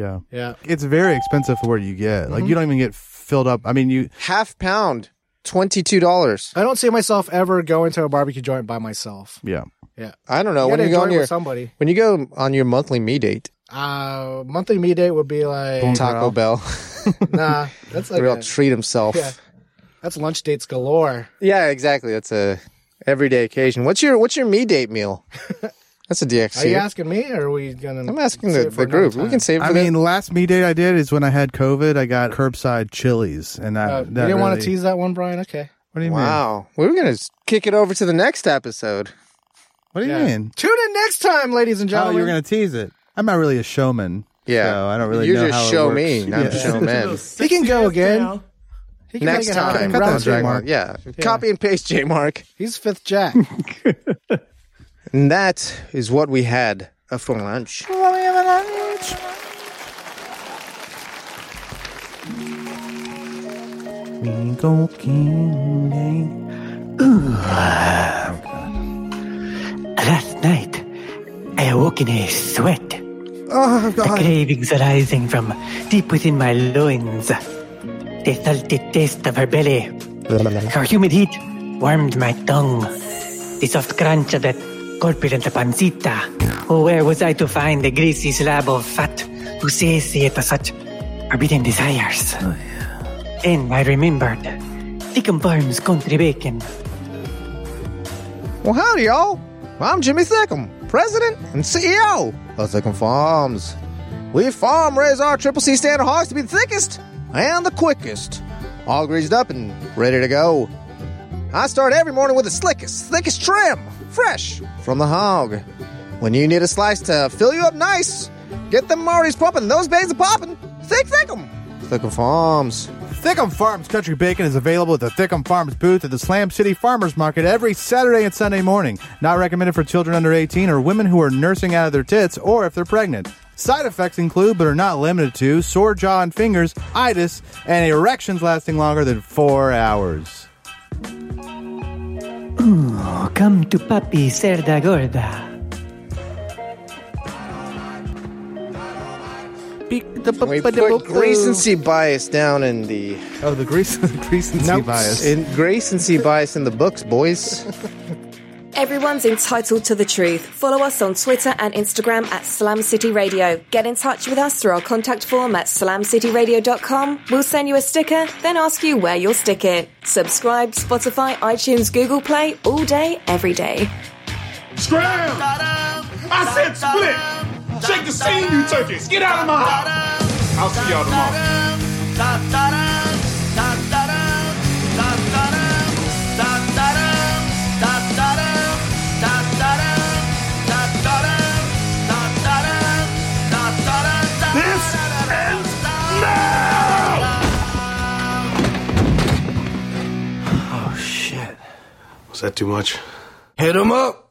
Speaker 5: Yeah.
Speaker 6: Yeah,
Speaker 5: It's very expensive for what you get. Like
Speaker 4: Mm-hmm.
Speaker 5: you don't even get filled up. I mean, you
Speaker 4: Half pound, twenty two dollars.
Speaker 6: I don't see myself ever going to a barbecue joint by myself.
Speaker 5: yeah.
Speaker 4: I don't know
Speaker 6: You
Speaker 4: when you
Speaker 6: gotta
Speaker 4: go
Speaker 6: enjoy
Speaker 4: on
Speaker 6: it
Speaker 4: your
Speaker 6: with somebody.
Speaker 4: when you go on your monthly me date.
Speaker 6: Uh, monthly me date would be like
Speaker 4: Taco Bell,
Speaker 6: nah. That's like
Speaker 4: real
Speaker 6: a-
Speaker 4: treat himself. Yeah.
Speaker 6: Yeah. that's lunch dates galore.
Speaker 4: exactly. That's a everyday occasion. What's your what's your me date meal? That's a
Speaker 6: Are
Speaker 4: DXC.
Speaker 6: you asking me, or are we gonna?
Speaker 4: I'm asking
Speaker 6: save
Speaker 4: the,
Speaker 6: it for
Speaker 4: the
Speaker 6: another
Speaker 4: group. We
Speaker 6: time?
Speaker 4: can save it
Speaker 5: I
Speaker 4: for
Speaker 5: mean, last me date I did is when I had COVID. I got curbside chilies, and I
Speaker 6: Uh,
Speaker 5: that
Speaker 6: you didn't want
Speaker 5: really-
Speaker 6: to tease that one, Brian. Okay.
Speaker 5: What do you
Speaker 4: the,
Speaker 5: mean?
Speaker 4: Wow. We were gonna s- kick it over to the next episode.
Speaker 5: What do you
Speaker 6: Yeah.
Speaker 5: mean?
Speaker 6: Tune in next time, ladies and
Speaker 5: Oh,
Speaker 6: gentlemen.
Speaker 5: you were gonna tease it. I'm not really a showman.
Speaker 4: Yeah.
Speaker 5: so I don't really
Speaker 4: You're
Speaker 5: know
Speaker 4: just
Speaker 5: how it
Speaker 4: show
Speaker 5: works.
Speaker 4: me, not
Speaker 5: Yeah.
Speaker 4: show men.
Speaker 6: He can go again. He can
Speaker 4: Next
Speaker 6: make it
Speaker 4: time,
Speaker 6: happen. Round
Speaker 4: on
Speaker 6: two,
Speaker 4: Dragon
Speaker 6: Mark.
Speaker 4: Ball. Yeah. copy and paste J Mark.
Speaker 6: He's fifth jack.
Speaker 4: And that is what we had uh, for lunch.
Speaker 7: Last night, I awoke in a sweat. The cravings arising from deep within my loins. The salty taste of her belly Your humid heat warmed my tongue. The soft crunch of that corpulent pancita. Oh, where was I to find the greasy slab of fat to satiate such forbidden desires? Then I remembered Deacon Barnes country bacon.
Speaker 4: Well, howdy, y'all. I'm Jimmy Thickum, president and CEO of Thickum Farms. We farm raise our Triple C standard hogs to be the thickest and the quickest, all greased up and ready to go. I start every morning with the slickest, thickest trim, fresh from the hog. When you need a slice to fill you up nice, get them Marty's pumping, those bays are popping. Thick Thickum. Thickum Farms.
Speaker 5: Thickum Farms Country Bacon is available at the Thickum Farms booth at the Slam City Farmers Market every Saturday and Sunday morning. Not recommended for children under 18 or women who are nursing out of their tits or if they're pregnant. Side effects include, but are not limited to, sore jaw and fingers, itis, and erections lasting longer than four hours.
Speaker 7: Oh, Come to Papi Cerda Gorda.
Speaker 4: We put gracency bias down in the
Speaker 5: Oh, the grease, greasency bias.
Speaker 4: in gracency bias in the books, boys.
Speaker 3: Everyone's entitled to the truth. Follow us on Twitter and Instagram at Slam City Radio. Get in touch with us through our contact form at slamcityradio.com. We'll send you a sticker, then ask you where you'll stick it. Subscribe, Spotify, iTunes, Google Play, all day, every day.
Speaker 2: Scram! I said split! Shake the scene, you turkeys! Get out of my house! I'll see y'all tomorrow. This ends now!
Speaker 11: Was that too much? Hit him up.